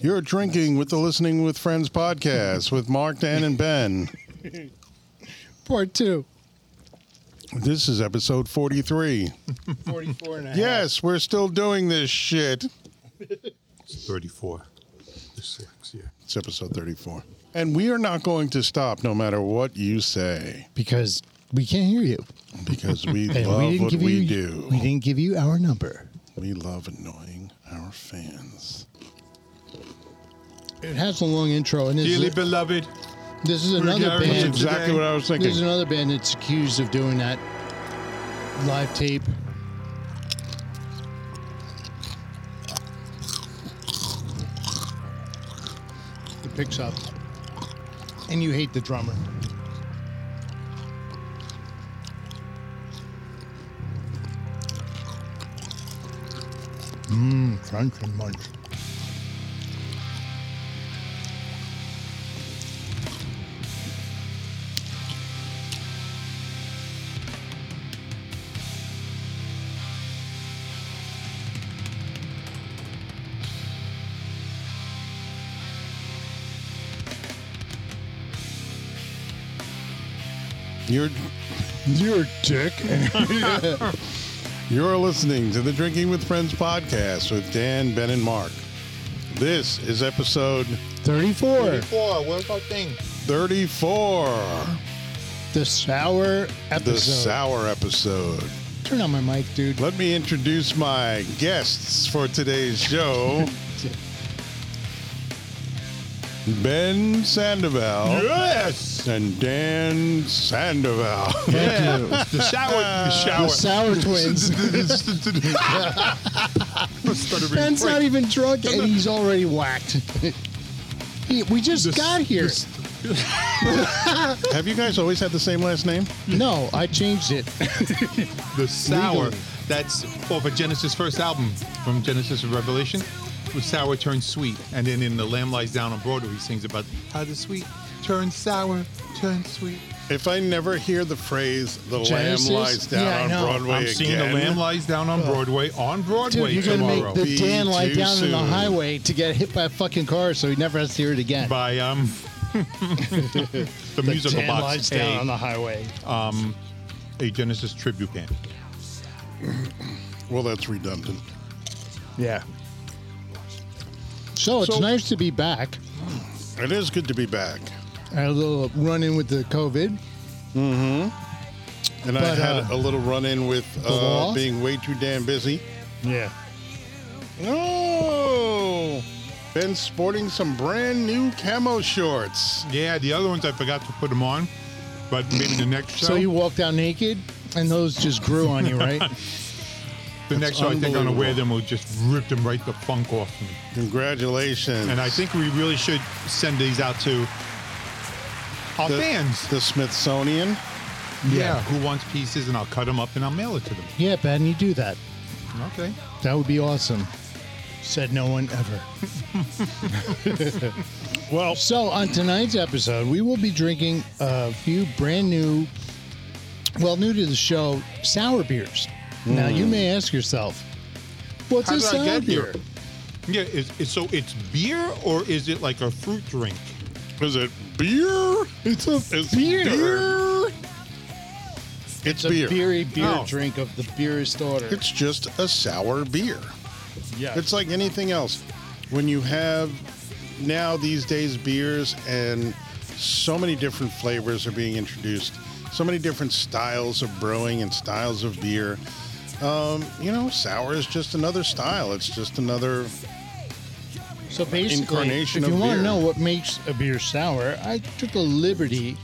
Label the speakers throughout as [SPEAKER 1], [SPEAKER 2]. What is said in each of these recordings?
[SPEAKER 1] You're drinking with the Listening with Friends podcast with Mark, Dan, and Ben.
[SPEAKER 2] Part two.
[SPEAKER 1] This is episode 43.
[SPEAKER 2] 44 and a half.
[SPEAKER 1] Yes, we're still doing this shit.
[SPEAKER 3] 34. This next year.
[SPEAKER 1] It's episode 34. And we are not going to stop no matter what you say
[SPEAKER 2] Because we can't hear you.
[SPEAKER 1] because we
[SPEAKER 2] And we
[SPEAKER 1] love
[SPEAKER 2] didn't
[SPEAKER 1] what
[SPEAKER 2] give
[SPEAKER 1] we
[SPEAKER 2] you
[SPEAKER 1] do.
[SPEAKER 2] We didn't give you our number.
[SPEAKER 1] We love annoying our fans.
[SPEAKER 2] It has a long intro and this,
[SPEAKER 3] Dearly
[SPEAKER 2] is,
[SPEAKER 3] beloved,
[SPEAKER 2] this is
[SPEAKER 3] We're
[SPEAKER 2] another
[SPEAKER 1] That's
[SPEAKER 3] guaranteed
[SPEAKER 2] band.
[SPEAKER 3] to-
[SPEAKER 1] exactly what I was thinking.
[SPEAKER 2] There's another band that's accused of doing that live tape. It picks up. And you hate the drummer. Mmm, crunch and munch.
[SPEAKER 1] You're
[SPEAKER 2] You're a dick.
[SPEAKER 1] you're listening to the Drinking with Friends podcast with Dan, Ben, and Mark. This is episode
[SPEAKER 2] 34.
[SPEAKER 3] 34. Where's our thing?
[SPEAKER 1] 34.
[SPEAKER 2] The sour
[SPEAKER 1] The
[SPEAKER 2] episode.
[SPEAKER 1] sour episode.
[SPEAKER 2] Turn on my mic, dude.
[SPEAKER 1] Let me introduce my guests for today's show. ben Sandoval
[SPEAKER 3] Yes.
[SPEAKER 1] and Dan Sandoval.
[SPEAKER 2] Thank you.
[SPEAKER 3] The shower. The
[SPEAKER 2] The
[SPEAKER 3] shower.
[SPEAKER 2] sour twins. Ben's not even drunk and he's already whacked. He- we just
[SPEAKER 3] This-
[SPEAKER 2] got here.
[SPEAKER 3] this-
[SPEAKER 1] Have you guys always had the same last name?
[SPEAKER 2] no, I changed it.
[SPEAKER 3] The sour.
[SPEAKER 2] Legally.
[SPEAKER 3] That's off of Genesis' first album, from Genesis to Revelation. With sour turns sweet, and then in the Lamb Lies Down on Broadway, he sings about how the sweet turns sour, turns sweet.
[SPEAKER 1] If I never hear the phrase "the
[SPEAKER 2] Genesis?
[SPEAKER 1] lamb lies down
[SPEAKER 2] Yeah, I
[SPEAKER 1] on
[SPEAKER 2] know.
[SPEAKER 1] Broadway"
[SPEAKER 3] I'm seeing
[SPEAKER 1] again,
[SPEAKER 3] the Lamb Lies Down on Broadway on
[SPEAKER 2] Oh. Dude,
[SPEAKER 3] Broadway
[SPEAKER 2] you're gonna
[SPEAKER 3] tomorrow
[SPEAKER 2] make the
[SPEAKER 1] Be
[SPEAKER 2] Dan lie
[SPEAKER 1] too
[SPEAKER 2] down in the
[SPEAKER 1] soon.
[SPEAKER 2] highway to get hit by a fucking car so he never has to hear it again.
[SPEAKER 3] by um the,
[SPEAKER 2] The
[SPEAKER 3] musical
[SPEAKER 2] Dan lies
[SPEAKER 3] box
[SPEAKER 2] down on
[SPEAKER 3] a,
[SPEAKER 2] the highway.
[SPEAKER 3] a Genesis tribute band.
[SPEAKER 1] well, that's redundant.
[SPEAKER 2] Yeah. So it's
[SPEAKER 1] So-
[SPEAKER 2] nice to be back.
[SPEAKER 1] It is good to be back,
[SPEAKER 2] I had a little run in with the COVID.
[SPEAKER 1] and I
[SPEAKER 2] But,
[SPEAKER 1] had
[SPEAKER 2] uh,
[SPEAKER 1] a little run-in with uh,
[SPEAKER 2] law?
[SPEAKER 1] being way too damn busy.
[SPEAKER 2] Yeah.
[SPEAKER 1] No. Been sporting some brand new camo shorts.
[SPEAKER 3] Yeah, the other ones I forgot to put them on, but maybe the next show.
[SPEAKER 2] So you walked out naked and those just grew on you, right?
[SPEAKER 3] the next show I think I'm gonna wear
[SPEAKER 1] unbelievable.
[SPEAKER 3] them. We'll just rip them right the funk off me.
[SPEAKER 1] Congratulations.
[SPEAKER 3] And I think we really should send these out to our
[SPEAKER 1] the,
[SPEAKER 3] fans.
[SPEAKER 1] the Smithsonian.
[SPEAKER 3] yeah, who wants pieces, and I'll cut them up and I'll mail it to them.
[SPEAKER 2] yeah, Ben, you do that.
[SPEAKER 3] Okay.
[SPEAKER 2] That would be awesome. Said no one ever.
[SPEAKER 1] Well,
[SPEAKER 2] So on tonight's episode, we will be drinking a few brand new, well, new to the show, sour beers. Now you may ask yourself, what's
[SPEAKER 3] How
[SPEAKER 2] a
[SPEAKER 3] did I
[SPEAKER 2] sour
[SPEAKER 3] get
[SPEAKER 2] beer?
[SPEAKER 3] here? Yeah. Is, is, so it's beer or is it like a fruit drink?
[SPEAKER 1] is it beer? It's a it's
[SPEAKER 2] beer.
[SPEAKER 1] It's, beer.
[SPEAKER 2] beery beer
[SPEAKER 3] Oh.
[SPEAKER 2] drink of the beerest order.
[SPEAKER 1] It's just a sour beer.
[SPEAKER 2] yeah.
[SPEAKER 1] It's like anything else. When you have now these days beers and so many different flavors are being introduced, so many different styles of brewing and styles of beer. Um, you know, sour is just another style. It's just another.
[SPEAKER 2] so basically, if
[SPEAKER 1] incarnation
[SPEAKER 2] you
[SPEAKER 1] of
[SPEAKER 2] want
[SPEAKER 1] beer.
[SPEAKER 2] to know what makes a beer sour, I took the liberty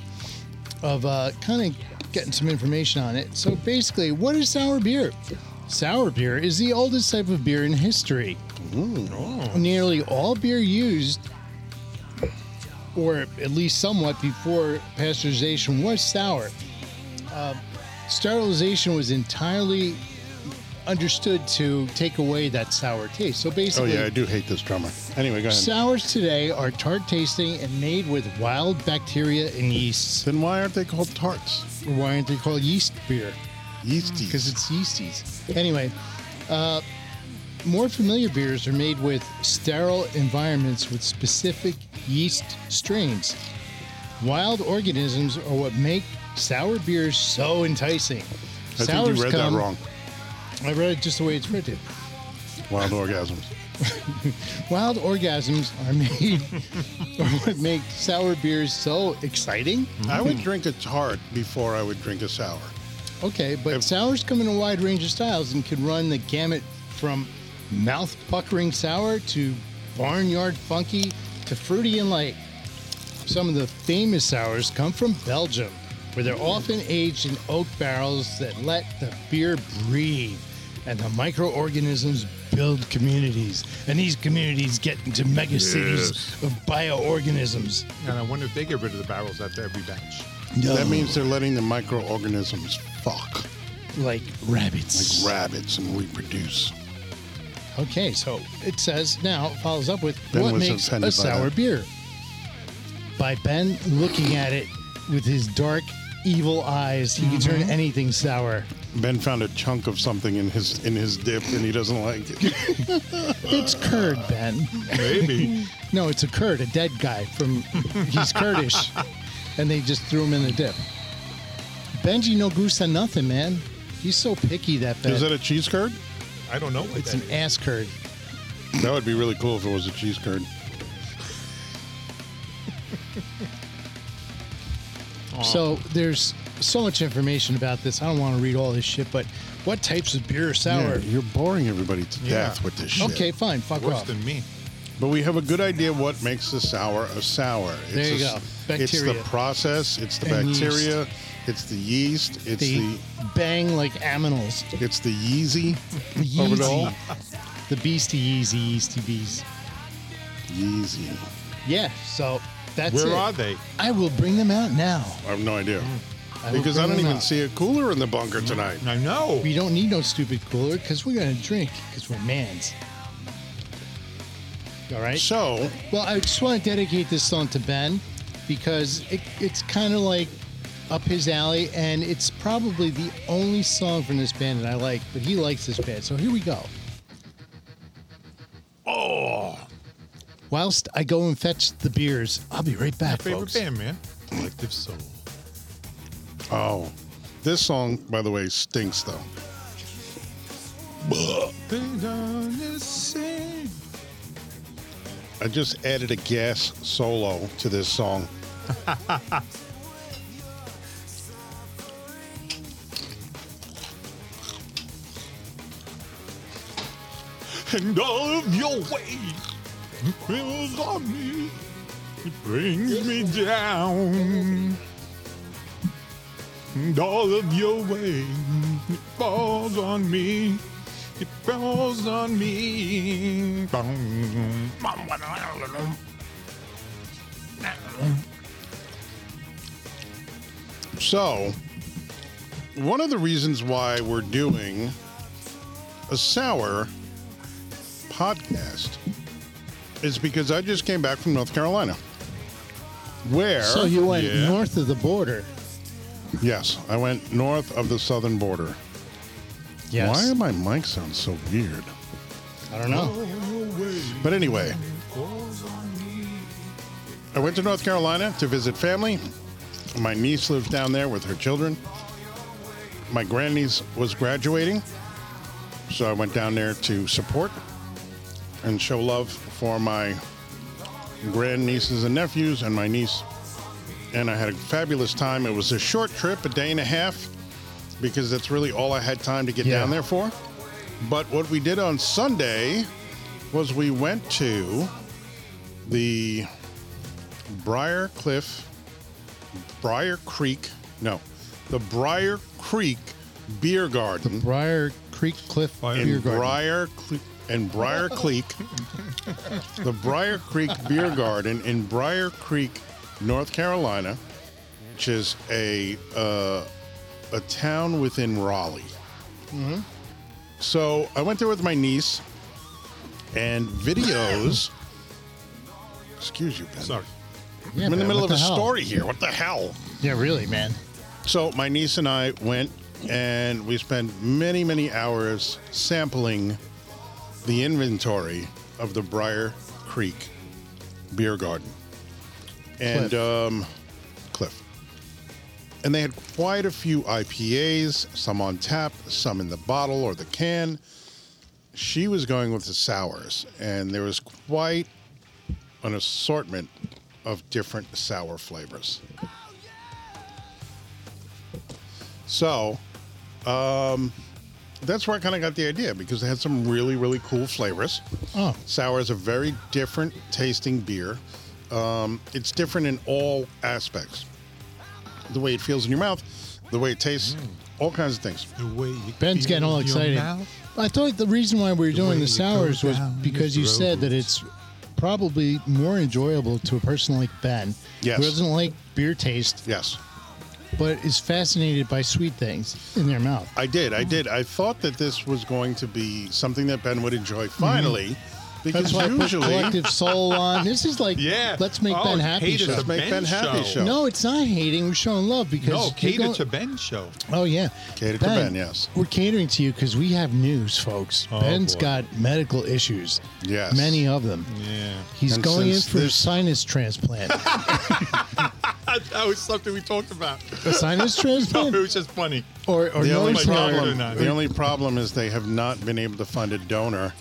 [SPEAKER 2] of uh, kind of getting some information on it. So basically, what is sour beer? Sour beer is the oldest type of beer in history.
[SPEAKER 1] Mm-hmm.
[SPEAKER 2] nearly all beer used, or at least somewhat before pasteurization, was sour. Uh, sterilization was entirely understood to take away that sour taste. So
[SPEAKER 1] Oh
[SPEAKER 2] basically,
[SPEAKER 1] yeah, I do hate this drummer. Anyway, go ahead.
[SPEAKER 2] sours today are tart tasting and made with wild bacteria and yeasts.
[SPEAKER 1] then why aren't they called tarts?
[SPEAKER 2] Why aren't they called yeast beer?
[SPEAKER 1] Yeasty.
[SPEAKER 2] because it's yeasties. Anyway, uh, more familiar beers are made with sterile environments with specific yeast strains. Wild organisms are what make sour beers so enticing.
[SPEAKER 1] I think you read that wrong.
[SPEAKER 2] I read it just the way it's written.
[SPEAKER 1] Wild orgasms.
[SPEAKER 2] Wild orgasms are made are what make sour beers so exciting.
[SPEAKER 1] I would drink a tart before I would drink a sour.
[SPEAKER 2] Okay, but sours come in a wide range of styles and can run the gamut from mouth puckering sour to barnyard funky to fruity and light. Some of the famous sours come from Belgium, where they're often aged in oak barrels that let the beer breathe and the microorganisms build communities. And these communities get into mega cities of bioorganisms.
[SPEAKER 3] And I wonder if they get rid of the barrels after every batch.
[SPEAKER 1] That means they're letting the microorganisms fuck
[SPEAKER 2] like rabbits.
[SPEAKER 1] like rabbits and reproduce.
[SPEAKER 2] Okay, so it says now it follows up with
[SPEAKER 1] Ben
[SPEAKER 2] what
[SPEAKER 1] was
[SPEAKER 2] makes a
[SPEAKER 1] offended by
[SPEAKER 2] sour
[SPEAKER 1] that.
[SPEAKER 2] beer. By Ben looking at it with his dark, evil eyes, he can turn
[SPEAKER 1] Mm-hmm.
[SPEAKER 2] anything sour.
[SPEAKER 1] Ben found a chunk of something in his in his dip and he doesn't like it.
[SPEAKER 2] It's curd, Ben.
[SPEAKER 3] Maybe.
[SPEAKER 2] No, it's a curd, a dead guy from he's Kurdish, and they just threw him in the dip. Benji no goose on nothing, man. He's so picky that Ben.
[SPEAKER 1] Is that a cheese curd?
[SPEAKER 3] I don't know what
[SPEAKER 2] it's
[SPEAKER 3] that
[SPEAKER 2] an
[SPEAKER 3] is.
[SPEAKER 2] ass curd.
[SPEAKER 1] That would be really cool if it was a cheese curd.
[SPEAKER 2] So there's so much information about this. I don't want to read all this shit, but what types of beer are
[SPEAKER 1] Yeah,
[SPEAKER 2] sour?
[SPEAKER 1] you're boring everybody to
[SPEAKER 3] Yeah.
[SPEAKER 1] death with this shit.
[SPEAKER 2] Okay, fine. Fuck
[SPEAKER 3] Worse
[SPEAKER 2] off.
[SPEAKER 3] than me.
[SPEAKER 1] But we have a good idea what makes the sour a sour. It's
[SPEAKER 2] There you
[SPEAKER 1] a-
[SPEAKER 2] go.
[SPEAKER 1] It's
[SPEAKER 2] Bacteria.
[SPEAKER 1] the process, it's the
[SPEAKER 2] And yeast.
[SPEAKER 1] bacteria, it's the yeast, it's
[SPEAKER 2] They
[SPEAKER 1] the
[SPEAKER 2] bang like aminals.
[SPEAKER 1] it's the Yeezy
[SPEAKER 2] The
[SPEAKER 1] of it all.
[SPEAKER 2] Yeezy. The beastie Yeezy, yeasty bees.
[SPEAKER 1] Yeezy.
[SPEAKER 2] Yeah, so that's
[SPEAKER 3] Where
[SPEAKER 2] it.
[SPEAKER 3] are they?
[SPEAKER 2] I will bring them out now.
[SPEAKER 1] I have no idea.
[SPEAKER 2] Hmm. I will
[SPEAKER 1] because I don't
[SPEAKER 2] bring them
[SPEAKER 1] even
[SPEAKER 2] out.
[SPEAKER 1] see a cooler in the bunker tonight.
[SPEAKER 3] I know.
[SPEAKER 2] We don't need no stupid cooler because we're going to drink because we're mans. All right?
[SPEAKER 1] So,
[SPEAKER 2] Well, I just want to dedicate this song to Ben because it, it's kind of like up his alley, and it's probably the only song from this band that I like, but he likes this band. So here we go.
[SPEAKER 3] oh,
[SPEAKER 2] Whilst I go and fetch the beers, I'll be right back,
[SPEAKER 3] favorite
[SPEAKER 2] folks.
[SPEAKER 3] band, man. Collective Soul.
[SPEAKER 1] oh, this song, by the way, stinks though. Blah.
[SPEAKER 3] They done the same.
[SPEAKER 1] I just added a gas solo to this song.
[SPEAKER 3] And all of your weight feels on me. It brings me down. And all of your weight it falls on me. It falls on me.
[SPEAKER 1] So, one of the reasons why we're doing a sour podcast is because I just came back from North Carolina. Where?
[SPEAKER 2] So you went
[SPEAKER 1] Yeah.
[SPEAKER 2] north of the border.
[SPEAKER 1] Yes, I went north of the southern border. Why do my mic sound so weird?
[SPEAKER 2] I don't know.
[SPEAKER 1] But anyway, I went to North Carolina to visit family. My niece lives down there with her children. My grandniece was graduating, so I went down there to support and show love for my grandnieces and nephews and my niece. And I had a fabulous time. It was a short trip, a day and a half, because that's really all I had time to get
[SPEAKER 2] Yeah.
[SPEAKER 1] down there for. But what we did on Sunday was we went to the Briar Cliff, Briar Creek, no, the Briar Creek Beer Garden
[SPEAKER 2] Briar Creek Cliff Beer
[SPEAKER 1] in
[SPEAKER 2] Garden.
[SPEAKER 1] Briar Cle- in Briar Creek, the Briar Creek Beer Garden in Briar Creek, North Carolina, which is a uh, a town within Raleigh.
[SPEAKER 2] Mm-hmm.
[SPEAKER 1] So I went there with my niece, and videos. excuse you, Ben.
[SPEAKER 3] Sorry.
[SPEAKER 2] Yeah,
[SPEAKER 1] I'm in the
[SPEAKER 2] man,
[SPEAKER 1] middle
[SPEAKER 2] what
[SPEAKER 1] of a
[SPEAKER 2] hell?
[SPEAKER 1] story here. What the hell?
[SPEAKER 2] Yeah, really, man.
[SPEAKER 1] So my niece and I went and we spent many, many hours sampling the inventory of the Briar Creek Beer Garden and
[SPEAKER 2] Cliff.
[SPEAKER 1] Um, Cliff. And they had quite a few IPAs, some on tap, some in the bottle or the can. She was going with the sours, and there was quite an assortment of different sour flavors. So, um, that's where I kind of got the idea because they had some really, really cool flavors.
[SPEAKER 2] Oh,
[SPEAKER 1] Sour is a very different tasting beer. Um, it's different in all aspects the way it feels in your mouth, the way it tastes, all kinds of things.
[SPEAKER 3] The way you
[SPEAKER 2] Ben's
[SPEAKER 3] feel
[SPEAKER 2] getting all
[SPEAKER 3] your
[SPEAKER 2] excited.
[SPEAKER 3] mouth.
[SPEAKER 2] I thought the reason why we were
[SPEAKER 3] The
[SPEAKER 2] doing
[SPEAKER 3] way
[SPEAKER 2] the
[SPEAKER 3] it
[SPEAKER 2] sours
[SPEAKER 3] goes
[SPEAKER 2] was
[SPEAKER 3] down
[SPEAKER 2] because you
[SPEAKER 3] your
[SPEAKER 2] said that
[SPEAKER 3] throat.
[SPEAKER 2] it's probably more enjoyable to a person like Ben,
[SPEAKER 1] Yes.
[SPEAKER 2] who doesn't like beer taste,
[SPEAKER 1] Yes,
[SPEAKER 2] but is fascinated by sweet things in their mouth.
[SPEAKER 1] I did. I did. I thought that this was going to be something that Ben would enjoy finally
[SPEAKER 2] That's
[SPEAKER 1] because
[SPEAKER 2] why I put
[SPEAKER 1] usually.
[SPEAKER 2] Collective Soul on. This is like,
[SPEAKER 3] Yeah.
[SPEAKER 2] let's make
[SPEAKER 3] Oh,
[SPEAKER 2] Ben happy.
[SPEAKER 3] hate is
[SPEAKER 2] Show.
[SPEAKER 3] a
[SPEAKER 1] Make Ben happy show.
[SPEAKER 2] No, it's not hating. We're showing love because
[SPEAKER 3] No,
[SPEAKER 2] you're
[SPEAKER 3] cater
[SPEAKER 2] going-
[SPEAKER 3] to Ben's show.
[SPEAKER 2] Oh yeah,
[SPEAKER 1] Cater to Ben, yes.
[SPEAKER 2] we're catering to you because we have news, folks.
[SPEAKER 3] Oh,
[SPEAKER 2] Ben's
[SPEAKER 3] boy.
[SPEAKER 2] got medical issues.
[SPEAKER 1] Yes.
[SPEAKER 2] many of them.
[SPEAKER 3] Yeah.
[SPEAKER 2] He's
[SPEAKER 1] And
[SPEAKER 2] going in
[SPEAKER 1] since
[SPEAKER 2] for a
[SPEAKER 1] this-
[SPEAKER 2] sinus transplant.
[SPEAKER 3] That, that was something we talked about.
[SPEAKER 2] a sinus
[SPEAKER 3] No, it
[SPEAKER 2] transplant,
[SPEAKER 3] was just funny.
[SPEAKER 2] or or
[SPEAKER 1] the
[SPEAKER 2] no
[SPEAKER 1] only
[SPEAKER 3] my God,
[SPEAKER 2] problem.
[SPEAKER 1] problem,
[SPEAKER 3] or not.
[SPEAKER 1] the only problem is they have not been able to find a donor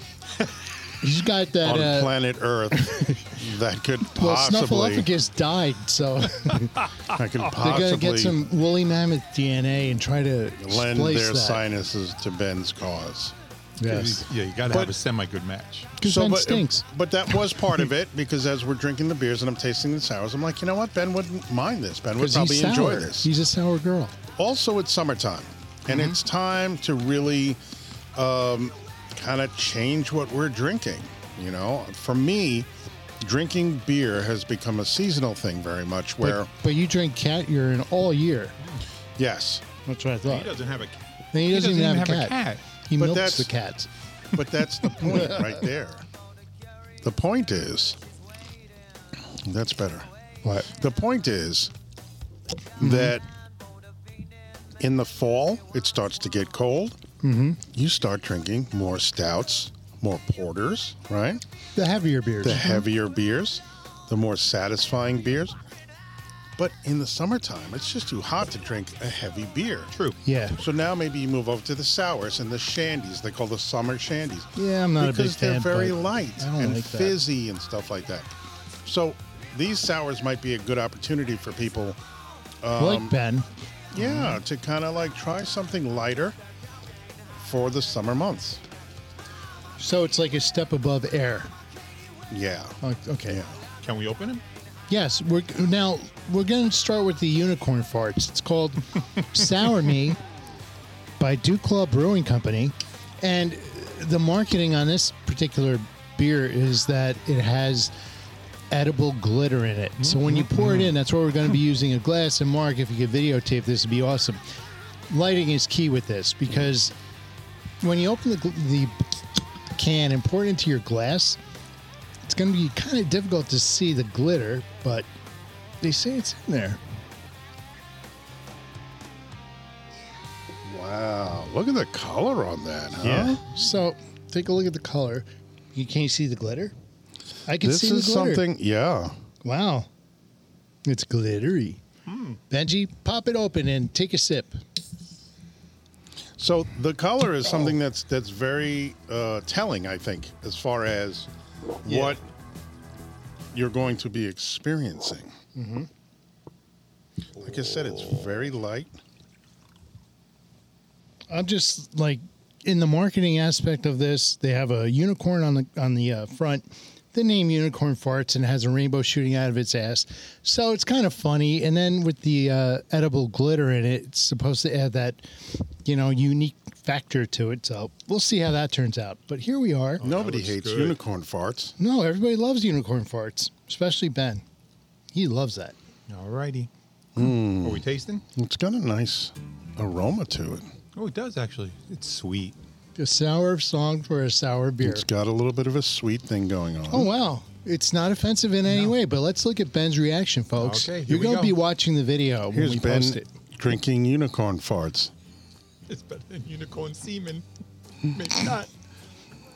[SPEAKER 2] He's got that.
[SPEAKER 1] on
[SPEAKER 2] Uh,
[SPEAKER 1] planet Earth that could
[SPEAKER 2] well,
[SPEAKER 1] possibly,
[SPEAKER 2] Snuffleupagus died, so
[SPEAKER 1] that could
[SPEAKER 2] they're
[SPEAKER 1] possibly
[SPEAKER 2] gonna get some woolly mammoth DNA and try to
[SPEAKER 1] lend
[SPEAKER 2] splice
[SPEAKER 1] their
[SPEAKER 2] that.
[SPEAKER 1] sinuses to Ben's cause.
[SPEAKER 2] Yes,
[SPEAKER 3] Yeah, you got to
[SPEAKER 1] But-
[SPEAKER 3] have a semi good match.
[SPEAKER 2] because Ben
[SPEAKER 1] but, uh,
[SPEAKER 2] stinks.
[SPEAKER 1] But that was part of it because as we're drinking the beers and I'm tasting the sours, I'm like, you know what? Ben wouldn't mind this. Ben would
[SPEAKER 2] Because
[SPEAKER 1] probably
[SPEAKER 2] he's sour.
[SPEAKER 1] enjoy this.
[SPEAKER 2] He's Mm-hmm. a sour girl.
[SPEAKER 1] also, it's summertime, and it's time to really um, kind of change what we're drinking. You know, for me, drinking beer has become a seasonal thing very much.
[SPEAKER 2] But-
[SPEAKER 1] Where
[SPEAKER 2] But, you drink cat urine all year.
[SPEAKER 1] yes,
[SPEAKER 2] That's what I thought.
[SPEAKER 3] He doesn't have a cat.
[SPEAKER 2] And he doesn't, even have, a, cat. He
[SPEAKER 1] But
[SPEAKER 2] milks
[SPEAKER 1] that's-
[SPEAKER 2] the cats.
[SPEAKER 1] But that's the point right there. The point is, that's better.
[SPEAKER 2] What?
[SPEAKER 1] The point is that in the fall, it starts to get cold. You start drinking more stouts, more porters, right?
[SPEAKER 2] The heavier beers.
[SPEAKER 1] The heavier beers, the more satisfying beers. But in the summertime, it's just too hot to drink a heavy beer.
[SPEAKER 3] True.
[SPEAKER 2] yeah.
[SPEAKER 1] So now maybe you move over to the sours and the shandies. They call the summer shandies.
[SPEAKER 2] Yeah, I'm not a big
[SPEAKER 1] because
[SPEAKER 2] fan,
[SPEAKER 1] they're very
[SPEAKER 2] but
[SPEAKER 1] light
[SPEAKER 2] I don't
[SPEAKER 1] and
[SPEAKER 2] like that.
[SPEAKER 1] fizzy and stuff like that. So these sours might be a good opportunity for people.
[SPEAKER 2] like Ben.
[SPEAKER 1] Yeah,
[SPEAKER 2] Mm-hmm.
[SPEAKER 1] to kind of like try something lighter for the summer months.
[SPEAKER 2] So it's like a step above air.
[SPEAKER 1] Yeah.
[SPEAKER 2] Oh, Okay.
[SPEAKER 1] Yeah.
[SPEAKER 3] Can we open him?
[SPEAKER 2] Yes, we're now we're going to start with the unicorn farts. It's called Sour Me by Dew Club Brewing Company, and the marketing on this particular beer is that it has edible glitter in it. So when you pour it in, that's where we're going to be using a glass. And Mark, if you could videotape this, it'd be awesome. Lighting is key with this because when you open the, gl- the can and pour it into your glass, it's going to be kind of difficult to see the glitter, but they say it's in there.
[SPEAKER 1] Wow. Look at the color on that, huh?
[SPEAKER 2] So take a look at the color. You can't see the glitter. I can
[SPEAKER 1] This
[SPEAKER 2] see
[SPEAKER 1] is
[SPEAKER 2] the glitter.
[SPEAKER 1] something. Yeah.
[SPEAKER 2] Wow, it's glittery. Benji, pop it open and take a sip.
[SPEAKER 1] So the color is something that's that's very uh, telling, I think, as far as
[SPEAKER 3] Yeah.
[SPEAKER 1] what you're going to be experiencing. Like I said, it's very light.
[SPEAKER 2] I'm just like in the marketing aspect of this. They have a unicorn on the on the uh, front. The name unicorn farts and has a rainbow shooting out of its ass, so it's kind of funny. And then with the uh, edible glitter in it, it's supposed to add that you know unique factor to it. So we'll see how that turns out. But here we are.
[SPEAKER 1] Nobody
[SPEAKER 3] looks
[SPEAKER 1] hates
[SPEAKER 3] good.
[SPEAKER 1] unicorn farts.
[SPEAKER 2] No, everybody loves unicorn farts, especially Ben. He loves that.
[SPEAKER 3] All righty. Are we tasting?
[SPEAKER 1] It's got a nice aroma to it.
[SPEAKER 3] Oh, it does actually. It's sweet.
[SPEAKER 2] A sour song for a sour beer.
[SPEAKER 1] It's got a little bit of a sweet thing going on.
[SPEAKER 2] Oh wow. It's not offensive in any
[SPEAKER 3] No.
[SPEAKER 2] way, but let's look at Ben's reaction, folks.
[SPEAKER 3] Okay, here
[SPEAKER 2] You're
[SPEAKER 3] we
[SPEAKER 2] going to
[SPEAKER 3] go.
[SPEAKER 2] be watching the video when
[SPEAKER 1] Here's
[SPEAKER 2] we
[SPEAKER 1] Ben
[SPEAKER 2] post it.
[SPEAKER 1] drinking unicorn farts.
[SPEAKER 3] It's better than unicorn semen. Maybe not.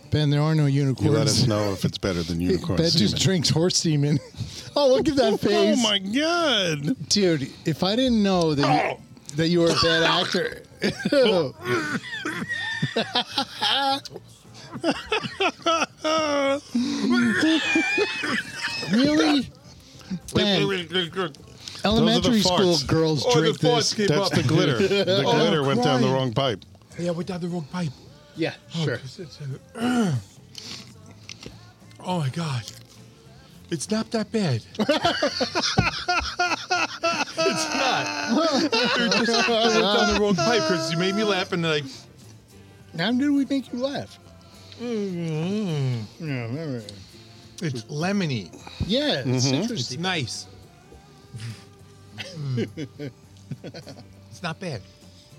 [SPEAKER 2] Ben, there are no unicorns.
[SPEAKER 1] You let us know if it's better than unicorn
[SPEAKER 2] Ben just
[SPEAKER 1] semen.
[SPEAKER 2] drinks horse semen. oh, look at that
[SPEAKER 1] Oh
[SPEAKER 2] face.
[SPEAKER 1] my god!
[SPEAKER 2] Dude, if I didn't know that
[SPEAKER 3] Oh.
[SPEAKER 2] you, that you were a bad actor. Ew. really? Ben, elementary school
[SPEAKER 1] farts.
[SPEAKER 2] girls
[SPEAKER 3] Or Oh, the
[SPEAKER 2] drink
[SPEAKER 3] farts
[SPEAKER 2] this.
[SPEAKER 3] came
[SPEAKER 1] That's
[SPEAKER 3] up.
[SPEAKER 1] the glitter. The
[SPEAKER 2] Oh,
[SPEAKER 1] glitter went down the
[SPEAKER 2] crying.
[SPEAKER 1] wrong pipe.
[SPEAKER 3] Yeah, we down the wrong pipe.
[SPEAKER 2] Yeah, sure.
[SPEAKER 3] uh, Oh my god. It's not that bad. it's not. You're just going down the wrong pipe because you made me laugh and like
[SPEAKER 2] How did we make you laugh? Yeah, remember.
[SPEAKER 3] it's lemony.
[SPEAKER 2] Yeah, it's
[SPEAKER 1] Mm-hmm.
[SPEAKER 3] It's
[SPEAKER 2] citrusy.
[SPEAKER 3] nice. Mm. it's not bad.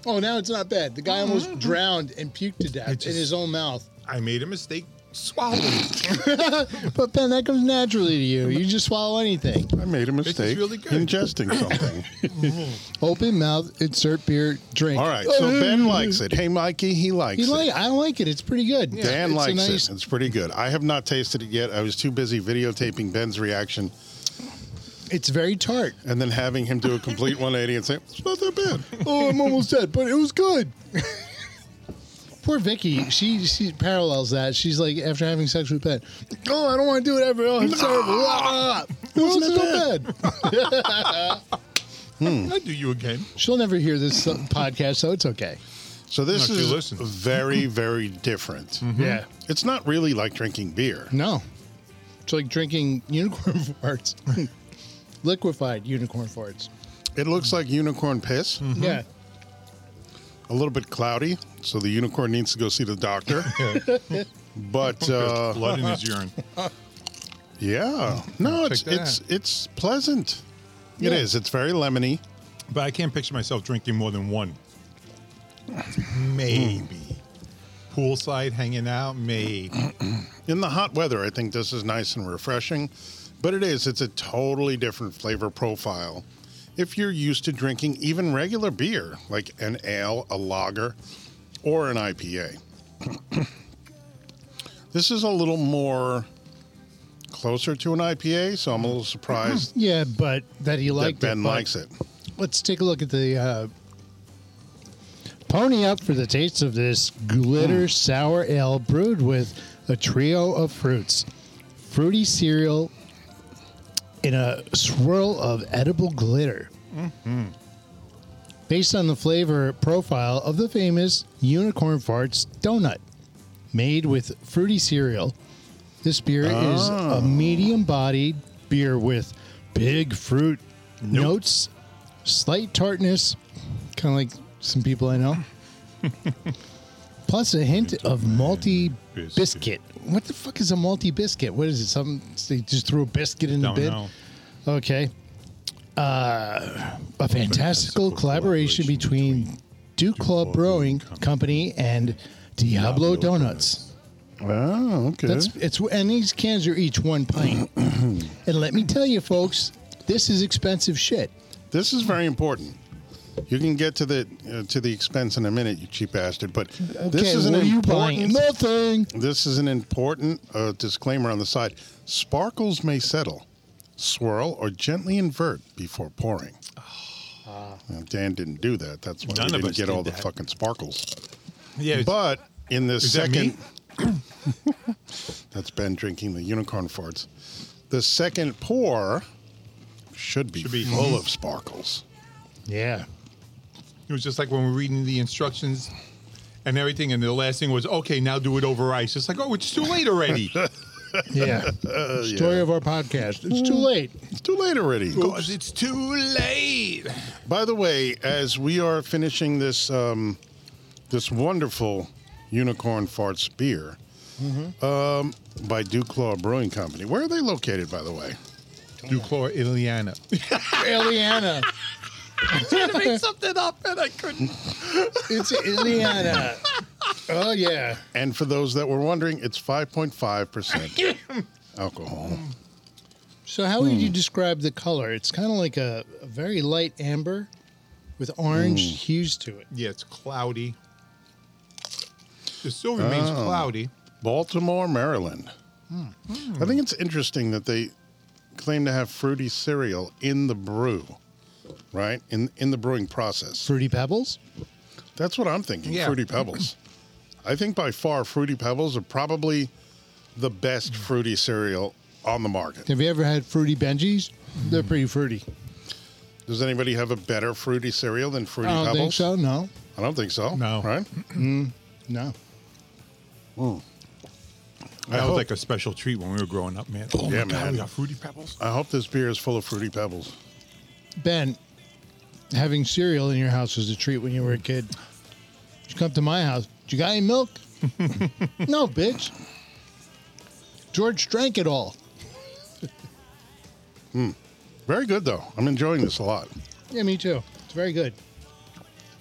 [SPEAKER 2] Oh, now it's not bad. The guy almost drowned and puked to death
[SPEAKER 3] I just-
[SPEAKER 2] in his own mouth.
[SPEAKER 3] I made a mistake. Swallowed. it.
[SPEAKER 2] But Ben, that comes naturally to you. You just swallow anything.
[SPEAKER 1] I made a mistake
[SPEAKER 3] really good.
[SPEAKER 1] ingesting something.
[SPEAKER 2] Open mouth, insert beer, drink.
[SPEAKER 1] All right, so Ben likes it. Hey, Mikey, he likes
[SPEAKER 2] You
[SPEAKER 1] it.
[SPEAKER 2] like? I like it. It's pretty good.
[SPEAKER 1] Dan
[SPEAKER 2] It's a
[SPEAKER 1] likes
[SPEAKER 2] nice-
[SPEAKER 1] it. It's pretty good. I have not tasted it yet. I was too busy videotaping Ben's reaction
[SPEAKER 2] It's very tart.
[SPEAKER 1] and then having him do a complete 180 and say, it's not that bad.
[SPEAKER 2] Oh, I'm almost dead, but it was good. Poor Vicky, she she parallels that. She's like after having sex with Ben. Oh, I don't want to do it ever. Oh, it's terrible. Ah, it wasn't so bad.
[SPEAKER 3] I do you again.
[SPEAKER 2] She'll never hear this uh, podcast, so it's okay.
[SPEAKER 1] So this
[SPEAKER 3] Not if you
[SPEAKER 1] is
[SPEAKER 3] listen. Mm-hmm.
[SPEAKER 1] very, very different.
[SPEAKER 2] Hmm? Yeah.
[SPEAKER 1] It's not really like drinking beer.
[SPEAKER 2] No, it's like drinking unicorn farts, liquefied unicorn farts. Hmm?
[SPEAKER 1] It looks like unicorn piss,
[SPEAKER 3] Mm-hmm.
[SPEAKER 2] Yeah.
[SPEAKER 1] a little bit cloudy. So the unicorn needs to go see the doctor. but
[SPEAKER 3] There's
[SPEAKER 1] uh,
[SPEAKER 3] blood in his urine.
[SPEAKER 1] yeah,
[SPEAKER 2] Mm.
[SPEAKER 1] no, it's
[SPEAKER 3] that
[SPEAKER 1] it's it's pleasant. It
[SPEAKER 2] Yeah.
[SPEAKER 1] is. It's very lemony.
[SPEAKER 3] But I can't picture myself drinking more than one. Maybe. Poolside hanging out, maybe.
[SPEAKER 1] In the hot weather, I think this is nice and refreshing, but it is. It's a totally different flavor profile. If you're used to drinking even regular beer, like an ale, a lager, or an IPA, this is a little more closer to an IPA, so I'm a little surprised
[SPEAKER 2] Yeah, but that he
[SPEAKER 1] that
[SPEAKER 2] liked
[SPEAKER 1] Ben
[SPEAKER 2] Mm-hmm. it. but-
[SPEAKER 1] likes it.
[SPEAKER 2] Let's take a look at the uh, pony up for the taste of this glitter sour ale brewed with a trio of fruits, fruity cereal in a swirl of edible glitter. Based on the flavor profile of the famous unicorn farts donut, made with fruity cereal. This beer is a medium bodied beer with big fruit notes, slight tartness, kind of like some people I know, plus a hint of malty
[SPEAKER 3] Biscuit.
[SPEAKER 2] biscuit. What the fuck is a malty biscuit? What is it? Something they just threw a biscuit in
[SPEAKER 3] Don't
[SPEAKER 2] the bin?
[SPEAKER 3] know.
[SPEAKER 2] Okay. Uh, a fantastical collaboration between Duke Club Brewing Company and Diablo Donuts.
[SPEAKER 1] Oh, okay.
[SPEAKER 2] That's it's and these cans are each one pint. and let me tell you, folks, this is expensive shit.
[SPEAKER 1] This is very important. You can get to the uh, to the expense in a minute, you cheap bastard. But this
[SPEAKER 2] Okay,
[SPEAKER 1] is an
[SPEAKER 2] what are you
[SPEAKER 1] important.
[SPEAKER 2] buying? Nothing.
[SPEAKER 1] This is an important uh, disclaimer on the side. Sparkles may settle, swirl, or gently invert before pouring. Now, Dan didn't do that. That's why
[SPEAKER 3] Ah.
[SPEAKER 1] we
[SPEAKER 3] None of
[SPEAKER 1] didn't
[SPEAKER 3] us
[SPEAKER 1] get
[SPEAKER 3] did
[SPEAKER 1] all the
[SPEAKER 3] that.
[SPEAKER 1] fucking sparkles.
[SPEAKER 3] Yeah, it's-
[SPEAKER 1] But in the
[SPEAKER 3] Is that
[SPEAKER 1] second, that's Ben drinking the unicorn farts. The second pour should be,
[SPEAKER 3] Should be-
[SPEAKER 1] full of sparkles.
[SPEAKER 2] Yeah.
[SPEAKER 3] It was just like when we we're reading the instructions and everything, and the last thing was, okay, now do it over ice. It's like, oh, it's too late already.
[SPEAKER 2] Yeah. Mm. Story of our podcast. It's too late.
[SPEAKER 1] It's too late already. Go-
[SPEAKER 3] Because it's too late.
[SPEAKER 1] By the way, as we are finishing this um, this wonderful unicorn farts beer um, by Duclaw Brewing Company, where are they located? By the way,
[SPEAKER 3] Duclair, Iliana.
[SPEAKER 2] Eliana.
[SPEAKER 3] I made something up and I couldn't.
[SPEAKER 2] It's Eliana. Oh yeah.
[SPEAKER 1] and for those that were wondering, it's five point five percent alcohol.
[SPEAKER 2] So how would you describe the color? It's kind of like a, a very light amber with orange hues to it.
[SPEAKER 1] Oh.
[SPEAKER 3] Yeah, it's cloudy. It still remains cloudy.
[SPEAKER 1] Baltimore, Maryland. I think it's interesting that they claim to have fruity cereal in the brew, right? In in the brewing process.
[SPEAKER 2] Fruity Pebbles?
[SPEAKER 1] That's what I'm thinking.
[SPEAKER 3] Yeah.
[SPEAKER 1] Fruity Pebbles. I think by far Fruity Pebbles are probably the best fruity cereal on the market.
[SPEAKER 2] Have you ever had Fruity Benjis? They're pretty fruity.
[SPEAKER 1] Does anybody have a better fruity cereal than Fruity
[SPEAKER 2] I don't
[SPEAKER 1] Pebbles?
[SPEAKER 2] think so. No,
[SPEAKER 1] I don't think so.
[SPEAKER 3] No.
[SPEAKER 1] Right?
[SPEAKER 2] no.
[SPEAKER 1] I
[SPEAKER 3] That
[SPEAKER 1] hope-
[SPEAKER 3] was like a special treat when we were growing up, man. Oh
[SPEAKER 1] Yeah,
[SPEAKER 3] my God,
[SPEAKER 1] man.
[SPEAKER 3] we got fruity pebbles.
[SPEAKER 1] I hope this beer is full of Fruity Pebbles.
[SPEAKER 2] Ben, having cereal in your house was a treat when you were a kid. You come to my house. You got any milk? no, bitch. George drank it all.
[SPEAKER 1] Very good though. I'm enjoying this a lot.
[SPEAKER 2] Yeah, me too. It's very good.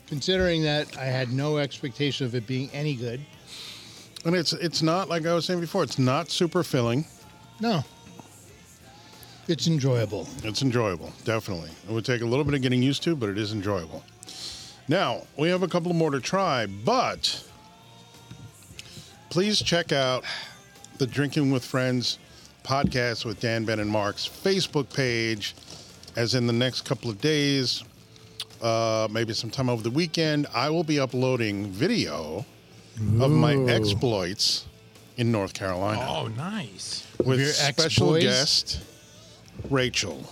[SPEAKER 2] Considering that I had no expectation of it being any good.
[SPEAKER 1] And it's it's not like I was saying before, it's not super filling.
[SPEAKER 2] No. It's enjoyable.
[SPEAKER 1] It's enjoyable, definitely. It would take a little bit of getting used to, but it is enjoyable. Now, we have a couple more to try, but please check out the Drinking with Friends podcast with Dan, Ben, and Mark's Facebook page, as in the next couple of days, uh, maybe sometime over the weekend, I will be uploading video of my exploits in North Carolina
[SPEAKER 3] Oh, nice.
[SPEAKER 1] with
[SPEAKER 2] your
[SPEAKER 1] special
[SPEAKER 2] ex-boys?
[SPEAKER 1] guest Rachel.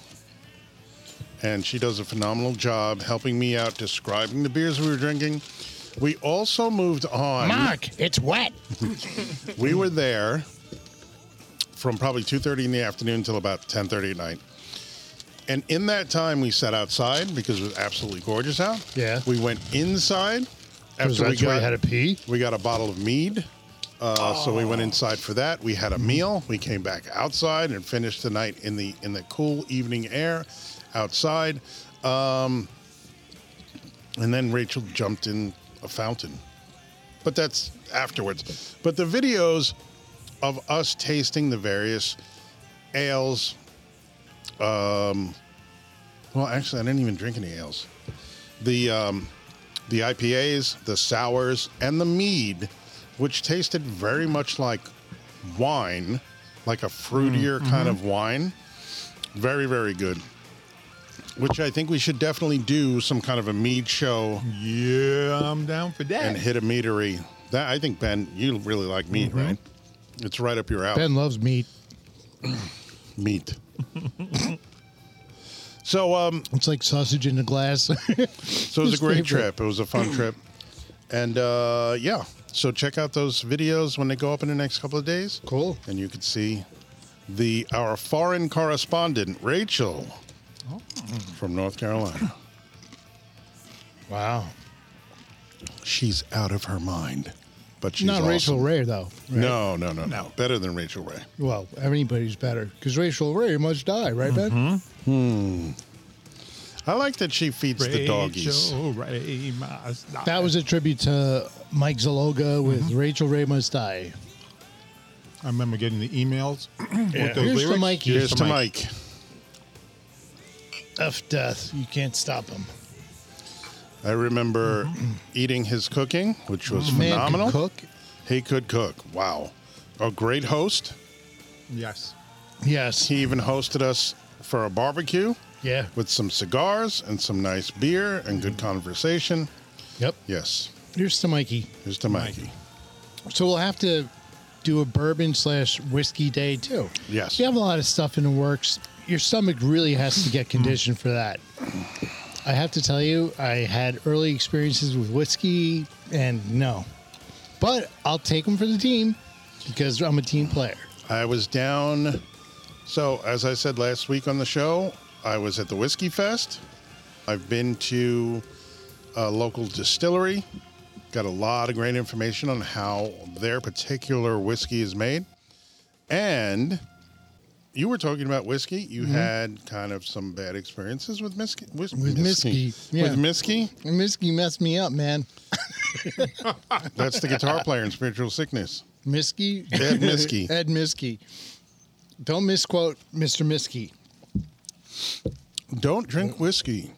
[SPEAKER 1] And she does a phenomenal job helping me out describing the beers we were drinking. We also moved on.
[SPEAKER 2] it's wet.
[SPEAKER 1] We were there from probably 2:30 in the afternoon till about 10:30 at night. And in that time we sat outside because it was absolutely gorgeous out.
[SPEAKER 2] Yeah.
[SPEAKER 1] We went inside
[SPEAKER 2] Because
[SPEAKER 1] after we
[SPEAKER 2] that's where
[SPEAKER 1] got
[SPEAKER 2] you had a pee.
[SPEAKER 1] we got a bottle of mead. Uh, So we went inside for that. We had a meal. We came back outside and finished the night in the in the cool evening air outside. Um, and then Rachel jumped in a fountain, but that's afterwards. But the videos of us tasting the various ales. Um, well, actually, I didn't even drink any ales. The um, the IPAs, the sours, and the mead, which tasted very much like wine, like a fruitier kind of wine. Very, very good. Which I think we should definitely do some kind of a mead show
[SPEAKER 3] Yeah, I'm down for that.
[SPEAKER 1] and hit a meadery. That I think Ben, you really like meat, right? It's right up your alley.
[SPEAKER 2] Ben loves meat.
[SPEAKER 1] Meat. so um,
[SPEAKER 2] It's like sausage in a glass.
[SPEAKER 1] So it was a
[SPEAKER 2] His
[SPEAKER 1] great
[SPEAKER 2] favorite.
[SPEAKER 1] trip. It was a fun trip. And uh, yeah, so check out those videos when they go up in the next couple of days.
[SPEAKER 2] cool.
[SPEAKER 1] And you can see the our foreign correspondent, Rachel, from North Carolina.
[SPEAKER 2] Wow.
[SPEAKER 1] She's out of her mind. But she's
[SPEAKER 2] Not
[SPEAKER 1] awesome.
[SPEAKER 2] Rachel Ray, though. right?
[SPEAKER 1] No, no, no, no. Better than Rachel Ray.
[SPEAKER 2] Well, anybody's better. Because Rachel Ray must die, right, Ben?
[SPEAKER 1] I like that she feeds the doggies.
[SPEAKER 3] Rachel Ray Mazda.
[SPEAKER 2] That was a tribute to Mike Zaloga with Rachel Ray Must Die.
[SPEAKER 3] I remember getting the emails.
[SPEAKER 1] Yeah.
[SPEAKER 3] With those
[SPEAKER 2] Here's to
[SPEAKER 3] lyrics.
[SPEAKER 2] Mikey.
[SPEAKER 1] Here's to Mike.
[SPEAKER 2] F death. You can't stop him.
[SPEAKER 1] I remember eating his cooking, which was
[SPEAKER 2] Man can
[SPEAKER 1] phenomenal.
[SPEAKER 2] cook.
[SPEAKER 1] He could cook. Wow. A great host.
[SPEAKER 3] Yes.
[SPEAKER 2] Yes.
[SPEAKER 1] He even hosted us for a barbecue
[SPEAKER 2] yeah.
[SPEAKER 1] with some cigars and some nice beer and good conversation.
[SPEAKER 2] Yep.
[SPEAKER 1] Yes,
[SPEAKER 2] Here's to Mikey.
[SPEAKER 1] here's to Mikey.
[SPEAKER 2] So we'll have to do a bourbon slash whiskey day too.
[SPEAKER 1] Yes.
[SPEAKER 2] You have a lot of stuff in the works. Your stomach really has to get conditioned for that. I have to tell you, I had early experiences with whiskey and no. But I'll take them for the team because I'm a team player.
[SPEAKER 1] I was down. So, as I said last week on the show, I was at the Whiskey Fest. I've been to a local distillery, got a lot of great information on how their particular whiskey is made. And you were talking about whiskey. You
[SPEAKER 2] Mm-hmm.
[SPEAKER 1] had kind of some bad experiences with whiskey. With,
[SPEAKER 2] With Miskey, yeah.
[SPEAKER 1] With Miskey.
[SPEAKER 2] And whiskey messed me up, man.
[SPEAKER 1] That's the guitar player in Spiritual Sickness.
[SPEAKER 2] Miskey.
[SPEAKER 1] Ed Miskey.
[SPEAKER 2] Ed Miskey. Don't misquote Mr. Miskey.
[SPEAKER 1] Don't drink whiskey.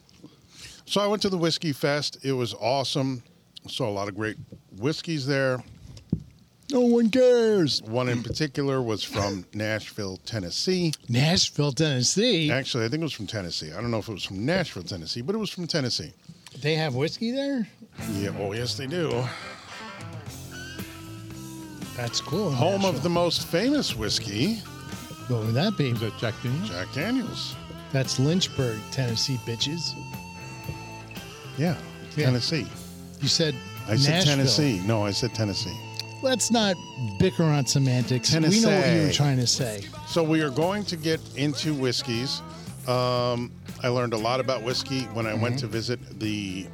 [SPEAKER 1] So I went to the Whiskey Fest. It was awesome. Saw a lot of great whiskeys there.
[SPEAKER 2] No one cares.
[SPEAKER 1] One in particular was from Nashville, Tennessee.
[SPEAKER 2] Nashville, Tennessee.
[SPEAKER 1] Actually, I think it was from Tennessee. I don't know if it was from Nashville, Tennessee, but it was from Tennessee.
[SPEAKER 2] They have whiskey there?
[SPEAKER 1] Yeah, oh, yes, they do.
[SPEAKER 2] That's cool.
[SPEAKER 1] Home of the most famous whiskey,
[SPEAKER 2] Nashville. What would that be?
[SPEAKER 3] Is that Jack Daniels?
[SPEAKER 1] Jack Daniels.
[SPEAKER 2] That's Lynchburg, Tennessee, bitches.
[SPEAKER 1] Yeah,
[SPEAKER 2] Yeah.
[SPEAKER 1] Tennessee.
[SPEAKER 2] You said
[SPEAKER 1] I said
[SPEAKER 2] Nashville.
[SPEAKER 1] Tennessee. No, I said Tennessee.
[SPEAKER 2] Let's not bicker on semantics. We know what you were
[SPEAKER 1] Tennessee.
[SPEAKER 2] trying to say.
[SPEAKER 1] So we are going to get into whiskeys. Um, I learned a lot about whiskey when I
[SPEAKER 2] Mm-hmm.
[SPEAKER 1] went to visit the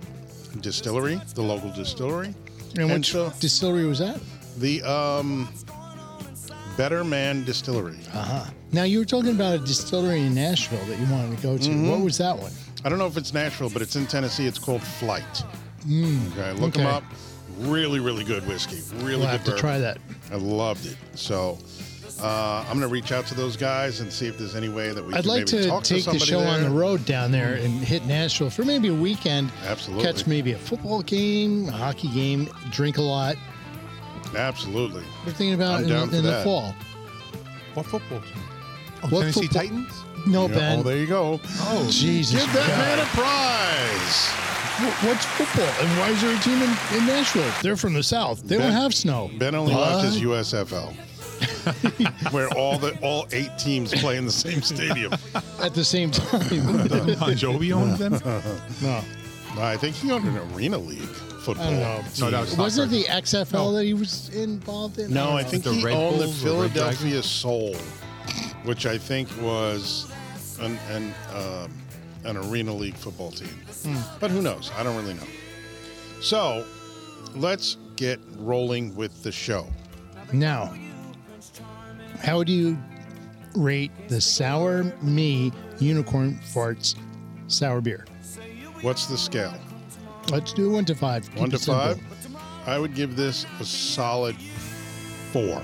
[SPEAKER 1] distillery, the local distillery.
[SPEAKER 2] And which
[SPEAKER 1] so
[SPEAKER 2] distillery was that?
[SPEAKER 1] the um, Better Man Distillery.
[SPEAKER 2] Ah. Now you were talking about a distillery in Nashville that you wanted to go to.
[SPEAKER 1] Mm-hmm.
[SPEAKER 2] What was that one?
[SPEAKER 1] I don't know if it's Nashville, but it's in Tennessee. It's called Flight. okay, look them
[SPEAKER 2] Mm. okay.
[SPEAKER 1] up. Really, really good whiskey. Really
[SPEAKER 2] We'll
[SPEAKER 1] good.
[SPEAKER 2] have to
[SPEAKER 1] bourbon.
[SPEAKER 2] try that.
[SPEAKER 1] I loved it. So uh, I'm going to reach out to those guys and see if there's any way that we
[SPEAKER 2] I'd
[SPEAKER 1] can
[SPEAKER 2] like
[SPEAKER 1] maybe
[SPEAKER 2] to
[SPEAKER 1] talk
[SPEAKER 2] take the
[SPEAKER 1] somebody
[SPEAKER 2] show on
[SPEAKER 1] there.
[SPEAKER 2] the road down there and hit Nashville for maybe a weekend.
[SPEAKER 1] Absolutely.
[SPEAKER 2] Catch maybe a football game, a hockey game, drink a lot.
[SPEAKER 1] Absolutely.
[SPEAKER 2] We're thinking about
[SPEAKER 1] I'm
[SPEAKER 2] in,
[SPEAKER 1] down for
[SPEAKER 2] in the
[SPEAKER 1] that.
[SPEAKER 2] fall.
[SPEAKER 3] What football team? Oh,
[SPEAKER 2] What
[SPEAKER 3] Tennessee
[SPEAKER 2] football-
[SPEAKER 3] Titans?
[SPEAKER 2] No,
[SPEAKER 1] Yeah,
[SPEAKER 2] Ben.
[SPEAKER 1] Oh, there you go.
[SPEAKER 3] Oh,
[SPEAKER 2] Jesus.
[SPEAKER 1] Give that
[SPEAKER 2] God.
[SPEAKER 1] man a prize.
[SPEAKER 2] Wh- What's football? And why is there a team in, in Nashville? They're from the South. They
[SPEAKER 1] Ben-
[SPEAKER 2] don't have snow.
[SPEAKER 1] Ben only
[SPEAKER 2] What?
[SPEAKER 1] watches USFL, where all the all eight teams play in the same stadium.
[SPEAKER 2] at the same time.
[SPEAKER 3] Doesn't Bon Jovi own them?
[SPEAKER 2] no.
[SPEAKER 1] I think he owned an arena league football.
[SPEAKER 2] I don't know.
[SPEAKER 1] team.
[SPEAKER 3] No, that was-
[SPEAKER 2] Was it the XFL
[SPEAKER 3] No.
[SPEAKER 2] that he was involved in?
[SPEAKER 1] No,
[SPEAKER 2] don't
[SPEAKER 1] I
[SPEAKER 2] know.
[SPEAKER 1] think
[SPEAKER 3] The
[SPEAKER 1] he
[SPEAKER 3] Red
[SPEAKER 1] owned the
[SPEAKER 3] Bulls or Red
[SPEAKER 1] Philadelphia Soul, which I think was an an, um an arena league football team.
[SPEAKER 2] Hmm.
[SPEAKER 1] But who knows? I don't really know. So, let's get rolling with the show.
[SPEAKER 2] Now, how do you rate the Sour Me Unicorn Farts Sour Beer?
[SPEAKER 1] What's the scale?
[SPEAKER 2] Let's do one to five. Keep
[SPEAKER 1] One to
[SPEAKER 2] it simple.
[SPEAKER 1] five. I would give this a solid four.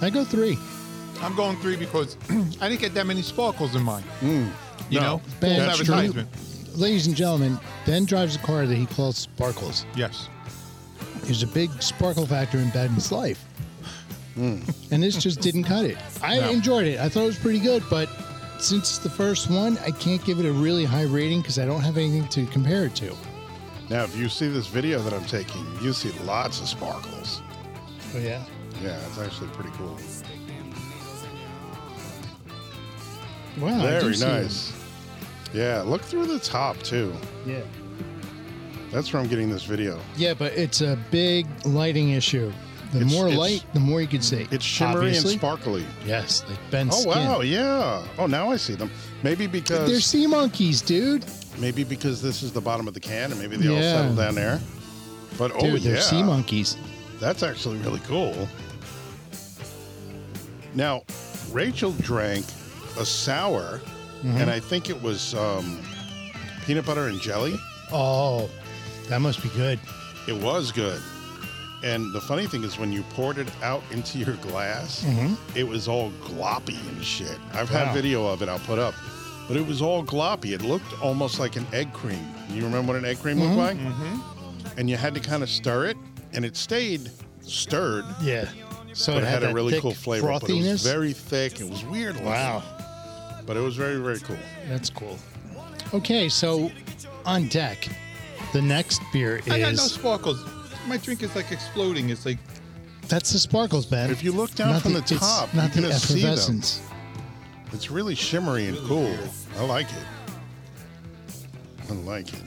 [SPEAKER 2] I go three.
[SPEAKER 3] I'm going three because I didn't get that many sparkles in mine. You
[SPEAKER 1] No,
[SPEAKER 3] know?
[SPEAKER 2] Ben,
[SPEAKER 3] Full
[SPEAKER 2] that's true.
[SPEAKER 3] advertisement.
[SPEAKER 2] Ladies and gentlemen, Ben drives a car that he calls Sparkles.
[SPEAKER 3] Yes.
[SPEAKER 2] There's a big sparkle factor in Ben's life. And this just didn't cut it. I
[SPEAKER 3] No.
[SPEAKER 2] enjoyed it. I thought it was pretty good, but since it's the first one, I can't give it a really high rating because I don't have anything to compare it to.
[SPEAKER 1] Now, if you see this video that I'm taking, you see lots of sparkles.
[SPEAKER 2] Oh, yeah.
[SPEAKER 1] Yeah, it's actually pretty cool.
[SPEAKER 2] Wow. I do
[SPEAKER 1] Very
[SPEAKER 2] see them.
[SPEAKER 1] nice. Yeah, look through the top too.
[SPEAKER 2] Yeah.
[SPEAKER 1] That's where I'm getting this video.
[SPEAKER 2] Yeah, but it's a big lighting issue. The
[SPEAKER 1] It's-
[SPEAKER 2] more
[SPEAKER 1] it's-
[SPEAKER 2] light, the more you can see.
[SPEAKER 1] It's shimmery
[SPEAKER 2] Obviously.
[SPEAKER 1] and sparkly.
[SPEAKER 2] Yes, like Ben's
[SPEAKER 1] Oh
[SPEAKER 2] skin.
[SPEAKER 1] wow, yeah. Oh, now I see them. Maybe
[SPEAKER 2] They're
[SPEAKER 1] because
[SPEAKER 2] sea monkeys, dude.
[SPEAKER 1] maybe because this is the bottom of the can, and maybe they all
[SPEAKER 2] Yeah.
[SPEAKER 1] settle down there. But oh
[SPEAKER 2] Dude, they're
[SPEAKER 1] yeah,
[SPEAKER 2] sea monkeys.
[SPEAKER 1] That's actually really cool. Now, Rachel drank a sour, and I think it was um, peanut butter and jelly.
[SPEAKER 2] Oh, that must be good.
[SPEAKER 1] It was good. And the funny thing is, when you poured it out into your glass, it was all gloppy and shit. I've
[SPEAKER 2] Wow.
[SPEAKER 1] had video of it I'll put up, but it was all gloppy. It looked almost like an egg cream. You remember what an egg cream looked like? Mm-hmm. And you had to kind of stir it, and it stayed stirred,
[SPEAKER 2] Yeah. So
[SPEAKER 1] but
[SPEAKER 2] it
[SPEAKER 1] it had,
[SPEAKER 2] that
[SPEAKER 1] a really
[SPEAKER 2] thick
[SPEAKER 1] cool flavor.
[SPEAKER 2] Frothiness.
[SPEAKER 1] But it was very thick. It was weird. looking,
[SPEAKER 2] wow,
[SPEAKER 1] But it was very, very cool.
[SPEAKER 2] that's cool. Okay, so on deck, the next beer
[SPEAKER 3] I got no
[SPEAKER 2] is
[SPEAKER 3] sparkles. My drink is like exploding. It's like
[SPEAKER 2] that's the sparkles, Ben.
[SPEAKER 1] If you look down from the,
[SPEAKER 2] it's
[SPEAKER 1] top, you're
[SPEAKER 2] not the
[SPEAKER 1] going to see them.
[SPEAKER 2] effervescence.
[SPEAKER 1] It's really shimmery and cool. I like it. I like it.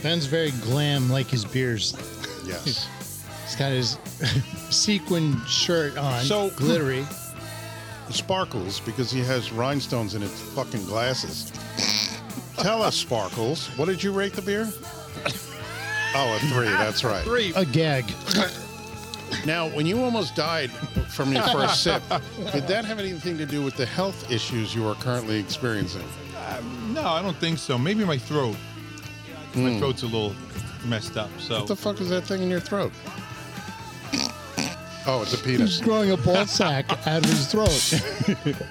[SPEAKER 2] Ben's very glam, like his beers.
[SPEAKER 1] Yes.
[SPEAKER 2] He's got his sequin shirt on,
[SPEAKER 1] So-
[SPEAKER 2] glittery.
[SPEAKER 1] Sparkles, because he has rhinestones in his fucking glasses. Tell us, Sparkles, what did you rate the beer? Oh, a three, that's right.
[SPEAKER 3] three.
[SPEAKER 2] A gag.
[SPEAKER 1] Now, when you almost died from your first sip, did that have anything to do with the health issues you are currently experiencing?
[SPEAKER 3] No, I don't think so. Maybe my throat. My throat's a little messed up. So
[SPEAKER 1] What the fuck is that thing in your throat? Oh, it's a penis.
[SPEAKER 2] He's growing a ball sack out of his throat.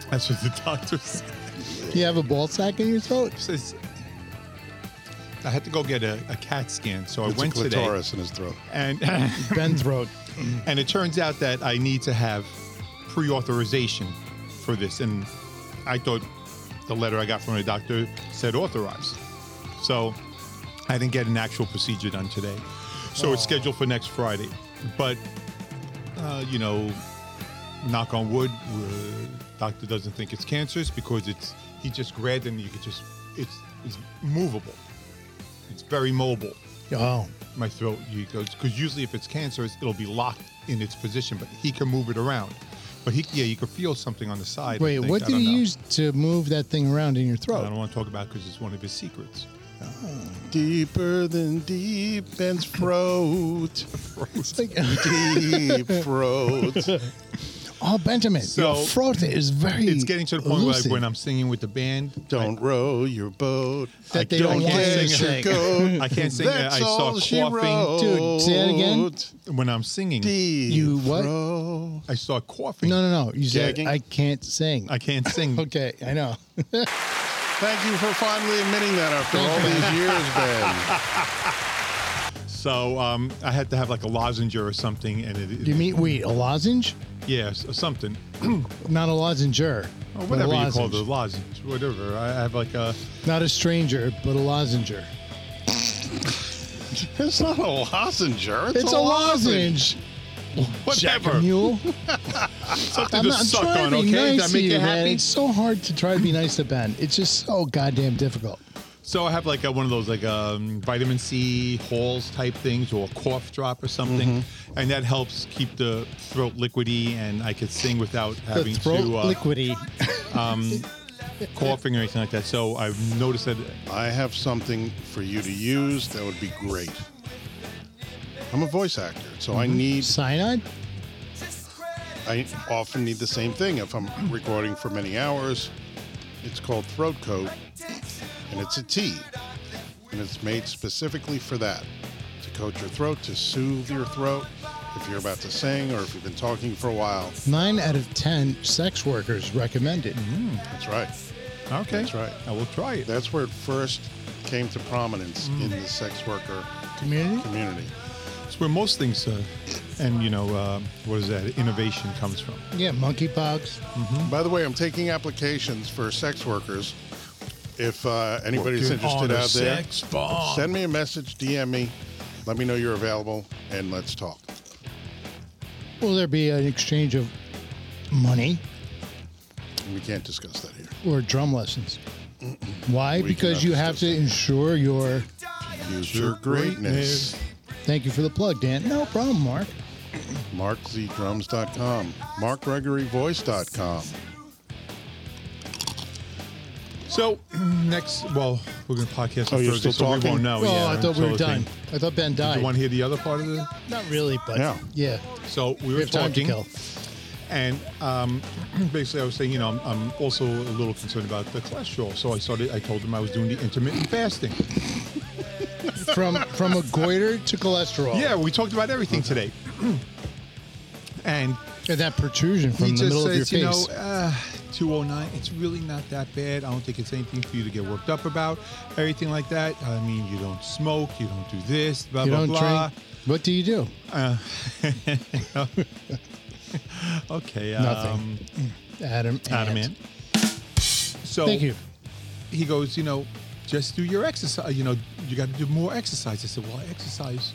[SPEAKER 3] that's what the doctor said.
[SPEAKER 2] You have a ball sack in your throat?
[SPEAKER 3] He says, I had to go get a, a CAT scan, so
[SPEAKER 1] It's
[SPEAKER 3] I went
[SPEAKER 1] a
[SPEAKER 3] today,
[SPEAKER 1] clitoris in his throat.
[SPEAKER 3] and
[SPEAKER 2] Ben Throat.
[SPEAKER 3] and it turns out that I need to have pre-authorization for this, and I thought the letter I got from the doctor said authorized, so I didn't get an actual procedure done today, so it's scheduled for next Friday, but uh, you know, knock on wood, uh, doctor doesn't think it's cancerous because it's he just grabbed and you could just it's it's movable, it's very mobile
[SPEAKER 2] Oh,
[SPEAKER 3] my throat. He goes because usually if it's cancerous, it'll be locked in its position, but he can move it around. But he, yeah, you could feel something on the side. I
[SPEAKER 2] wait.
[SPEAKER 3] think.
[SPEAKER 2] What
[SPEAKER 3] I
[SPEAKER 2] did
[SPEAKER 3] don't
[SPEAKER 2] you
[SPEAKER 3] know.
[SPEAKER 2] use to move that thing around in your
[SPEAKER 3] I don't
[SPEAKER 2] throat?
[SPEAKER 3] want to talk about because it's one of his secrets.
[SPEAKER 1] Deeper than deep Ben's throat.
[SPEAKER 2] It's like,
[SPEAKER 1] Deep throat.
[SPEAKER 2] oh, Benjamin,
[SPEAKER 3] So,
[SPEAKER 2] your throat is very.
[SPEAKER 3] It's getting to the point where I,
[SPEAKER 2] lucid.
[SPEAKER 3] when I'm singing with the band,
[SPEAKER 1] Don't row your boat.
[SPEAKER 2] That
[SPEAKER 1] I
[SPEAKER 2] they don't
[SPEAKER 1] don't
[SPEAKER 2] want you to
[SPEAKER 1] dance your
[SPEAKER 2] sing.
[SPEAKER 1] goat.
[SPEAKER 3] I can't sing that.
[SPEAKER 1] That's
[SPEAKER 3] I saw
[SPEAKER 1] all she
[SPEAKER 3] coughing.
[SPEAKER 1] wrote.
[SPEAKER 2] Dude, say that again?
[SPEAKER 3] when I'm singing,
[SPEAKER 1] Deep
[SPEAKER 2] You what?
[SPEAKER 1] throat.
[SPEAKER 3] I start coughing.
[SPEAKER 2] No, no, no. You said
[SPEAKER 1] Gagging?
[SPEAKER 2] I can't sing.
[SPEAKER 3] I can't sing.
[SPEAKER 2] okay, I know.
[SPEAKER 1] Thank you for finally admitting that after all these years, Ben.
[SPEAKER 3] So um, I had to have like a lozenge or something, and it, it
[SPEAKER 2] You mean wait a lozenge?
[SPEAKER 3] yeah, s- something.
[SPEAKER 2] Not a lozenger.
[SPEAKER 3] Or
[SPEAKER 2] but a
[SPEAKER 3] Oh, whatever you call
[SPEAKER 2] lozenge.
[SPEAKER 3] the lozenge, whatever. I have like a
[SPEAKER 2] Not a stranger, but a lozenger.
[SPEAKER 1] It's not a lozenger. It's,
[SPEAKER 2] It's, a, lozenge.
[SPEAKER 3] whatever.
[SPEAKER 2] Jack Mule.
[SPEAKER 3] Something
[SPEAKER 2] I'm
[SPEAKER 3] to
[SPEAKER 2] not I'm
[SPEAKER 3] suck
[SPEAKER 2] trying
[SPEAKER 3] on,
[SPEAKER 2] to be
[SPEAKER 3] okay? Does
[SPEAKER 2] nice
[SPEAKER 3] that
[SPEAKER 2] to
[SPEAKER 3] make
[SPEAKER 2] you,
[SPEAKER 3] you
[SPEAKER 2] man.
[SPEAKER 3] happy?
[SPEAKER 2] It's so hard to try to be nice to Ben. It's just so goddamn difficult.
[SPEAKER 3] So I have like a, one of those like um, vitamin C halls type things or a cough drop or something,
[SPEAKER 2] Mm-hmm.
[SPEAKER 3] and that helps keep the throat liquidy and I could sing without having
[SPEAKER 2] the throat
[SPEAKER 3] to uh,
[SPEAKER 2] liquidy.
[SPEAKER 3] coughing or anything like that. So I've noticed that
[SPEAKER 1] I have something for you to use that would be great. I'm a voice actor, so I need
[SPEAKER 2] Cyanide?
[SPEAKER 1] I often need the same thing if I'm recording for many hours. It's called throat coat, and it's a tea, and it's made specifically for that to coat your throat, to soothe your throat if you're about to sing or if you've been talking for a while.
[SPEAKER 2] Nine out of ten sex workers recommend it.
[SPEAKER 3] Mm-hmm.
[SPEAKER 1] That's right.
[SPEAKER 3] okay,
[SPEAKER 1] That's right.
[SPEAKER 3] I will try it.
[SPEAKER 1] That's where it first came to prominence in the sex worker
[SPEAKER 2] Community?
[SPEAKER 1] community.
[SPEAKER 3] That's where most things, uh, and you know, uh, what is that? Innovation comes from.
[SPEAKER 2] Yeah, monkeypox.
[SPEAKER 1] By the way, I'm taking applications for sex workers. If uh, anybody's
[SPEAKER 3] Working on
[SPEAKER 1] interested
[SPEAKER 3] a
[SPEAKER 1] out there,
[SPEAKER 3] sex bomb.
[SPEAKER 1] send me a message, DM me, let me know you're available, and let's talk.
[SPEAKER 2] Will there be an exchange of money
[SPEAKER 1] We can't discuss that here.
[SPEAKER 2] or drum lessons? Why?
[SPEAKER 1] We
[SPEAKER 2] because
[SPEAKER 1] cannot
[SPEAKER 2] you have to
[SPEAKER 1] discuss that.
[SPEAKER 2] ensure your.
[SPEAKER 1] Future greatness.
[SPEAKER 2] Thank you for the plug, Dan. No problem, Mark.
[SPEAKER 1] MarkZDrums.com. MarkGregoryVoice.com.
[SPEAKER 3] So next, well, we're gonna podcast on
[SPEAKER 1] Oh, you're
[SPEAKER 3] Thursday,
[SPEAKER 1] still
[SPEAKER 3] so we
[SPEAKER 1] talking?
[SPEAKER 3] won't know.
[SPEAKER 2] well,
[SPEAKER 3] yeah,
[SPEAKER 2] Oh, I thought
[SPEAKER 3] until
[SPEAKER 2] we were
[SPEAKER 3] the thing.
[SPEAKER 2] done. I thought Ben
[SPEAKER 3] Do
[SPEAKER 2] died.
[SPEAKER 3] you want to hear the other part of the?
[SPEAKER 2] Not really, but
[SPEAKER 1] No.
[SPEAKER 2] yeah.
[SPEAKER 3] So we were
[SPEAKER 2] We have time to
[SPEAKER 3] talking.
[SPEAKER 2] kill.
[SPEAKER 3] And um, basically, I was saying, you know, I'm, I'm also a little concerned about the cholesterol. So I started, I told them I was doing the intermittent fasting.
[SPEAKER 2] From from a goiter to cholesterol.
[SPEAKER 3] Yeah, we talked about everything today. and
[SPEAKER 2] And that protrusion from
[SPEAKER 3] he
[SPEAKER 2] the
[SPEAKER 3] just
[SPEAKER 2] middle
[SPEAKER 3] says,
[SPEAKER 2] of
[SPEAKER 3] you
[SPEAKER 2] your
[SPEAKER 3] know,
[SPEAKER 2] face.
[SPEAKER 3] uh, 209, it's really not that bad. I don't think it's anything for you to get worked up about, everything like that. I mean, you don't smoke, you don't do this, blah,
[SPEAKER 2] you
[SPEAKER 3] blah,
[SPEAKER 2] don't
[SPEAKER 3] blah.
[SPEAKER 2] drink. What do you do?
[SPEAKER 3] Okay. Um,
[SPEAKER 2] Nothing. Mm. Adam.
[SPEAKER 3] Adam
[SPEAKER 2] Ant.
[SPEAKER 3] in. So
[SPEAKER 2] Thank you.
[SPEAKER 3] he goes, you know, just do your exercise. You know, you got to do more exercise. I said, well, I exercise,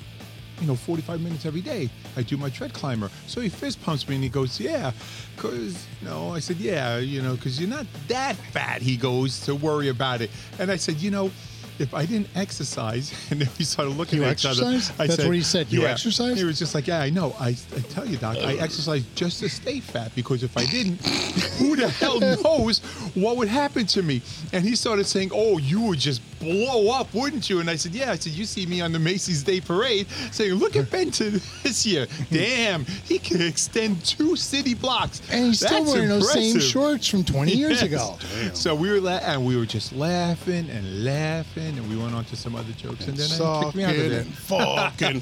[SPEAKER 3] you know, 45 minutes every day. I do my tread climber. So he fist pumps me and he goes, yeah, because, no, I said, yeah, you know, because you're not that fat. He goes to worry about it. And I said, you know, if I didn't exercise, and then we started looking
[SPEAKER 2] You
[SPEAKER 3] at
[SPEAKER 2] exercise?
[SPEAKER 3] each other. I
[SPEAKER 2] That's what he said, you
[SPEAKER 3] yeah.
[SPEAKER 2] exercise?
[SPEAKER 3] He was just like, yeah, I know. I, I tell you, doc, I exercise just to stay fat because if I didn't, who the hell knows what would happen to me? And he started saying, oh, you would just blow up, wouldn't you? And I said, yeah. I said, you see me on the Macy's Day Parade saying, look at Benton this year. Damn, he can extend two city blocks.
[SPEAKER 2] And he's still
[SPEAKER 3] That's
[SPEAKER 2] wearing those same
[SPEAKER 3] impressive."
[SPEAKER 2] shorts from 20 years
[SPEAKER 3] Yes.
[SPEAKER 2] ago.
[SPEAKER 3] So we were la- and we were just laughing and laughing, and we went on to some other jokes, and, then they kicked me out of
[SPEAKER 1] Sucking
[SPEAKER 3] there.
[SPEAKER 1] and fucking.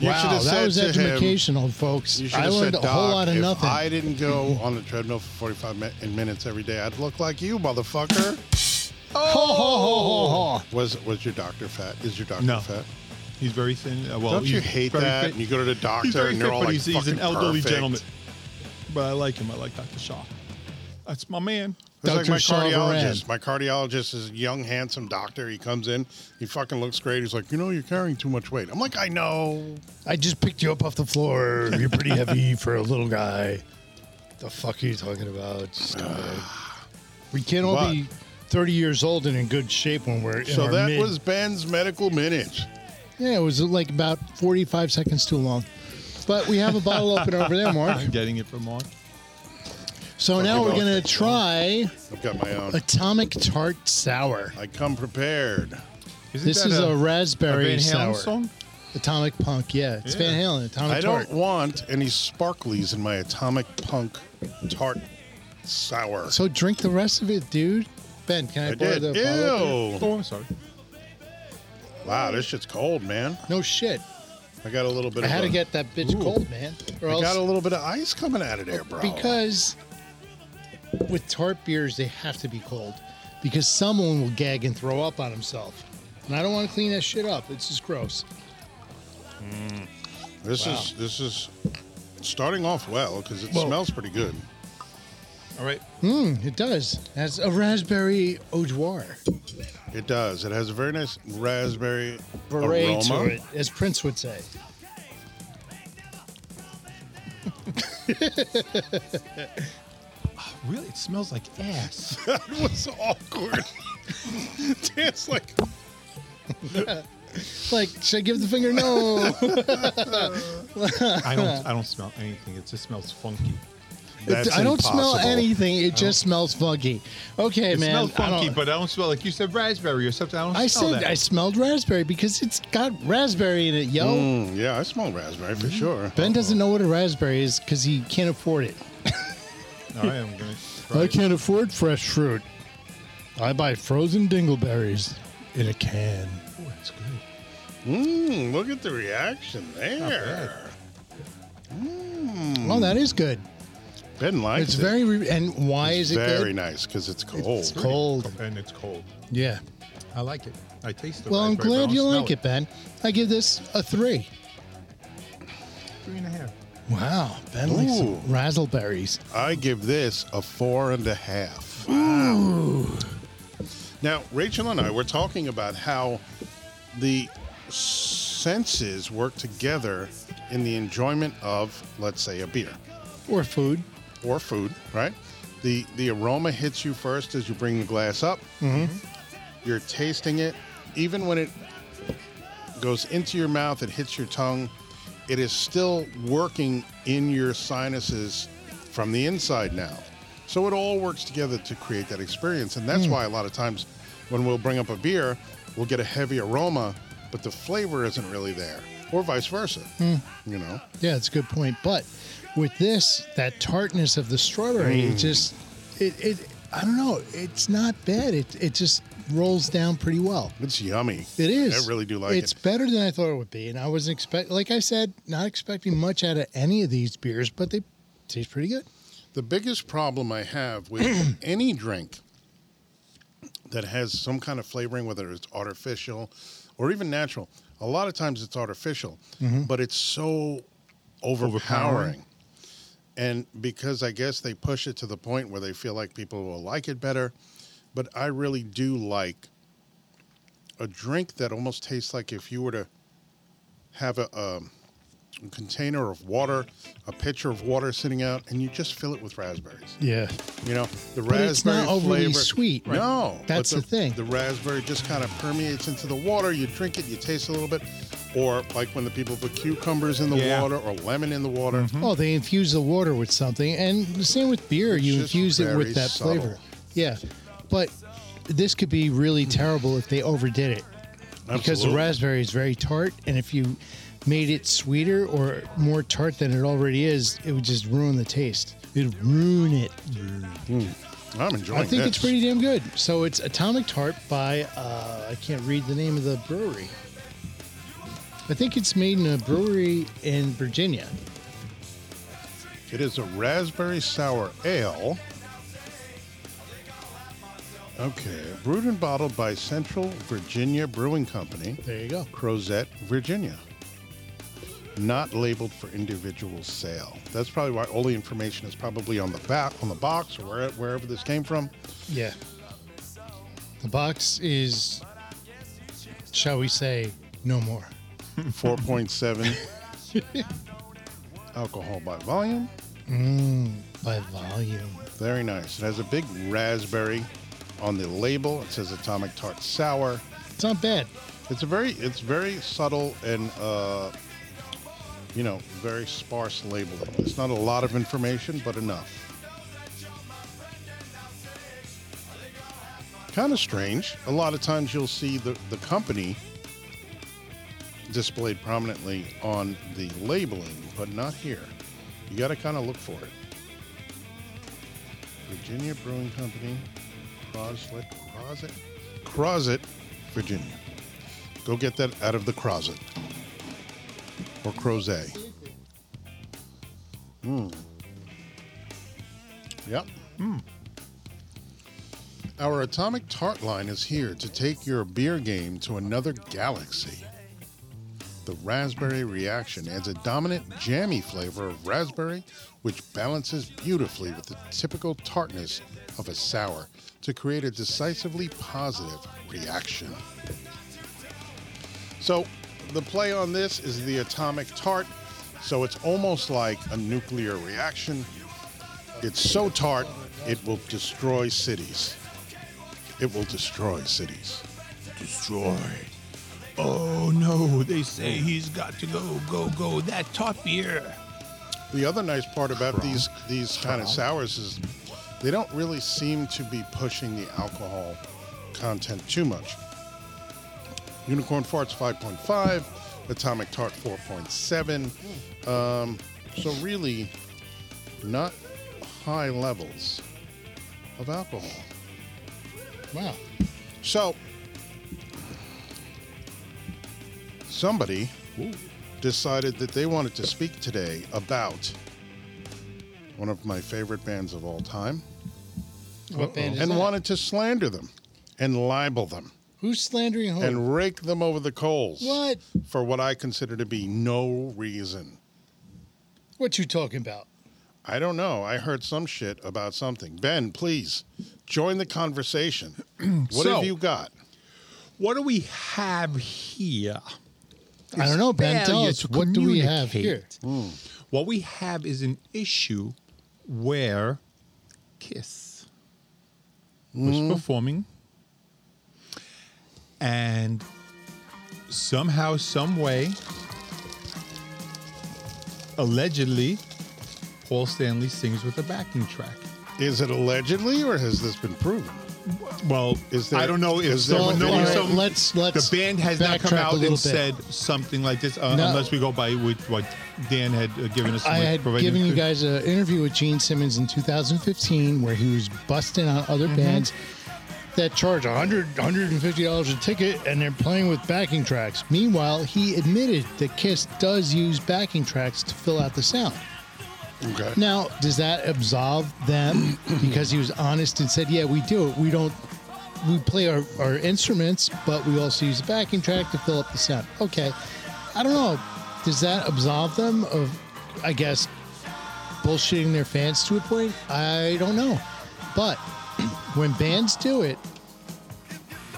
[SPEAKER 1] You
[SPEAKER 2] wow,
[SPEAKER 1] should've
[SPEAKER 2] that
[SPEAKER 1] said
[SPEAKER 2] was
[SPEAKER 1] to him-
[SPEAKER 2] educational, folks.
[SPEAKER 1] You should
[SPEAKER 2] I
[SPEAKER 1] have
[SPEAKER 2] learned
[SPEAKER 1] said,
[SPEAKER 2] a
[SPEAKER 1] Doc,
[SPEAKER 2] whole lot of
[SPEAKER 1] if
[SPEAKER 2] nothing.
[SPEAKER 1] I didn't go on the treadmill for 45 mi- minutes every day, I'd look like you, motherfucker.
[SPEAKER 2] Ho, ho, ho, ho, ho.
[SPEAKER 1] Was was your doctor fat? Is your doctor
[SPEAKER 3] No.
[SPEAKER 1] fat?
[SPEAKER 3] He's very thin. Uh, well,
[SPEAKER 1] Don't you
[SPEAKER 3] he's
[SPEAKER 1] hate
[SPEAKER 3] very
[SPEAKER 1] that?
[SPEAKER 3] fit.
[SPEAKER 1] And you go to the doctor
[SPEAKER 3] he's very
[SPEAKER 1] and
[SPEAKER 3] fit,
[SPEAKER 1] they're all
[SPEAKER 3] but
[SPEAKER 1] like,
[SPEAKER 3] he's, he's an
[SPEAKER 1] "Fucking
[SPEAKER 3] elderly
[SPEAKER 1] perfect."
[SPEAKER 3] gentleman. But I like him. I like Dr. Shaw. That's my man.
[SPEAKER 1] It's like
[SPEAKER 2] Dr.
[SPEAKER 1] my
[SPEAKER 2] Shaw
[SPEAKER 1] cardiologist.
[SPEAKER 2] Varan.
[SPEAKER 1] My cardiologist is a young, handsome doctor. He comes in, he fucking looks great. He's like, you know, you're carrying too much weight. I'm like, I know.
[SPEAKER 2] I just picked you up off the floor. You're pretty heavy for a little guy. The fuck are you talking about? scumbag? we can't all be 30 years old and in good shape when we're in
[SPEAKER 1] So
[SPEAKER 2] our
[SPEAKER 1] that
[SPEAKER 2] mid-
[SPEAKER 1] was Ben's medical minute.
[SPEAKER 2] yeah. It was like about 45 seconds too long. But we have a bottle open over there, Mark.
[SPEAKER 3] I'm getting it from Mark.
[SPEAKER 2] So now we're gonna try
[SPEAKER 1] I've got my own.
[SPEAKER 2] Atomic Tart Sour.
[SPEAKER 1] I come prepared.
[SPEAKER 3] Isn't
[SPEAKER 2] This
[SPEAKER 3] that
[SPEAKER 2] is a,
[SPEAKER 3] a
[SPEAKER 2] raspberry
[SPEAKER 3] Van Halen
[SPEAKER 2] sour.
[SPEAKER 3] song?
[SPEAKER 2] Atomic Punk, yeah. It's
[SPEAKER 3] Yeah.
[SPEAKER 2] Van Halen, Atomic
[SPEAKER 1] I
[SPEAKER 2] Tart.
[SPEAKER 1] don't want any sparklies in my atomic punk tart sour.
[SPEAKER 2] So drink the rest of it, dude. Ben, can I,
[SPEAKER 1] I
[SPEAKER 2] borrow
[SPEAKER 1] did.
[SPEAKER 2] the bottle? opener?
[SPEAKER 1] Ew.
[SPEAKER 3] Oh, I'm sorry.
[SPEAKER 1] Wow, this shit's cold, man.
[SPEAKER 2] No shit.
[SPEAKER 1] I got a little bit.
[SPEAKER 2] I
[SPEAKER 1] of
[SPEAKER 2] had to
[SPEAKER 1] a-
[SPEAKER 2] get that bitch
[SPEAKER 1] Ooh.
[SPEAKER 2] cold, man. Or
[SPEAKER 1] I
[SPEAKER 2] else,
[SPEAKER 1] got a little bit of ice coming out of there, bro.
[SPEAKER 2] because with tart beers, they have to be cold because someone will gag and throw up on himself. And I don't want to clean that shit up. It's just gross.
[SPEAKER 1] this
[SPEAKER 2] Wow.
[SPEAKER 1] is this is starting off well because it
[SPEAKER 2] Whoa.
[SPEAKER 1] smells pretty good.
[SPEAKER 3] All right.
[SPEAKER 2] Mm, it does. That's a raspberry au joir.
[SPEAKER 1] It does. It has a very nice raspberry
[SPEAKER 2] Beret
[SPEAKER 1] aroma.
[SPEAKER 2] to it, as Prince would say.
[SPEAKER 3] Really? It smells like ass.
[SPEAKER 1] That was awkward. Dan's like,
[SPEAKER 2] Like, should I give the finger? No.
[SPEAKER 3] I don't. I don't smell anything. It just smells funky.
[SPEAKER 1] That's
[SPEAKER 2] I don't smell
[SPEAKER 1] impossible.
[SPEAKER 2] anything. It just smells funky. Okay,
[SPEAKER 3] It
[SPEAKER 2] man.
[SPEAKER 3] smells
[SPEAKER 2] I
[SPEAKER 3] funky,
[SPEAKER 2] don't-
[SPEAKER 3] but I don't smell like you said raspberry or something. I don't
[SPEAKER 2] I
[SPEAKER 3] smell
[SPEAKER 2] said
[SPEAKER 3] that.
[SPEAKER 2] I smelled raspberry because it's got raspberry in it, yo.
[SPEAKER 1] Mm, yeah, I smell raspberry
[SPEAKER 2] Mm-hmm.
[SPEAKER 1] for sure.
[SPEAKER 2] Ben doesn't know what a raspberry is because he can't afford it.
[SPEAKER 3] All right, I'm gonna. Try it.
[SPEAKER 2] can't afford fresh fruit. I buy frozen dingleberries in a can.
[SPEAKER 3] Oh, that's good.
[SPEAKER 1] Mm, look at the reaction there.
[SPEAKER 2] Oh, that is good.
[SPEAKER 1] Ben likes
[SPEAKER 2] It's
[SPEAKER 1] it.
[SPEAKER 2] very re- and why
[SPEAKER 1] It's
[SPEAKER 2] is it
[SPEAKER 1] very
[SPEAKER 2] good?
[SPEAKER 1] nice because it's cold.
[SPEAKER 2] It's cold.
[SPEAKER 3] and it's cold.
[SPEAKER 2] Yeah.
[SPEAKER 3] I like it. I taste it.
[SPEAKER 2] Well, I'm glad you like it, Ben. I give this a three.
[SPEAKER 3] Three and a half.
[SPEAKER 2] Wow, Ben likes some
[SPEAKER 1] Ooh.
[SPEAKER 2] razzleberries.
[SPEAKER 1] I give this a four and a half. Now, Rachel and I were talking about how the senses work together in the enjoyment of, let's say, a beer
[SPEAKER 2] Or food.
[SPEAKER 1] or food, right? The the aroma hits you first as you bring the glass up.
[SPEAKER 2] Mm-hmm.
[SPEAKER 1] You're tasting it, even when it goes into your mouth, it hits your tongue. It is still working in your sinuses from the inside now. So it all works together to create that experience, and
[SPEAKER 2] Mm.
[SPEAKER 1] that's why a lot of times when we'll bring up a beer, we'll get a heavy aroma, but the flavor isn't really there, or vice versa.
[SPEAKER 2] Mm.
[SPEAKER 1] You know.
[SPEAKER 2] Yeah, that's a good point. But with this, that tartness of the strawberry,
[SPEAKER 1] Mm.
[SPEAKER 2] it just, it, it, I don't know, it's not bad. It, it just rolls down pretty well.
[SPEAKER 1] It's yummy.
[SPEAKER 2] It is.
[SPEAKER 1] I really do like
[SPEAKER 2] it's
[SPEAKER 1] it.
[SPEAKER 2] It's better than I thought it would be, and I wasn't expect. Like I said, not expecting much out of any of these beers, but they taste pretty good.
[SPEAKER 1] The biggest problem I have with any drink that has some kind of flavoring, whether it's artificial or even natural, a lot of times it's artificial, but it's so overpowering.
[SPEAKER 3] Overpowering.
[SPEAKER 1] And because I guess they push it to the point where they feel like people will like it better, but I really do like a drink that almost tastes like if you were to have a, um, a container of water, a pitcher of water sitting out, and you just fill it with raspberries.
[SPEAKER 2] Yeah.
[SPEAKER 1] You know, the
[SPEAKER 2] But
[SPEAKER 1] raspberry
[SPEAKER 2] it's not overly
[SPEAKER 1] flavor.
[SPEAKER 2] sweet.
[SPEAKER 1] No, but
[SPEAKER 2] That's the thing.
[SPEAKER 1] The raspberry just kind of permeates into the water. You drink it, you taste a little bit, or like when the people put cucumbers in the
[SPEAKER 3] Yeah.
[SPEAKER 1] water or lemon in the water.
[SPEAKER 2] Oh, they infuse the water with something, and the same with beer.
[SPEAKER 1] It's
[SPEAKER 2] you
[SPEAKER 1] just
[SPEAKER 2] infuse it
[SPEAKER 1] very
[SPEAKER 2] with that
[SPEAKER 1] subtle.
[SPEAKER 2] flavor. Yeah, but this could be really terrible if they overdid it, because the
[SPEAKER 1] Absolutely.
[SPEAKER 2] raspberry is very tart, and if you made it sweeter or more tart than it already is, it would just ruin the taste. It'd ruin it.
[SPEAKER 1] I'm enjoying.
[SPEAKER 2] I think
[SPEAKER 1] Mm, this.
[SPEAKER 2] it's pretty damn good. So it's Atomic Tart by uh, I can't read the name of the brewery. I think it's made in a brewery in Virginia.
[SPEAKER 1] It is a raspberry sour ale. Okay. Brewed and bottled by Central Virginia Brewing Company,
[SPEAKER 2] There you go.
[SPEAKER 1] Crozet, Virginia. Not labeled for individual sale. That's probably why all the information is probably on the back, on the box, or where, wherever this came from.
[SPEAKER 2] Yeah. The box is, shall we say, no more.
[SPEAKER 1] 4.7 alcohol by volume.
[SPEAKER 2] Mmm, by volume.
[SPEAKER 1] Very nice. It has a big raspberry on the label. It says Atomic Tart Sour.
[SPEAKER 2] It's not bad.
[SPEAKER 1] It's a very, it's very subtle and, uh, you know, very sparse labeling. It's not a lot of information, but enough. Kind of strange. A lot of times you'll see the, the company displayed prominently on the labeling, but not here. You got to kind of look for it. Virginia Brewing Company, Croslet, Crozet, Crozet, Virginia. Go get that out of the Crozet or Crozet. Mm. Yep. Hmm. Our Atomic Tart line is here to take your beer game to another galaxy. The raspberry reaction adds a dominant jammy flavor of raspberry, which balances beautifully with the typical tartness of a sour to create a decisively positive reaction. So, the play on this is the atomic tart. So, it's almost like a nuclear reaction. It's so tart, it will destroy cities. It will destroy cities.
[SPEAKER 3] Destroyed. Oh no, they say he's got to go, go, go. That top beer.
[SPEAKER 1] The other nice part about these these kind of sours is they don't really seem to be pushing the alcohol content too much. Unicorn Farts 5.5, Atomic Tart 4.7. Um, so really, not high levels of alcohol.
[SPEAKER 2] Wow.
[SPEAKER 1] So, somebody decided that they wanted to speak today about one of my favorite bands of all time
[SPEAKER 2] What band is
[SPEAKER 1] and
[SPEAKER 2] that?
[SPEAKER 1] wanted to slander them and libel them
[SPEAKER 2] Who's slandering who?
[SPEAKER 1] and rake them over the coals
[SPEAKER 2] what?
[SPEAKER 1] for what I consider to be no reason.
[SPEAKER 2] What you talking about?
[SPEAKER 1] I don't know. I heard some shit about something. Ben, please join the conversation. what
[SPEAKER 3] So-
[SPEAKER 1] have you got?
[SPEAKER 3] What do we have here?
[SPEAKER 2] I don't know, Oh, Ben. Tell
[SPEAKER 3] failure
[SPEAKER 2] us
[SPEAKER 3] to
[SPEAKER 2] what do we have here? Hmm.
[SPEAKER 3] communicate. What we have is an issue where Kiss
[SPEAKER 2] Hmm.
[SPEAKER 3] was performing, and somehow, some way, allegedly, Paul Stanley sings with a backing track.
[SPEAKER 1] Is it allegedly or has this been proven?
[SPEAKER 3] Well,
[SPEAKER 1] Is
[SPEAKER 3] is
[SPEAKER 1] there-
[SPEAKER 3] I don't know if
[SPEAKER 1] is there
[SPEAKER 3] someone
[SPEAKER 1] a
[SPEAKER 3] knows
[SPEAKER 1] video?
[SPEAKER 2] Alright,
[SPEAKER 3] some-
[SPEAKER 2] let's- let's
[SPEAKER 3] the band has not come
[SPEAKER 2] backtrack a
[SPEAKER 3] out and
[SPEAKER 2] little bit.
[SPEAKER 3] said something like this, uh,
[SPEAKER 2] No.
[SPEAKER 3] unless we go by what, what Dan had uh, given us.
[SPEAKER 2] I
[SPEAKER 3] like,
[SPEAKER 2] had
[SPEAKER 3] providing-
[SPEAKER 2] given you guys an interview with Gene Simmons in 2015 where he was busting on other
[SPEAKER 3] Mm-hmm.
[SPEAKER 2] bands that charge 100 $150 a ticket and they're playing with backing tracks. Meanwhile, he admitted that Kiss does use backing tracks to fill out the sound.
[SPEAKER 1] Okay.
[SPEAKER 2] Now, does that absolve them because he was honest and said, "Yeah, we do it. We don't we play our, our instruments, but we also use a backing track to fill up the sound." Okay. I don't know. Does that absolve them of I guess bullshitting their fans to a point? I don't know. But when bands do it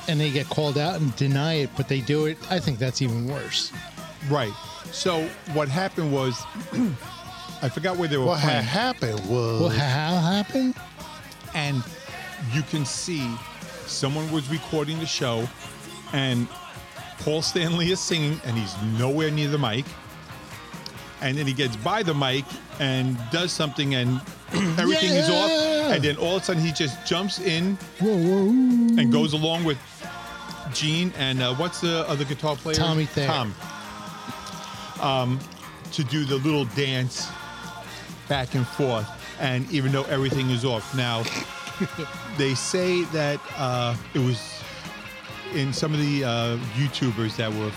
[SPEAKER 2] and they get called out and deny it, but they do it, I think that's even worse.
[SPEAKER 3] Right. So what happened was, I forgot where they were
[SPEAKER 1] What ha-
[SPEAKER 3] playing,
[SPEAKER 1] happened was
[SPEAKER 2] Well, how happened?
[SPEAKER 3] and you can see someone was recording the show, and Paul Stanley is singing, and he's nowhere near the mic. And then he gets by the mic and does something, and everything is off.
[SPEAKER 2] Yeah.
[SPEAKER 3] And then all of a sudden, he just jumps in
[SPEAKER 2] Whoa, whoa.
[SPEAKER 3] and goes along with Gene and uh, what's the other guitar player?
[SPEAKER 2] Tommy Thayer.
[SPEAKER 3] Tom. Um, to do the little dance back and forth, and even though everything is off now, they say that uh, it was in some of the uh, YouTubers that were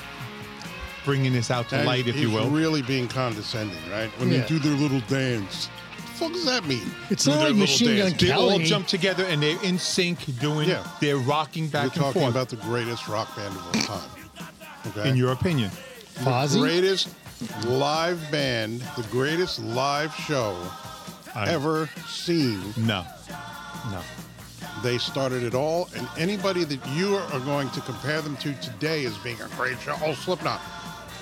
[SPEAKER 3] bringing this out to
[SPEAKER 1] And
[SPEAKER 3] light, if
[SPEAKER 1] he's
[SPEAKER 3] you will.
[SPEAKER 1] really being condescending, right? When
[SPEAKER 2] Yeah.
[SPEAKER 1] they do their little dance. fuck does that mean?
[SPEAKER 2] It's
[SPEAKER 1] Do
[SPEAKER 2] not
[SPEAKER 1] their little
[SPEAKER 2] like Machine Gun
[SPEAKER 1] dance.
[SPEAKER 3] They all
[SPEAKER 2] Kelly.
[SPEAKER 3] jump together and they're in sync doing,
[SPEAKER 1] Yeah.
[SPEAKER 3] they're rocking
[SPEAKER 1] You're
[SPEAKER 3] back and
[SPEAKER 1] talking
[SPEAKER 3] forth.
[SPEAKER 1] about the greatest rock band of all time. Okay.
[SPEAKER 3] in your opinion,
[SPEAKER 2] Fozzy?
[SPEAKER 1] greatest live band, the greatest live show
[SPEAKER 3] I-
[SPEAKER 1] ever seen.
[SPEAKER 3] No, no.
[SPEAKER 1] They started it all, and anybody that you are going to compare them to today as being a great show. Oh, Slipknot.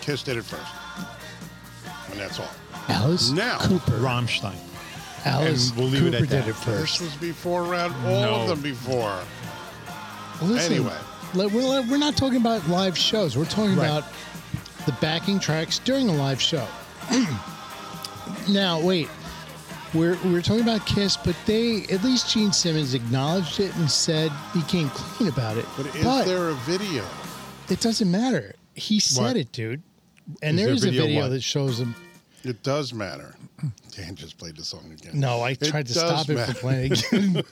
[SPEAKER 1] Kiss did it first. And that's all.
[SPEAKER 2] Alice
[SPEAKER 1] Now-
[SPEAKER 2] Cooper.
[SPEAKER 3] Rammstein.
[SPEAKER 2] Alice
[SPEAKER 3] and we'll leave
[SPEAKER 2] Cooper
[SPEAKER 3] it at
[SPEAKER 2] did
[SPEAKER 3] that.
[SPEAKER 2] it
[SPEAKER 1] This
[SPEAKER 2] first.
[SPEAKER 1] was before round all
[SPEAKER 3] No.
[SPEAKER 1] of them before.
[SPEAKER 2] Listen,
[SPEAKER 1] Anyway.
[SPEAKER 2] like, we're, like, we're not talking about live shows. We're talking
[SPEAKER 3] Right.
[SPEAKER 2] about the backing tracks during a live show. now, wait. We're, we're talking about Kiss, but they, at least Gene Simmons acknowledged it and said he came clean about it.
[SPEAKER 1] But is there a video?
[SPEAKER 2] it doesn't matter. He said
[SPEAKER 3] What?
[SPEAKER 2] it, dude. And
[SPEAKER 3] Is
[SPEAKER 2] there
[SPEAKER 3] there
[SPEAKER 2] is
[SPEAKER 3] video
[SPEAKER 2] a video
[SPEAKER 3] what?
[SPEAKER 2] that shows him.
[SPEAKER 1] It does matter. Dan just played the song again.
[SPEAKER 2] No, I
[SPEAKER 1] It
[SPEAKER 2] tried to
[SPEAKER 1] does
[SPEAKER 2] stop it
[SPEAKER 1] matter.
[SPEAKER 2] from playing again.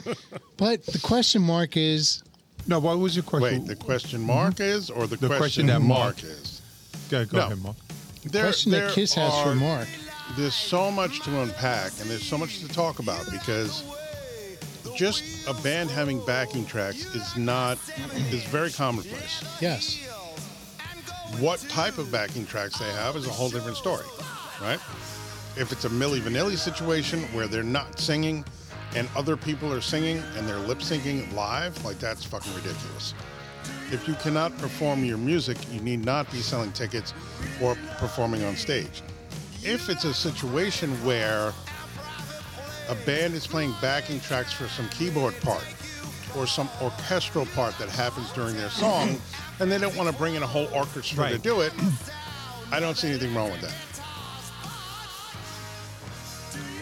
[SPEAKER 2] but the question mark is
[SPEAKER 3] No, what was your question?
[SPEAKER 1] Wait, the question mark is, or the,
[SPEAKER 3] The
[SPEAKER 1] question,
[SPEAKER 3] question that
[SPEAKER 1] mark
[SPEAKER 3] Mark-
[SPEAKER 1] is?
[SPEAKER 3] go go
[SPEAKER 1] no.
[SPEAKER 3] ahead, Mark.
[SPEAKER 1] There,
[SPEAKER 2] question
[SPEAKER 1] there
[SPEAKER 2] that Kiss has for
[SPEAKER 1] are-
[SPEAKER 2] Mark.
[SPEAKER 1] There's so much to unpack, and there's so much to talk about because just a band having backing tracks is not is very commonplace.
[SPEAKER 2] Yes.
[SPEAKER 1] What type of backing tracks they have is a whole different story, right? If it's a Milli Vanilli situation where they're not singing and other people are singing and they're lip syncing live, like that's fucking ridiculous. If you cannot perform your music, you need not be selling tickets or performing on stage. If it's a situation where a band is playing backing tracks for some keyboard part or some orchestral part that happens during their song, and they don't want to bring in a whole orchestra to
[SPEAKER 3] Right.
[SPEAKER 1] do it, I don't see anything wrong with that.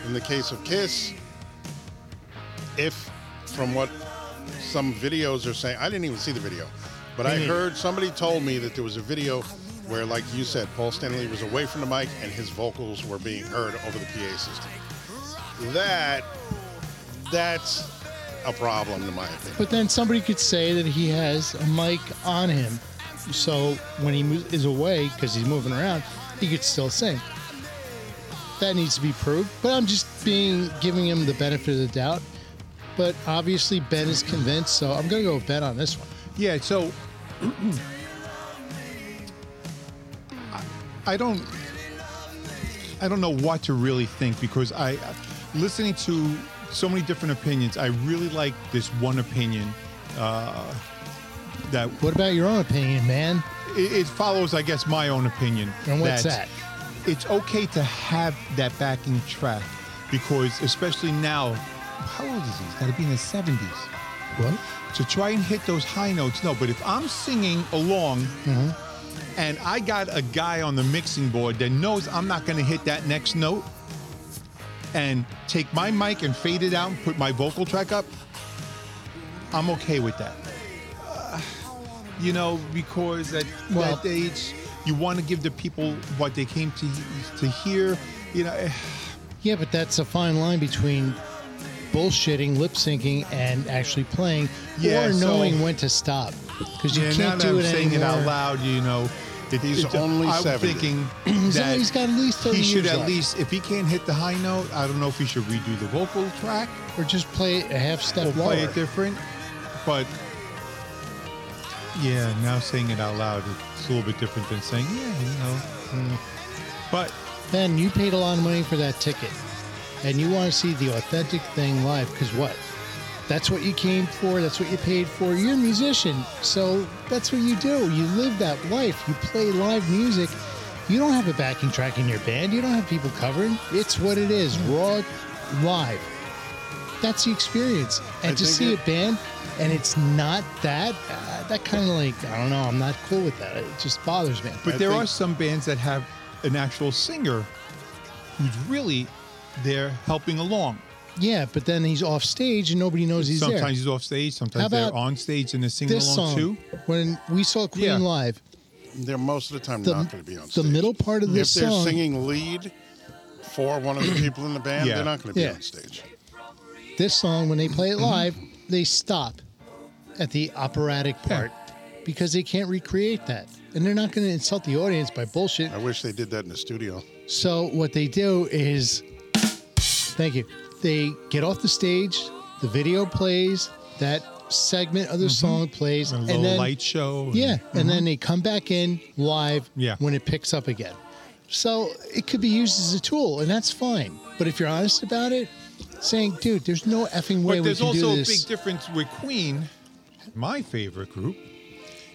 [SPEAKER 1] In the case of Kiss, if from what some videos are saying, I didn't even see the video, but I heard somebody told me that there was a video where, like you said, Paul Stanley was away from the mic and his vocals were being heard over the PA system. That, that's a problem in my opinion.
[SPEAKER 2] But then somebody could say that he has a mic on him, so when he mo- is away because he's moving around, he could still sing. That needs to be proved. But I'm just being giving him the benefit of the doubt. But obviously Ben is convinced, so I'm gonna go with Ben on this one.
[SPEAKER 3] Yeah, so I- I don't I don't know what to really think because I listening to so many different opinions. I really like this one opinion uh, that
[SPEAKER 2] What about your own opinion, man?
[SPEAKER 3] it, it follows, I guess, my own opinion.
[SPEAKER 2] And what's that?
[SPEAKER 3] It's okay to have that backing track because, especially now, how old is he? He's got to be in his seventies
[SPEAKER 2] What?
[SPEAKER 3] to try and hit those high notes. No, but if I'm singing along and I got a guy on the mixing board that knows I'm not going to hit that next note and take my mic and fade it out and put my vocal track up, I'm okay with that. Uh, you know, because at
[SPEAKER 2] Well-
[SPEAKER 3] that age, you want to give the people what they came to to hear. You know, eh,
[SPEAKER 2] Yeah, but that's a fine line between bullshitting, lip syncing, and actually playing,
[SPEAKER 3] Yeah,
[SPEAKER 2] or
[SPEAKER 3] so-
[SPEAKER 2] knowing when to stop. Because you
[SPEAKER 3] yeah, now
[SPEAKER 2] can't
[SPEAKER 3] that
[SPEAKER 2] do
[SPEAKER 3] I'm
[SPEAKER 2] it
[SPEAKER 3] saying it
[SPEAKER 2] anymore.
[SPEAKER 3] out loud, you know, it-
[SPEAKER 1] He's
[SPEAKER 3] it-
[SPEAKER 1] only
[SPEAKER 3] I'm
[SPEAKER 1] 70.
[SPEAKER 3] thinking
[SPEAKER 2] He's,
[SPEAKER 3] that
[SPEAKER 2] he's got at least thirty
[SPEAKER 3] he should
[SPEAKER 2] years
[SPEAKER 3] at
[SPEAKER 2] left.
[SPEAKER 3] least, if he can't hit the high note, I don't know if he should redo the vocal track
[SPEAKER 2] or just play it a half step
[SPEAKER 3] or
[SPEAKER 2] lower.
[SPEAKER 3] play it different. But yeah, now saying it out loud, it's a little bit different than saying, yeah, you know. mm. But
[SPEAKER 2] Ben, you paid a lot of money for that ticket, and you want to see the authentic thing live. Because what? That's what you came for. That's what you paid for. You're a musician, so that's what you do. You live that life. You play live music. You don't have a backing track in your band. You don't have people covering. It's what it is, raw, live. That's the experience. And
[SPEAKER 1] Mm-hmm. I
[SPEAKER 2] to
[SPEAKER 1] think
[SPEAKER 2] see
[SPEAKER 1] it-
[SPEAKER 2] a band and it's not that, uh, that kind of like, I don't know, I'm not cool with that. It just bothers me.
[SPEAKER 3] but
[SPEAKER 1] I
[SPEAKER 3] there
[SPEAKER 1] think-
[SPEAKER 3] are some bands that have an actual singer who's really there helping along.
[SPEAKER 2] Yeah, but then he's off stage and nobody knows he's
[SPEAKER 3] sometimes
[SPEAKER 2] there.
[SPEAKER 3] he's off stage,
[SPEAKER 2] How
[SPEAKER 3] sometimes
[SPEAKER 2] about
[SPEAKER 3] they're on stage and they're singing
[SPEAKER 2] This
[SPEAKER 3] along
[SPEAKER 2] song,
[SPEAKER 3] too.
[SPEAKER 2] when we saw Queen
[SPEAKER 3] Yeah.
[SPEAKER 2] live,
[SPEAKER 1] They're most of the time
[SPEAKER 2] the,
[SPEAKER 1] not going to be on
[SPEAKER 2] the
[SPEAKER 1] stage.
[SPEAKER 2] middle part of
[SPEAKER 1] if they're
[SPEAKER 2] this song,
[SPEAKER 1] singing lead for one of the people in the band,
[SPEAKER 3] Yeah.
[SPEAKER 1] they're not going to be
[SPEAKER 2] Yeah.
[SPEAKER 1] on stage.
[SPEAKER 2] this song, when they play it
[SPEAKER 3] Mm-hmm.
[SPEAKER 2] live, they stop at the operatic part because they can't recreate that. And they're not going to insult the audience by bullshit.
[SPEAKER 1] I wish they did that in the studio.
[SPEAKER 2] So what they do is Thank you. They get off the stage, the video plays, that segment of the
[SPEAKER 3] Mm-hmm.
[SPEAKER 2] song plays,
[SPEAKER 3] A
[SPEAKER 2] and,
[SPEAKER 3] little
[SPEAKER 2] then
[SPEAKER 3] light show. and-
[SPEAKER 2] yeah, and then they come back in live
[SPEAKER 3] Mm-hmm. Yeah.
[SPEAKER 2] when it picks up again. So it could be used as a tool, and that's fine. But if you're honest about it, saying, "Dude, there's no effing way
[SPEAKER 3] But
[SPEAKER 2] we
[SPEAKER 3] there's
[SPEAKER 2] can
[SPEAKER 3] also
[SPEAKER 2] do
[SPEAKER 3] a
[SPEAKER 2] this,"
[SPEAKER 3] big difference with Queen, my favorite group,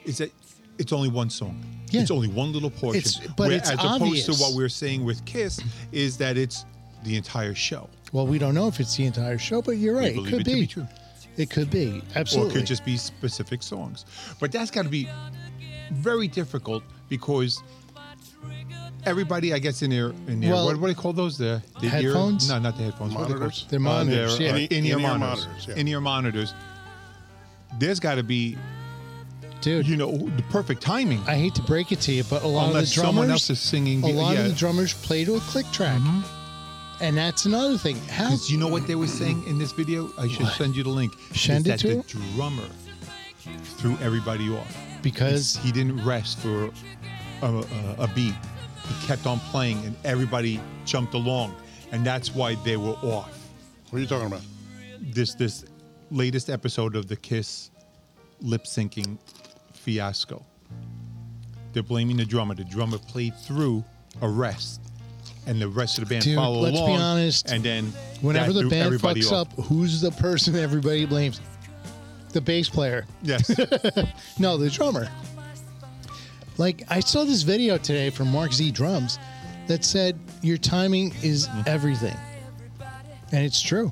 [SPEAKER 3] is that it's only one song.
[SPEAKER 2] Yeah.
[SPEAKER 3] It's only one little portion.
[SPEAKER 2] It's- but it's
[SPEAKER 3] as opposed
[SPEAKER 2] obvious.
[SPEAKER 3] to what we're saying with Kiss is that it's the entire show.
[SPEAKER 2] well, we don't know if it's the entire show, but you're right. It
[SPEAKER 3] believe
[SPEAKER 2] could
[SPEAKER 3] it to
[SPEAKER 2] be.
[SPEAKER 3] be true.
[SPEAKER 2] It could be absolutely.
[SPEAKER 3] Or it could just be specific songs. But that's got to be very difficult because everybody, I guess, in their in their
[SPEAKER 2] Well-
[SPEAKER 3] what, what do they call those? The, the
[SPEAKER 2] Headphones?
[SPEAKER 3] Ear, no, not the headphones. what do they call
[SPEAKER 1] Monitors?
[SPEAKER 3] it?
[SPEAKER 2] They're monitors,
[SPEAKER 3] Their,
[SPEAKER 2] yeah.
[SPEAKER 3] uh,
[SPEAKER 1] In- e-,
[SPEAKER 3] in-ear
[SPEAKER 1] in-ear
[SPEAKER 3] monitors.
[SPEAKER 1] monitors, yeah.
[SPEAKER 3] In-ear monitors. There's got to be
[SPEAKER 2] dude.
[SPEAKER 3] you know the perfect timing.
[SPEAKER 2] I hate to break it to you, but a lot
[SPEAKER 3] Unless
[SPEAKER 2] of the drummers,
[SPEAKER 3] someone else is singing,
[SPEAKER 2] a lot
[SPEAKER 3] yeah.
[SPEAKER 2] of the drummers played to a click track, and that's another thing. How
[SPEAKER 3] 'Cause you know what they were saying in this video? I should send you the link.
[SPEAKER 2] Send
[SPEAKER 3] is
[SPEAKER 2] it
[SPEAKER 3] that
[SPEAKER 2] to
[SPEAKER 3] the
[SPEAKER 2] her?
[SPEAKER 3] drummer threw everybody off.
[SPEAKER 2] because
[SPEAKER 3] he didn't rest for a, a, a beat. He kept on playing, and everybody jumped along, and that's why they were off.
[SPEAKER 1] What are you talking about?
[SPEAKER 3] This this latest episode of the Kiss lip syncing fiasco. They're blaming the drummer. The drummer played through a rest, and the rest of the band
[SPEAKER 2] Dude,
[SPEAKER 3] followed
[SPEAKER 2] let's be
[SPEAKER 3] along.
[SPEAKER 2] honest.
[SPEAKER 3] And then
[SPEAKER 2] Whenever
[SPEAKER 3] that
[SPEAKER 2] the
[SPEAKER 3] threw
[SPEAKER 2] band
[SPEAKER 3] everybody
[SPEAKER 2] fucks
[SPEAKER 3] off.
[SPEAKER 2] up, who's the person everybody blames? The bass player.
[SPEAKER 3] yes,
[SPEAKER 2] No, the drummer. Like I saw this video today from Mark Z Drums that said your timing is
[SPEAKER 3] Mm-hmm.
[SPEAKER 2] everything. And it's true.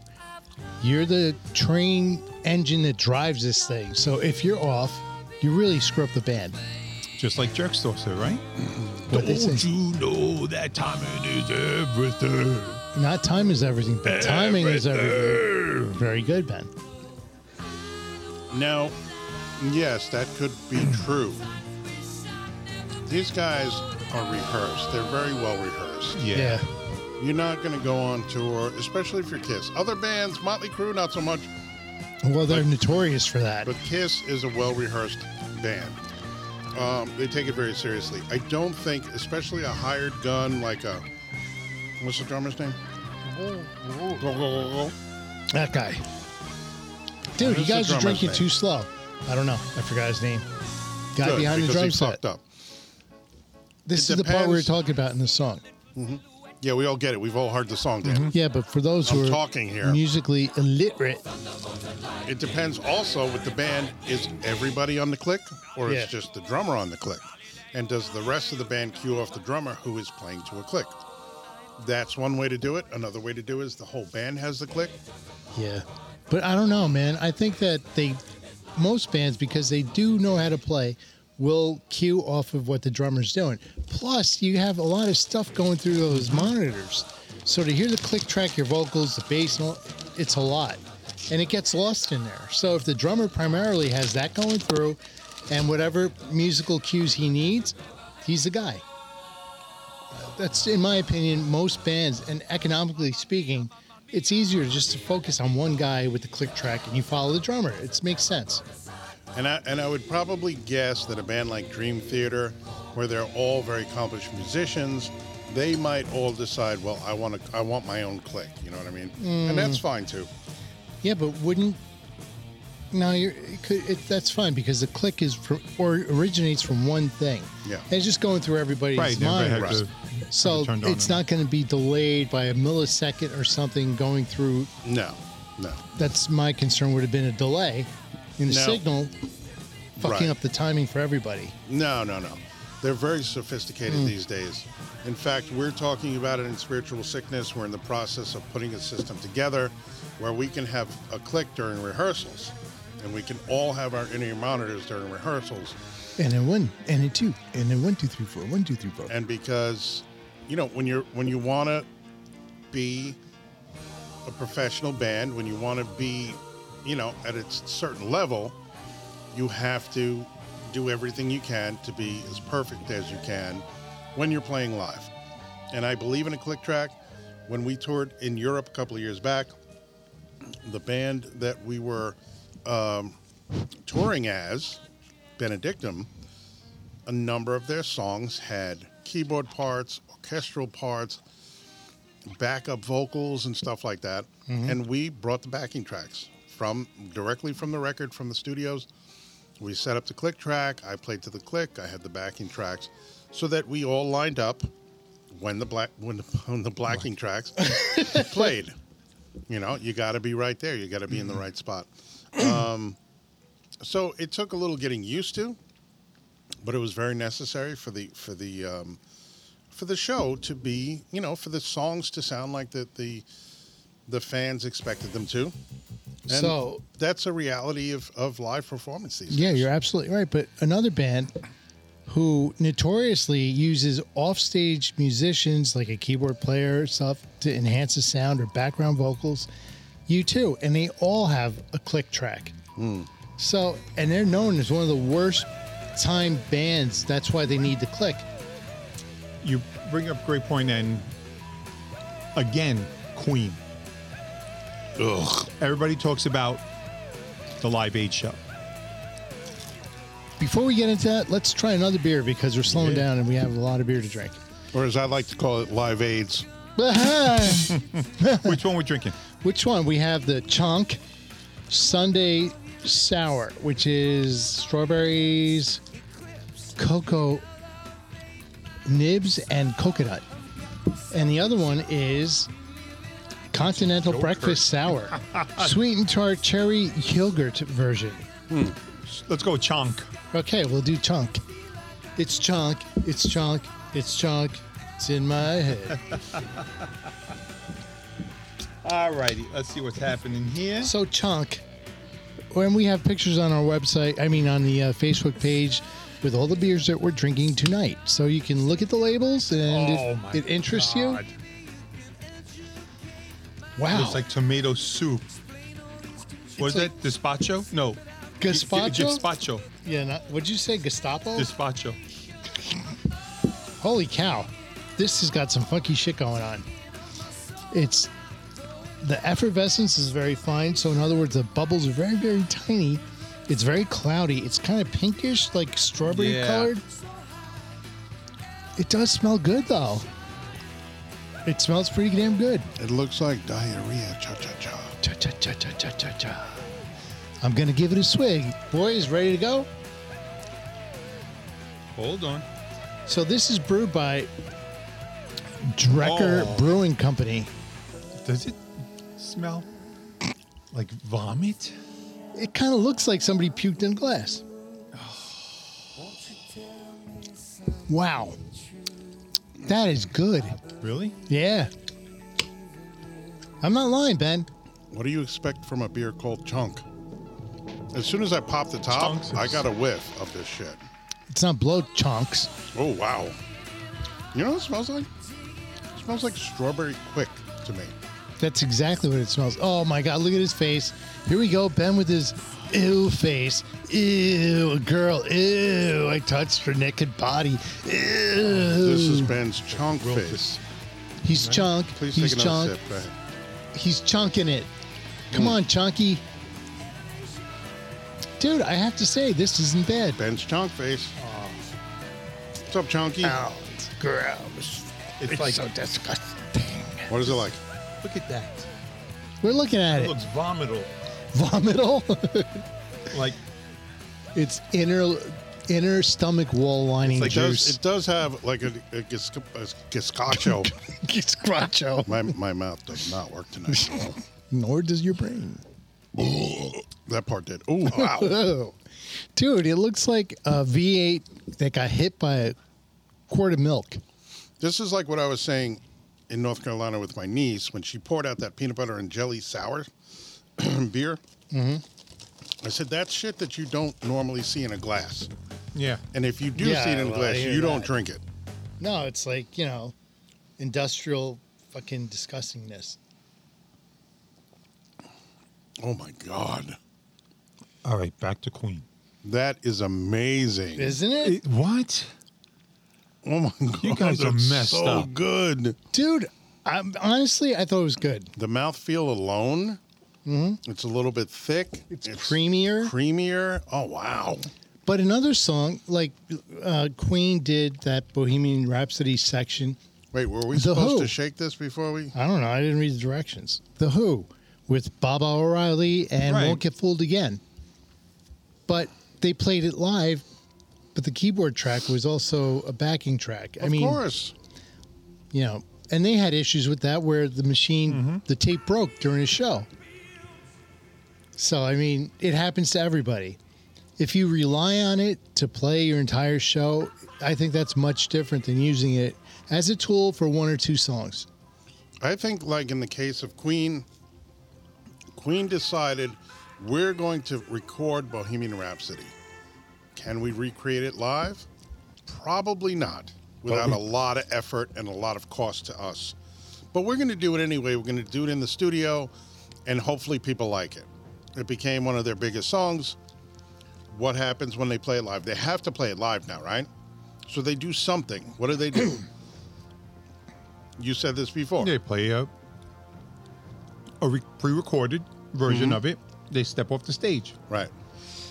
[SPEAKER 2] You're the train engine that drives this thing. So if you're off, you really screw up the band.
[SPEAKER 3] just like Jerk Saucer, right?
[SPEAKER 2] What they say.
[SPEAKER 3] you know that timing is everything?
[SPEAKER 2] Not time is everything, but timing is everything. Very good, Ben.
[SPEAKER 1] Now, yes, that could be true. These guys are rehearsed. They're very well rehearsed.
[SPEAKER 3] Yeah.
[SPEAKER 1] You're not going to go on tour, especially if you're Kiss. Other bands, Motley Crue, not so much,
[SPEAKER 2] Well, they're notorious for that.
[SPEAKER 1] but Kiss is a well rehearsed band. Um, they take it very seriously. I don't think, especially a hired gun like a what's the drummer's name?
[SPEAKER 2] That guy.
[SPEAKER 1] What is
[SPEAKER 2] Dude, you
[SPEAKER 1] the
[SPEAKER 2] guys are
[SPEAKER 1] drummer's
[SPEAKER 2] drinking
[SPEAKER 1] name?
[SPEAKER 2] too slow. I don't know. I forgot his name. Guy
[SPEAKER 1] Good,
[SPEAKER 2] behind the
[SPEAKER 1] because
[SPEAKER 2] drum
[SPEAKER 1] he
[SPEAKER 2] set.
[SPEAKER 1] fucked up.
[SPEAKER 2] This
[SPEAKER 1] It
[SPEAKER 2] is the part we were
[SPEAKER 1] depends.
[SPEAKER 2] talking about in the song.
[SPEAKER 1] Yeah, we all get it. We've all heard the song. Dan.
[SPEAKER 2] Yeah, but for those who
[SPEAKER 1] I'm
[SPEAKER 2] are
[SPEAKER 1] talking here.
[SPEAKER 2] musically illiterate,
[SPEAKER 1] It depends also with the band. Is everybody on the click or
[SPEAKER 2] Yeah.
[SPEAKER 1] is just the drummer on the click? And does the rest of the band cue off the drummer who is playing to a click? That's one way to do it. Another way to do it is the whole band has the click.
[SPEAKER 2] yeah. But I don't know, man. I think that they, most bands, because they do know how to play, will cue off of what the drummer's doing. Plus, you have a lot of stuff going through those monitors. So to hear the click track, your vocals, the bass, and all, it's a lot. And it gets lost in there. So if the drummer primarily has that going through and whatever musical cues he needs, he's the guy. that's in my opinion most bands and economically speaking it's easier just to focus on one guy with the click track and you follow the drummer it makes sense
[SPEAKER 1] And I and I would probably guess that a band like Dream Theater, where they're all very accomplished musicians, they might all decide, well, I want to, I want my own click. You know what I mean? And that's fine too.
[SPEAKER 2] yeah but wouldn't no you're it could, it, that's fine because the click is from or originates from one thing
[SPEAKER 1] Yeah.
[SPEAKER 2] and it's just going through everybody's
[SPEAKER 3] Right, everybody had
[SPEAKER 2] monitors
[SPEAKER 3] to-
[SPEAKER 2] so
[SPEAKER 3] turned on
[SPEAKER 2] it's
[SPEAKER 3] and-
[SPEAKER 2] not going to be delayed by a millisecond or something going through
[SPEAKER 1] No, no.
[SPEAKER 2] that's my concern would have been a delay in the
[SPEAKER 1] No.
[SPEAKER 2] signal fucking
[SPEAKER 1] Right.
[SPEAKER 2] up the timing for everybody
[SPEAKER 1] No, no, no. They're very sophisticated these days. In fact, we're talking about it in Spiritual Sickness. We're in the process of putting a system together where we can have a click during rehearsals and we can all have our in ear monitors during rehearsals.
[SPEAKER 2] And then one, and then two, and then one, two, three, four, one, two, three, four.
[SPEAKER 1] And because, you know, when you're when you want to be a professional band, when you want to be, you know, at a certain level, you have to do everything you can to be as perfect as you can when you're playing live. And I believe in a click track. When we toured in Europe a couple of years back, the band that we were um, touring as, Benedictum, a number of their songs had keyboard parts, orchestral parts, backup vocals and stuff like that. And we brought the backing tracks from directly from the record from the studios. We set up the click track. I played to the click. I had the backing tracks, so that we all lined up when the black when the, when the blacking tracks played. You know, you got to be right there. You got to be in the right spot. Um, so it took a little getting used to, but it was very necessary for the for the um, for the show to be you know for the songs to sound like that the the fans expected them to. And
[SPEAKER 2] So-
[SPEAKER 1] that's a reality of, of live performance these
[SPEAKER 2] Yeah,
[SPEAKER 1] days.
[SPEAKER 2] you're absolutely right. But another band who notoriously uses offstage musicians like a keyboard player or stuff to enhance the sound or background vocals, you too. And they all have a click track.
[SPEAKER 1] Hmm.
[SPEAKER 2] So, and they're known as one of the worst time bands. That's why they need the click.
[SPEAKER 3] You bring up a great point, and again, Queen. Ugh. Everybody talks about the Live Aid show.
[SPEAKER 2] Before we get into that, let's try another beer because we're slowing
[SPEAKER 1] Yeah.
[SPEAKER 2] down and we have a lot of beer to drink.
[SPEAKER 1] Or as I like to call it, live aids.
[SPEAKER 3] Which one we're drinking?
[SPEAKER 2] Which one? We have the Chunk Sunday Sour, which is strawberries, cocoa nibs, and coconut. And the other one is Continental Breakfast Sour, sweet and tart cherry yogurt version.
[SPEAKER 3] Let's go with Chonk.
[SPEAKER 2] Okay, we'll do Chunk. It's Chunk, it's Chunk, it's Chunk, it's in my head.
[SPEAKER 3] All righty, let's see what's happening here.
[SPEAKER 2] So chunk. When we have pictures on our website, I mean on the uh, Facebook page, with all the beers that we're drinking tonight, so you can look at the labels and
[SPEAKER 3] Oh, my
[SPEAKER 2] it, it interests
[SPEAKER 3] God.
[SPEAKER 2] you. Wow,
[SPEAKER 3] It's like tomato soup. Was
[SPEAKER 2] It's
[SPEAKER 3] that gazpacho? No.
[SPEAKER 2] gazpacho. Oh.
[SPEAKER 3] Gazpacho.
[SPEAKER 2] yeah, not, what'd you say, Gestapo?
[SPEAKER 3] Gazpacho.
[SPEAKER 2] Holy cow, this has got some funky shit going on. It's the effervescence is very fine. So in other words, the bubbles are very very tiny. It's very cloudy. It's kind of pinkish, like strawberry
[SPEAKER 3] Yeah.
[SPEAKER 2] colored. It does smell good though. It smells pretty damn good.
[SPEAKER 1] It looks like diarrhea. Cha cha cha.
[SPEAKER 2] Cha cha cha cha cha cha cha. I'm gonna give it a swig. Boys, ready to go?
[SPEAKER 3] Hold on.
[SPEAKER 2] So this is brewed by Drecker
[SPEAKER 3] Oh.
[SPEAKER 2] Brewing Company.
[SPEAKER 3] Does it smell like vomit?
[SPEAKER 2] It kind of looks like somebody puked in a glass. Wow. That is good.
[SPEAKER 3] Really?
[SPEAKER 2] Yeah. I'm not lying, Ben.
[SPEAKER 1] What do you expect from a beer called Chunk? As soon as I popped the top,
[SPEAKER 3] Chunks is-
[SPEAKER 1] I got a whiff of this shit.
[SPEAKER 2] It's not blow chunks.
[SPEAKER 1] Oh wow! You know what it smells like? It smells like strawberry quick to me.
[SPEAKER 2] That's exactly what it smells. Oh my God, look at his face. Here we go, Ben with his ew face. Ew, girl. Ew, I touched her naked body. Ew.
[SPEAKER 1] This is Ben's Chunk face.
[SPEAKER 2] He's chunk.
[SPEAKER 1] Please
[SPEAKER 2] He's
[SPEAKER 1] take another
[SPEAKER 2] chunk.
[SPEAKER 1] sip. Go ahead.
[SPEAKER 2] He's chunking it. Come on, Chunky. Dude, I have to say, this isn't bad.
[SPEAKER 1] Ben's Chunk face. What's up, Chunky?
[SPEAKER 2] it's gross.
[SPEAKER 3] It's like-
[SPEAKER 2] disgusting.
[SPEAKER 1] What is it like?
[SPEAKER 3] Look at that.
[SPEAKER 2] We're looking at
[SPEAKER 3] It
[SPEAKER 2] it.
[SPEAKER 3] looks vomital.
[SPEAKER 2] Vomital.
[SPEAKER 3] Like
[SPEAKER 2] it's inner inner stomach wall lining
[SPEAKER 1] It does.
[SPEAKER 2] juice.
[SPEAKER 1] It does have like a, a, gas- a gazpacho.
[SPEAKER 2] It's groucho.
[SPEAKER 1] my my mouth does not work tonight.
[SPEAKER 2] Nor does your brain.
[SPEAKER 1] that part did. Oh wow!
[SPEAKER 2] Oh. Dude, it looks like a V8 that got hit by a quart of milk.
[SPEAKER 1] This is like what I was saying in North Carolina with my niece when she poured out that peanut butter and jelly sour beer.
[SPEAKER 2] Mm-hmm.
[SPEAKER 1] I said that's shit that you don't normally see in a glass,
[SPEAKER 3] yeah.
[SPEAKER 1] and if you do
[SPEAKER 2] Yeah,
[SPEAKER 1] see it in a
[SPEAKER 2] well, I
[SPEAKER 1] glass,
[SPEAKER 2] hear
[SPEAKER 1] you don't
[SPEAKER 2] that.
[SPEAKER 1] drink it.
[SPEAKER 2] No, it's like, you know, industrial fucking disgustingness.
[SPEAKER 1] Oh my god,
[SPEAKER 3] All right, back to Queen.
[SPEAKER 1] that is amazing!
[SPEAKER 2] Isn't it?
[SPEAKER 3] It, Eh, what?
[SPEAKER 1] oh my god,
[SPEAKER 3] You guys are
[SPEAKER 1] that's
[SPEAKER 3] messed
[SPEAKER 1] so
[SPEAKER 3] up.
[SPEAKER 1] good.
[SPEAKER 2] Dude, i honestly, I thought it was good.
[SPEAKER 1] The mouthfeel alone, it's a little bit thick.
[SPEAKER 2] Mm-hmm. It's, creamier.
[SPEAKER 1] creamier. Oh wow.
[SPEAKER 2] but another song, like uh, Queen did that Bohemian Rhapsody section,
[SPEAKER 1] Wait, were we
[SPEAKER 2] The
[SPEAKER 1] supposed
[SPEAKER 2] Who.
[SPEAKER 1] to shake this before we?
[SPEAKER 2] I don't know. I didn't read the directions. The Who with Baba O'Reilly and
[SPEAKER 3] Right.
[SPEAKER 2] Won't Get Fooled Again. But they played it live, but the keyboard track was also a backing track. I
[SPEAKER 1] of
[SPEAKER 2] mean,
[SPEAKER 1] course.
[SPEAKER 2] you know, and they had issues with that where the machine,
[SPEAKER 3] Mm-hmm.
[SPEAKER 2] the tape broke during a show. So, I mean, it happens to everybody. If you rely on it to play your entire show, I think that's much different than using it as a tool for one or two songs.
[SPEAKER 1] I think, like in the case of Queen, Queen decided we're going to record Bohemian Rhapsody. Can we recreate it live? Probably not, without a lot of effort and a lot of cost to us. But we're going to do it anyway. We're going to do it in the studio, and hopefully, people like it. It became one of their biggest songs. What happens when they play it live? They have to play it live now, right? So they do something. What do they do? you said this before.
[SPEAKER 3] They play a, a re- pre-recorded version of it. They step off the stage.
[SPEAKER 1] Right.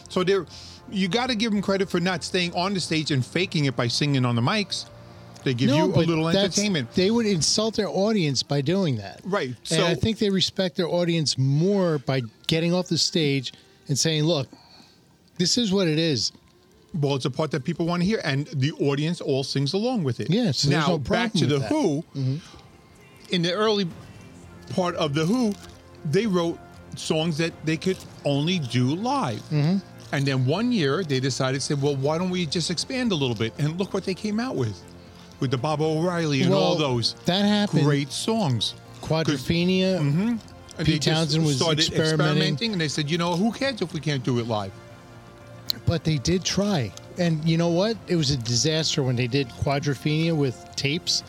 [SPEAKER 3] So they're you got to give them credit for not staying on the stage and faking it by singing on the mics. They give you a
[SPEAKER 2] but
[SPEAKER 3] little
[SPEAKER 2] that's-
[SPEAKER 3] entertainment.
[SPEAKER 2] They would insult their audience by doing that.
[SPEAKER 3] Right,
[SPEAKER 2] and
[SPEAKER 3] so-
[SPEAKER 2] I think they respect their audience more by getting off the stage and saying, look, this is what it is.
[SPEAKER 3] Well, it's a part that people want to hear, and the audience all sings along with it.
[SPEAKER 2] Yeah, so there's
[SPEAKER 3] now
[SPEAKER 2] no
[SPEAKER 3] back to
[SPEAKER 2] problem
[SPEAKER 3] the
[SPEAKER 2] with that. Mm-hmm.
[SPEAKER 3] Who. In the early part of the Who, they wrote songs that they could only do live.
[SPEAKER 2] Mm-hmm.
[SPEAKER 3] And then one year they decided to say, well, why don't we just expand a little bit? And look what they came out with, with the Bob O'Reilly and all
[SPEAKER 2] Well,
[SPEAKER 3] those
[SPEAKER 2] that happened.
[SPEAKER 3] great songs.
[SPEAKER 2] Quadrophenia.
[SPEAKER 1] mm-hmm.
[SPEAKER 3] And
[SPEAKER 2] Pete
[SPEAKER 3] they just
[SPEAKER 2] Townsend was
[SPEAKER 3] started
[SPEAKER 2] experimenting.
[SPEAKER 3] and they said, you know, who cares if we can't do it live?
[SPEAKER 2] But they did try. And you know what? It was a disaster when they did Quadrophenia with tapes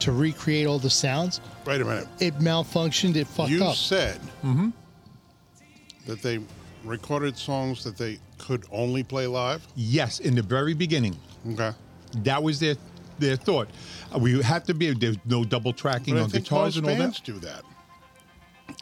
[SPEAKER 2] to recreate all the sounds.
[SPEAKER 1] Wait a minute.
[SPEAKER 2] It malfunctioned. It fucked
[SPEAKER 1] you
[SPEAKER 2] up.
[SPEAKER 1] said
[SPEAKER 3] Mm-hmm.
[SPEAKER 1] that they recorded songs that they could only play live.
[SPEAKER 3] Yes, in the very beginning.
[SPEAKER 1] Okay.
[SPEAKER 3] That was their their thought. Uh, We have to be there's no double tracking
[SPEAKER 1] But I
[SPEAKER 3] on
[SPEAKER 1] think most
[SPEAKER 3] guitars and all
[SPEAKER 1] bands
[SPEAKER 3] that.
[SPEAKER 1] do that.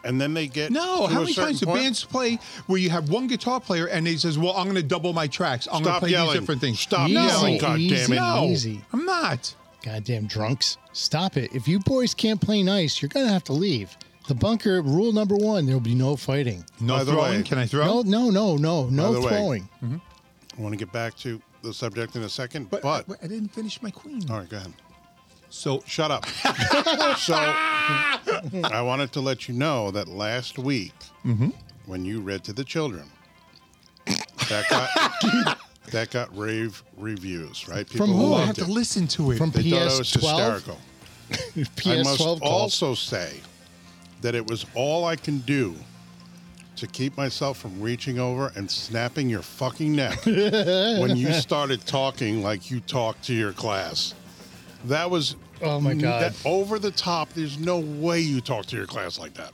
[SPEAKER 1] And then they get
[SPEAKER 3] No,
[SPEAKER 1] to
[SPEAKER 3] how
[SPEAKER 1] a
[SPEAKER 3] many
[SPEAKER 1] certain
[SPEAKER 3] times do
[SPEAKER 1] point-
[SPEAKER 3] bands play where you have one guitar player and he says, "Well, I'm going to double my tracks. I'm going to
[SPEAKER 1] Stop
[SPEAKER 3] play
[SPEAKER 1] yelling.
[SPEAKER 3] these different things."
[SPEAKER 1] Stop
[SPEAKER 2] Easy,
[SPEAKER 1] yelling! God
[SPEAKER 2] easy.
[SPEAKER 1] damn it!
[SPEAKER 3] No,
[SPEAKER 2] Easy.
[SPEAKER 3] I'm not.
[SPEAKER 2] Goddamn drunks. Stop it. If you boys can't play nice, you're going to have to leave. The bunker, rule number one, there'll be no fighting.
[SPEAKER 3] No
[SPEAKER 1] By the
[SPEAKER 3] throwing.
[SPEAKER 1] way-
[SPEAKER 3] Can I throw?
[SPEAKER 2] No, no, no, no,
[SPEAKER 1] By the
[SPEAKER 2] no
[SPEAKER 1] way,
[SPEAKER 2] throwing.
[SPEAKER 1] I want to get back to the subject in a second, but,
[SPEAKER 3] but, but I didn't finish my queen.
[SPEAKER 1] all right, go ahead.
[SPEAKER 3] So
[SPEAKER 1] Shut up. so I wanted to let you know that last week,
[SPEAKER 3] Mm-hmm.
[SPEAKER 1] when you read to the children, that got that got rave reviews, right? People
[SPEAKER 2] who?
[SPEAKER 3] oh, I
[SPEAKER 1] loved
[SPEAKER 3] have
[SPEAKER 1] it.
[SPEAKER 3] to listen to it.
[SPEAKER 2] From
[SPEAKER 1] They thought it was
[SPEAKER 2] PS12?
[SPEAKER 1] hysterical. I must
[SPEAKER 2] PS12 calls.
[SPEAKER 1] also say that it was all I can do to keep myself from reaching over and snapping your fucking neck when you started talking like you talked to your class. That was
[SPEAKER 2] Oh, my God.
[SPEAKER 1] that- over the top. There's no way you talk to your class like that.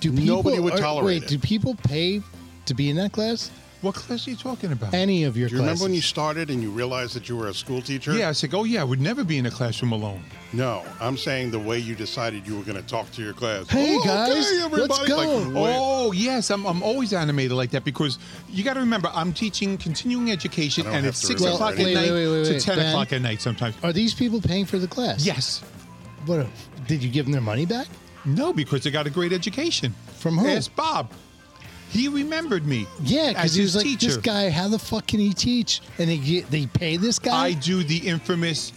[SPEAKER 2] Do
[SPEAKER 1] nobody would
[SPEAKER 2] are-
[SPEAKER 1] tolerate
[SPEAKER 2] wait,
[SPEAKER 1] it.
[SPEAKER 2] do people pay to be in that class?
[SPEAKER 3] what class are you talking about?
[SPEAKER 2] Any of your
[SPEAKER 1] Do you remember when you
[SPEAKER 2] classes?
[SPEAKER 1] started and you realized that you were a school teacher?
[SPEAKER 3] yeah, I said, "Oh yeah, I would never be in a classroom alone."
[SPEAKER 1] No, I'm saying the way you decided you were going to talk to your class.
[SPEAKER 2] Hey,
[SPEAKER 1] "Oh, okay,
[SPEAKER 2] guys, let's
[SPEAKER 1] everybody," like,
[SPEAKER 2] go.
[SPEAKER 1] wait.
[SPEAKER 3] Oh yes, I'm, I'm always animated like that because you got to remember I'm teaching continuing education
[SPEAKER 1] I don't
[SPEAKER 3] and
[SPEAKER 1] have
[SPEAKER 3] it's
[SPEAKER 1] to
[SPEAKER 3] six
[SPEAKER 1] remember
[SPEAKER 3] o'clock
[SPEAKER 2] anything.
[SPEAKER 3] at night
[SPEAKER 2] Wait, wait, wait,
[SPEAKER 3] to
[SPEAKER 2] wait,
[SPEAKER 3] ten
[SPEAKER 2] Ben?
[SPEAKER 3] o'clock at night sometimes.
[SPEAKER 2] Are these people paying for the class?
[SPEAKER 3] Yes,
[SPEAKER 2] What? a- Did you give them their money back?
[SPEAKER 3] no, because they got a great education
[SPEAKER 2] From who?
[SPEAKER 3] Ask Bob. He remembered me.
[SPEAKER 2] Yeah, because
[SPEAKER 3] as
[SPEAKER 2] he was
[SPEAKER 3] his
[SPEAKER 2] like,
[SPEAKER 3] teacher.
[SPEAKER 2] this guy, how the fuck can he teach? And they get, they pay this guy?
[SPEAKER 3] I do the infamous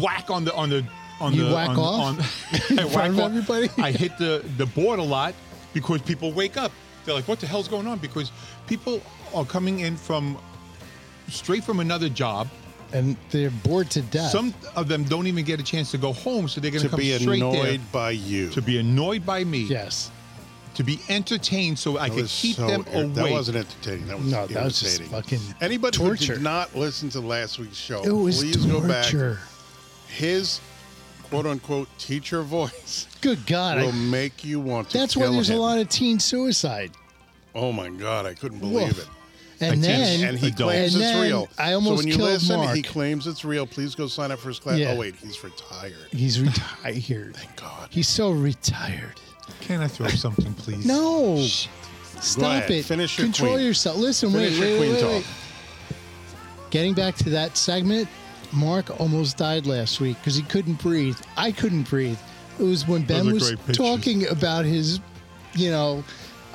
[SPEAKER 3] whack on the on the on
[SPEAKER 2] You
[SPEAKER 3] the
[SPEAKER 2] whack
[SPEAKER 3] on,
[SPEAKER 2] off? In
[SPEAKER 3] on- I
[SPEAKER 2] front
[SPEAKER 3] whack
[SPEAKER 2] of
[SPEAKER 3] off.
[SPEAKER 2] everybody?
[SPEAKER 3] I hit the the board a lot because people wake up. They're like, "What the hell's going on?" Because people are coming in from straight from another job.
[SPEAKER 2] and they're bored to death.
[SPEAKER 3] Some of them don't even get a chance to go home, so they're going
[SPEAKER 1] to
[SPEAKER 3] to come
[SPEAKER 1] be
[SPEAKER 3] straight there
[SPEAKER 1] annoyed by you.
[SPEAKER 3] to be annoyed by me,
[SPEAKER 2] yes.
[SPEAKER 3] to be entertained, so I
[SPEAKER 1] That
[SPEAKER 3] could
[SPEAKER 1] was
[SPEAKER 3] keep
[SPEAKER 1] so
[SPEAKER 3] them
[SPEAKER 1] ir-
[SPEAKER 3] awake.
[SPEAKER 1] That wasn't entertaining. That was
[SPEAKER 2] No, that was just
[SPEAKER 1] irritating.
[SPEAKER 2] fucking
[SPEAKER 1] Anybody who
[SPEAKER 2] torture.
[SPEAKER 1] did not listen to last week's show,
[SPEAKER 2] It was
[SPEAKER 1] please go back.
[SPEAKER 2] torture.
[SPEAKER 1] His quote unquote teacher voice
[SPEAKER 2] Good God. I-
[SPEAKER 1] will make you want to.
[SPEAKER 2] that's why
[SPEAKER 1] kill
[SPEAKER 2] there's
[SPEAKER 1] him.
[SPEAKER 2] a lot of teen suicide.
[SPEAKER 1] Oh my god, I couldn't believe
[SPEAKER 2] Woof.
[SPEAKER 1] it.
[SPEAKER 2] And
[SPEAKER 3] I can't-
[SPEAKER 2] then,
[SPEAKER 1] And he
[SPEAKER 3] Adult.
[SPEAKER 1] claims
[SPEAKER 2] and
[SPEAKER 1] it's
[SPEAKER 2] then
[SPEAKER 1] real.
[SPEAKER 2] I almost
[SPEAKER 1] so when you
[SPEAKER 2] killed
[SPEAKER 1] listen,
[SPEAKER 2] Mark.
[SPEAKER 1] he claims it's real. Please go sign up for his class.
[SPEAKER 2] Yeah.
[SPEAKER 1] Oh wait, he's retired.
[SPEAKER 2] he's retired. Thank
[SPEAKER 1] God.
[SPEAKER 2] He's so retired.
[SPEAKER 3] Can I throw something, please?
[SPEAKER 2] No.
[SPEAKER 1] Go
[SPEAKER 2] Stop
[SPEAKER 1] ahead.
[SPEAKER 2] it.
[SPEAKER 1] Finish your
[SPEAKER 2] Control
[SPEAKER 1] queen.
[SPEAKER 2] yourself. Listen,
[SPEAKER 1] Finish
[SPEAKER 2] wait,
[SPEAKER 1] your
[SPEAKER 2] wait,
[SPEAKER 1] queen
[SPEAKER 2] wait,
[SPEAKER 1] talk.
[SPEAKER 2] wait. Getting back to that segment, Mark almost died last week because he couldn't breathe. I couldn't breathe. It was when Ben
[SPEAKER 3] are
[SPEAKER 2] was
[SPEAKER 3] great pictures.
[SPEAKER 2] talking about his, you know,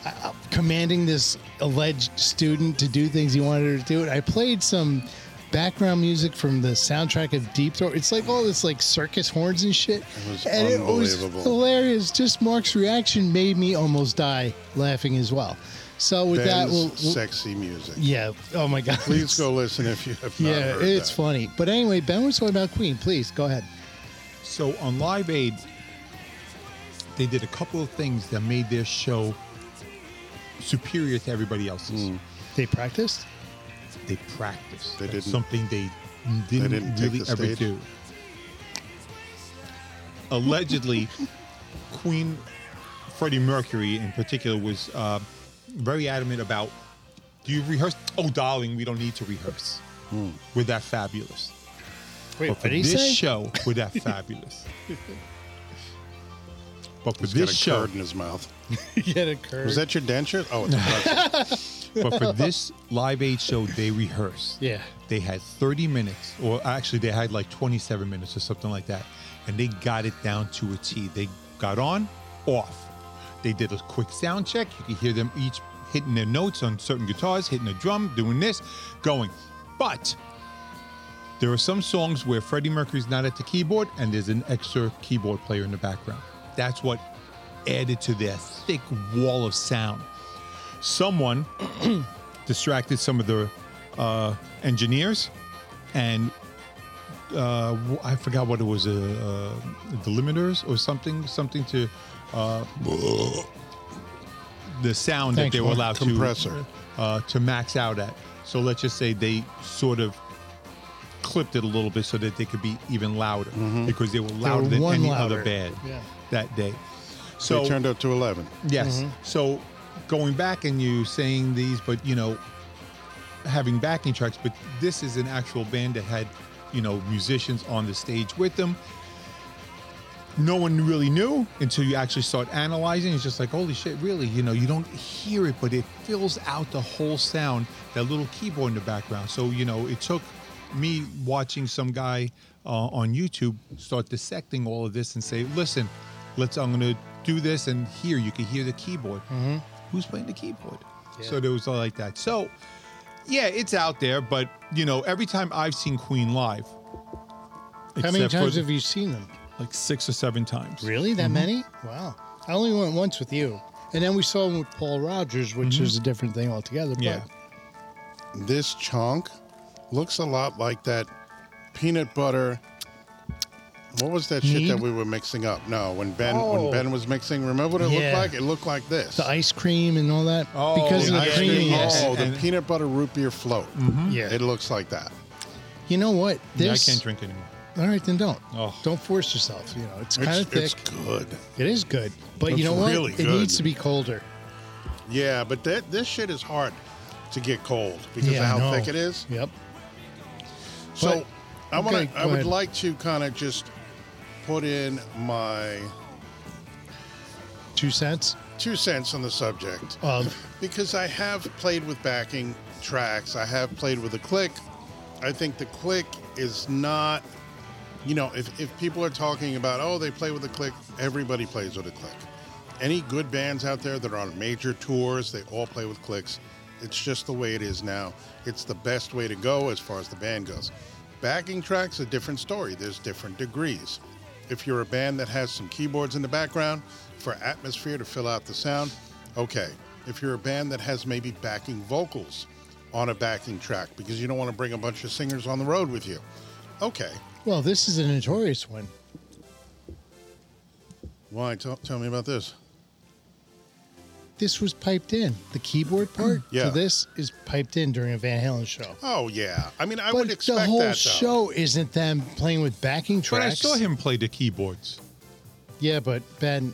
[SPEAKER 2] uh, commanding this alleged student to do things he wanted her to do. And I played some background music from the soundtrack of Deep Throat. It's like all this like circus horns and shit. It
[SPEAKER 1] was
[SPEAKER 2] and it
[SPEAKER 1] unbelievable.
[SPEAKER 2] was hilarious. Just Mark's reaction made me almost die laughing as well. So with
[SPEAKER 1] Ben's
[SPEAKER 2] that, we'll, we'll-
[SPEAKER 1] sexy music.
[SPEAKER 2] yeah. Oh my god.
[SPEAKER 1] Please go listen if you have not
[SPEAKER 2] Yeah,
[SPEAKER 1] heard
[SPEAKER 2] it's
[SPEAKER 1] that.
[SPEAKER 2] funny. But anyway, Ben was talking about Queen. Please go ahead.
[SPEAKER 3] So on Live Aid, they did a couple of things that made their show superior to everybody else's.
[SPEAKER 2] They practiced.
[SPEAKER 3] They practiced.
[SPEAKER 1] Hmm. They
[SPEAKER 3] That's
[SPEAKER 1] didn't-
[SPEAKER 3] something they didn't,
[SPEAKER 1] didn't take
[SPEAKER 3] really
[SPEAKER 1] the
[SPEAKER 3] ever
[SPEAKER 1] stage?
[SPEAKER 3] do. Allegedly, Queen Freddie Mercury in particular was uh, very adamant about, "Do you rehearse? Oh, darling, we don't need to rehearse.
[SPEAKER 1] Hmm.
[SPEAKER 3] We're that fabulous."
[SPEAKER 2] Wait,
[SPEAKER 3] But for this show, we're that fabulous. But for
[SPEAKER 1] He's got
[SPEAKER 3] this
[SPEAKER 1] a
[SPEAKER 3] show,
[SPEAKER 1] curd in his mouth.
[SPEAKER 2] he had a curve.
[SPEAKER 1] Was that your denture? Oh, it's
[SPEAKER 3] but for this Live Aid show, they rehearsed.
[SPEAKER 2] Yeah.
[SPEAKER 3] They had 30 minutes, or actually, they had like 27 minutes or something like that. And they got it down to a T. They got on, off. They did a quick sound check. You could hear them each hitting their notes on certain guitars, hitting a drum, doing this, going. But there are some songs where Freddie Mercury's not at the keyboard and there's an extra keyboard player in the background. That's what added to their thick wall of sound. Someone distracted some of the uh, engineers, and uh, w- I forgot what it was, uh, uh, delimiters or something, something to uh, the sound
[SPEAKER 2] Thanks,
[SPEAKER 3] that they were
[SPEAKER 2] Mark.
[SPEAKER 3] allowed
[SPEAKER 1] Compressor.
[SPEAKER 3] to uh, to max out at. So let's just say they sort of clipped it a little bit so that they could be even louder because they were louder than
[SPEAKER 2] Mm-hmm. one
[SPEAKER 3] any
[SPEAKER 2] louder.
[SPEAKER 3] other band
[SPEAKER 2] Yeah.
[SPEAKER 3] that day. So
[SPEAKER 1] so it turned up to 11.
[SPEAKER 3] Yes. So going back and you saying these, but you know, having backing tracks, but this is an actual band that had, you know, musicians on the stage with them. No one really knew until you actually start analyzing. It's just like, holy shit, really? You know, you don't hear it, but it fills out the whole sound, that little keyboard in the background. So, you know, it took me watching some guy uh, on YouTube start dissecting all of this and say, listen, let's, I'm going to do this. And here you can hear the keyboard.
[SPEAKER 2] Mm-hmm.
[SPEAKER 3] Who's playing the keyboard? So there was all like that. So, yeah, it's out there, but you know, every time I've seen Queen live,
[SPEAKER 2] How many
[SPEAKER 3] except for
[SPEAKER 2] times have you seen them? Mm-hmm.
[SPEAKER 3] like six or seven times?
[SPEAKER 2] Really? That many? Wow. I only went once with you, and then we saw them with Paul Rogers, which is a different thing altogether.
[SPEAKER 3] Yeah.
[SPEAKER 1] This chunk looks a lot like that peanut butter. What was that shit that
[SPEAKER 2] Mead?
[SPEAKER 1] we were mixing up? No, when Ben
[SPEAKER 2] Oh.
[SPEAKER 1] when Ben was mixing, remember what it
[SPEAKER 2] Yeah.
[SPEAKER 1] looked like? It looked like this.
[SPEAKER 2] But the ice cream and all that
[SPEAKER 3] Oh,
[SPEAKER 2] because of
[SPEAKER 3] the
[SPEAKER 2] the
[SPEAKER 1] ice
[SPEAKER 3] cream,
[SPEAKER 2] creaminess.
[SPEAKER 1] Oh, the
[SPEAKER 3] And-
[SPEAKER 1] peanut butter root beer float.
[SPEAKER 2] Yeah.
[SPEAKER 1] It looks like that.
[SPEAKER 2] you know what?
[SPEAKER 3] Yeah, I
[SPEAKER 2] This,
[SPEAKER 3] can't drink anymore.
[SPEAKER 2] All right, then don't.
[SPEAKER 3] Oh.
[SPEAKER 2] Don't force yourself. You know, it's kind
[SPEAKER 1] It's,
[SPEAKER 2] of thick.
[SPEAKER 1] it's good.
[SPEAKER 2] It is good, but
[SPEAKER 1] It's
[SPEAKER 2] you know what?
[SPEAKER 1] really
[SPEAKER 2] it
[SPEAKER 1] good.
[SPEAKER 2] needs to be colder.
[SPEAKER 1] Yeah, but that this shit is hard to get cold because
[SPEAKER 2] yeah, I
[SPEAKER 1] of how
[SPEAKER 2] know.
[SPEAKER 1] thick it is.
[SPEAKER 2] Yep.
[SPEAKER 1] So
[SPEAKER 2] But-
[SPEAKER 1] I want to.
[SPEAKER 2] okay,
[SPEAKER 1] I
[SPEAKER 2] go
[SPEAKER 1] would
[SPEAKER 2] ahead.
[SPEAKER 1] like to kind of just put in my
[SPEAKER 2] Two cents Um,
[SPEAKER 1] two cents on the subject
[SPEAKER 2] of
[SPEAKER 1] because I have played with backing tracks. I have played with a click. I think the click is not. You know, if, if people are talking about, oh, they play with a click, everybody plays with a click. Any good bands out there that are on major tours, they all play with clicks. It's just the way it is now. It's the best way to go as far as the band goes. Backing tracks, a different story. There's different degrees. If you're a band that has some keyboards in the background for atmosphere to fill out the sound, okay. If you're a band that has maybe backing vocals on a backing track because you don't want to bring a bunch of singers on the road with you, okay.
[SPEAKER 2] well, this is a notorious one.
[SPEAKER 1] Why? Tell, tell me about this.
[SPEAKER 2] This was piped in. The keyboard part
[SPEAKER 1] Yeah.
[SPEAKER 2] to this is piped in during a Van Halen show.
[SPEAKER 1] Oh yeah, I mean I
[SPEAKER 2] but
[SPEAKER 1] would expect
[SPEAKER 2] the whole
[SPEAKER 1] that. though.
[SPEAKER 2] show isn't them playing with backing
[SPEAKER 3] But I
[SPEAKER 2] tracks.
[SPEAKER 3] saw him play the keyboards.
[SPEAKER 2] Yeah, but Ben,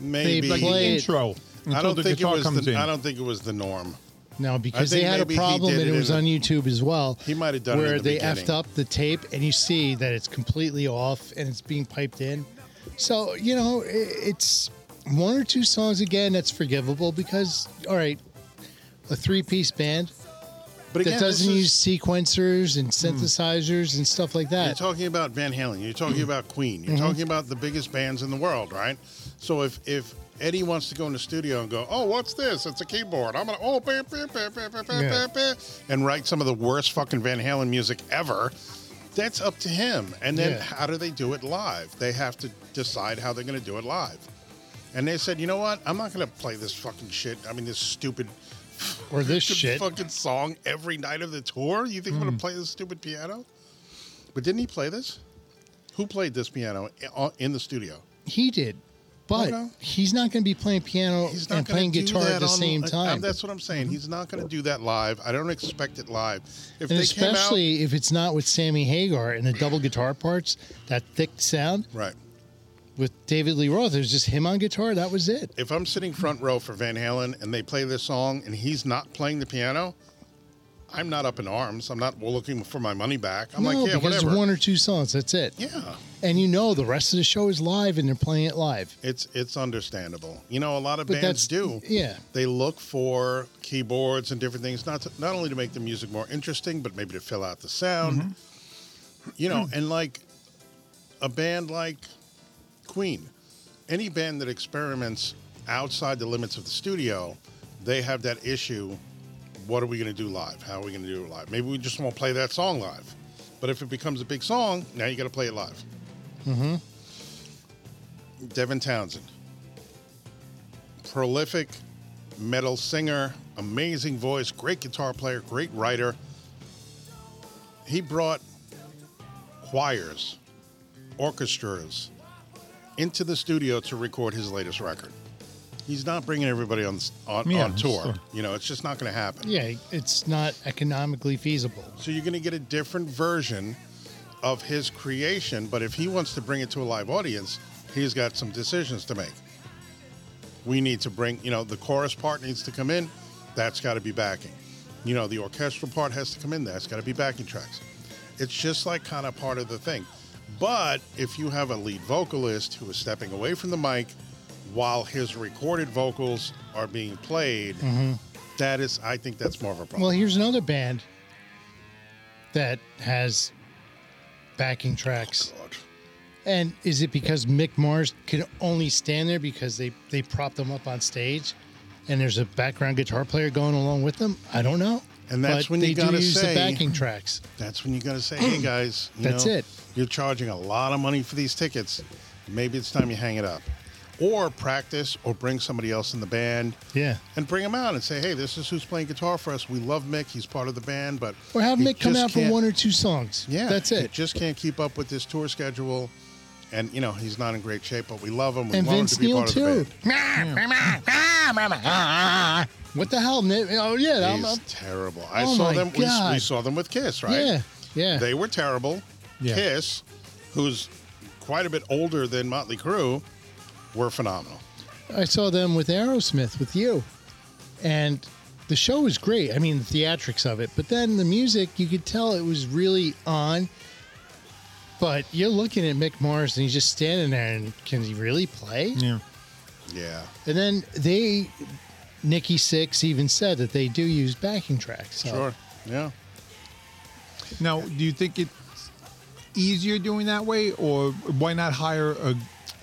[SPEAKER 1] maybe
[SPEAKER 2] They
[SPEAKER 3] The
[SPEAKER 2] Play it.
[SPEAKER 3] intro.
[SPEAKER 1] I
[SPEAKER 3] until
[SPEAKER 1] don't
[SPEAKER 3] the
[SPEAKER 1] think it
[SPEAKER 3] guitar
[SPEAKER 1] was
[SPEAKER 3] comes
[SPEAKER 1] the,
[SPEAKER 3] in.
[SPEAKER 1] I don't think it was the norm.
[SPEAKER 2] no, because they
[SPEAKER 1] think
[SPEAKER 2] had a
[SPEAKER 1] maybe he
[SPEAKER 2] problem
[SPEAKER 1] did
[SPEAKER 2] and
[SPEAKER 1] it
[SPEAKER 2] it was
[SPEAKER 1] in
[SPEAKER 2] on YouTube as well.
[SPEAKER 1] He might have done it
[SPEAKER 2] where
[SPEAKER 1] in the
[SPEAKER 2] they
[SPEAKER 1] beginning.
[SPEAKER 2] effed up the tape, and you see that it's completely off and it's being piped in. So you know, i- it's one or two songs again that's forgivable because all right, a three-piece band,
[SPEAKER 1] But again,
[SPEAKER 2] that
[SPEAKER 1] this
[SPEAKER 2] doesn't
[SPEAKER 1] is- Hmm.
[SPEAKER 2] use sequencers and synthesizers and stuff like
[SPEAKER 1] You're
[SPEAKER 2] that. Mm-hmm.
[SPEAKER 1] talking about Van Halen. You're talking about Queen. You're talking about the biggest bands in the world, right? So if if Eddie wants to go in the studio and go, oh, what's this? It's a keyboard. I'm gonna oh, bah, bah, bah, bah, bah, bah,
[SPEAKER 2] Yeah.
[SPEAKER 1] bah, bah," and write some of the worst fucking Van Halen music ever. That's up to him. And then
[SPEAKER 2] Yeah.
[SPEAKER 1] how do they do it live? They have to decide how they're gonna do it live. And they said, you know what? I'm not gonna play this fucking shit. I mean, this stupid.
[SPEAKER 2] Or this
[SPEAKER 1] stupid
[SPEAKER 2] shit. Hmm.
[SPEAKER 1] fucking song every night of the tour. You think I'm gonna play this stupid piano? But didn't he play this? Who played this piano i- uh, in the studio?
[SPEAKER 2] He did, but
[SPEAKER 1] Okay.
[SPEAKER 2] he's not going to be playing piano
[SPEAKER 1] He's not
[SPEAKER 2] and
[SPEAKER 1] gonna
[SPEAKER 2] playing
[SPEAKER 1] do
[SPEAKER 2] guitar
[SPEAKER 1] that
[SPEAKER 2] at the
[SPEAKER 1] on-
[SPEAKER 2] same
[SPEAKER 1] uh,
[SPEAKER 2] time. Mm-hmm.
[SPEAKER 1] that's what I'm saying. He's not going to do that live. I don't expect it live. If
[SPEAKER 2] and
[SPEAKER 1] they came out,
[SPEAKER 2] especially if it's not with Sammy Hagar and the double guitar parts, that thick sound
[SPEAKER 1] right.
[SPEAKER 2] with David Lee Roth, it was just him on guitar. That was it.
[SPEAKER 1] If I'm sitting front row for Van Halen and they play this song and he's not playing the piano, I'm not up in arms. I'm not looking for my money back. I'm
[SPEAKER 2] no,
[SPEAKER 1] like, yeah,
[SPEAKER 2] because it's
[SPEAKER 1] whatever.
[SPEAKER 2] one or two songs. That's it.
[SPEAKER 1] yeah.
[SPEAKER 2] And you know the rest of the show is live and they're playing it live.
[SPEAKER 1] It's it's understandable. You know, a lot of
[SPEAKER 2] But
[SPEAKER 1] bands
[SPEAKER 2] that's-
[SPEAKER 1] do.
[SPEAKER 2] yeah.
[SPEAKER 1] They look for keyboards and different things, not to, not only to make the music more interesting, but maybe to fill out the sound. You know, and like a band like Queen, any band that experiments outside the limits of the studio, they have that issue. What are we going to do live? How are we going to do it live? Maybe we just won't play that song live. But if it becomes a big song, now you got to play it live.
[SPEAKER 3] Mm-hmm.
[SPEAKER 1] Devin Townsend. Prolific metal singer, amazing voice, great guitar player, great writer. He brought choirs, orchestras into the studio to record his latest record. He's not bringing everybody on on,
[SPEAKER 3] Yeah,
[SPEAKER 1] on tour.
[SPEAKER 3] sure.
[SPEAKER 1] You know, it's just not going to happen.
[SPEAKER 2] Yeah, it's not economically feasible.
[SPEAKER 1] So you're going to get a different version of his creation, but if he wants to bring it to a live audience, he's got some decisions to make. We need to bring, you know, the chorus part needs to come in. That's got to be backing. You know, the orchestral part has to come in. That's got to be backing tracks. It's just like kind of part of the thing. But if you have a lead vocalist who is stepping away from the mic while his recorded vocals are being played, that is, I think that's more of a problem.
[SPEAKER 2] Well, here's another band that has backing tracks.
[SPEAKER 1] God.
[SPEAKER 2] And is it because Mick Mars can only stand there because they they prop them up on stage, and there's a background guitar player going along with them? I don't know.
[SPEAKER 1] And that's
[SPEAKER 2] But
[SPEAKER 1] when you
[SPEAKER 2] they
[SPEAKER 1] gotta
[SPEAKER 2] do use
[SPEAKER 1] say-
[SPEAKER 2] the backing tracks.
[SPEAKER 1] That's when you got to say, hey guys, you
[SPEAKER 2] That's
[SPEAKER 1] know,
[SPEAKER 2] it.
[SPEAKER 1] You're charging a lot of money for these tickets. Maybe it's time you hang it up. Or practice or bring somebody else in the band
[SPEAKER 2] Yeah.
[SPEAKER 1] and bring them out and say, hey, this is who's playing guitar for us. We love Mick. He's part of the band, but.
[SPEAKER 2] Or have
[SPEAKER 1] he
[SPEAKER 2] Mick come
[SPEAKER 1] just
[SPEAKER 2] out for
[SPEAKER 1] can't-
[SPEAKER 2] one or two songs.
[SPEAKER 1] Yeah.
[SPEAKER 2] That's
[SPEAKER 1] He
[SPEAKER 2] it.
[SPEAKER 1] just can't keep up with this tour schedule. And, you know, he's not in great shape, but we love him. We
[SPEAKER 2] and
[SPEAKER 1] want
[SPEAKER 2] Vince
[SPEAKER 1] him to be
[SPEAKER 2] Neil
[SPEAKER 1] part of the
[SPEAKER 2] too.
[SPEAKER 1] band.
[SPEAKER 2] what the hell? Nick? Oh yeah, I'm,
[SPEAKER 1] He's
[SPEAKER 2] I'm,
[SPEAKER 1] terrible. I
[SPEAKER 2] Oh
[SPEAKER 1] saw
[SPEAKER 2] my
[SPEAKER 1] them. We, we
[SPEAKER 2] God.
[SPEAKER 1] saw them with Kiss, right?
[SPEAKER 2] yeah, yeah.
[SPEAKER 1] They were terrible.
[SPEAKER 2] Yeah.
[SPEAKER 1] Kiss, who's quite a bit older than Motley Crue, were phenomenal.
[SPEAKER 2] I saw them with Aerosmith with you, and the show was great. I mean, the theatrics of it, but then the music, you could tell it was really on. But you're looking at Mick Mars, and he's just standing there, and can he really play?
[SPEAKER 3] Yeah.
[SPEAKER 1] Yeah.
[SPEAKER 2] And then they, Nikki Six, even said that they do use backing tracks. So.
[SPEAKER 1] Sure. Yeah.
[SPEAKER 3] Now, do you think it's easier doing that way, or why not hire a you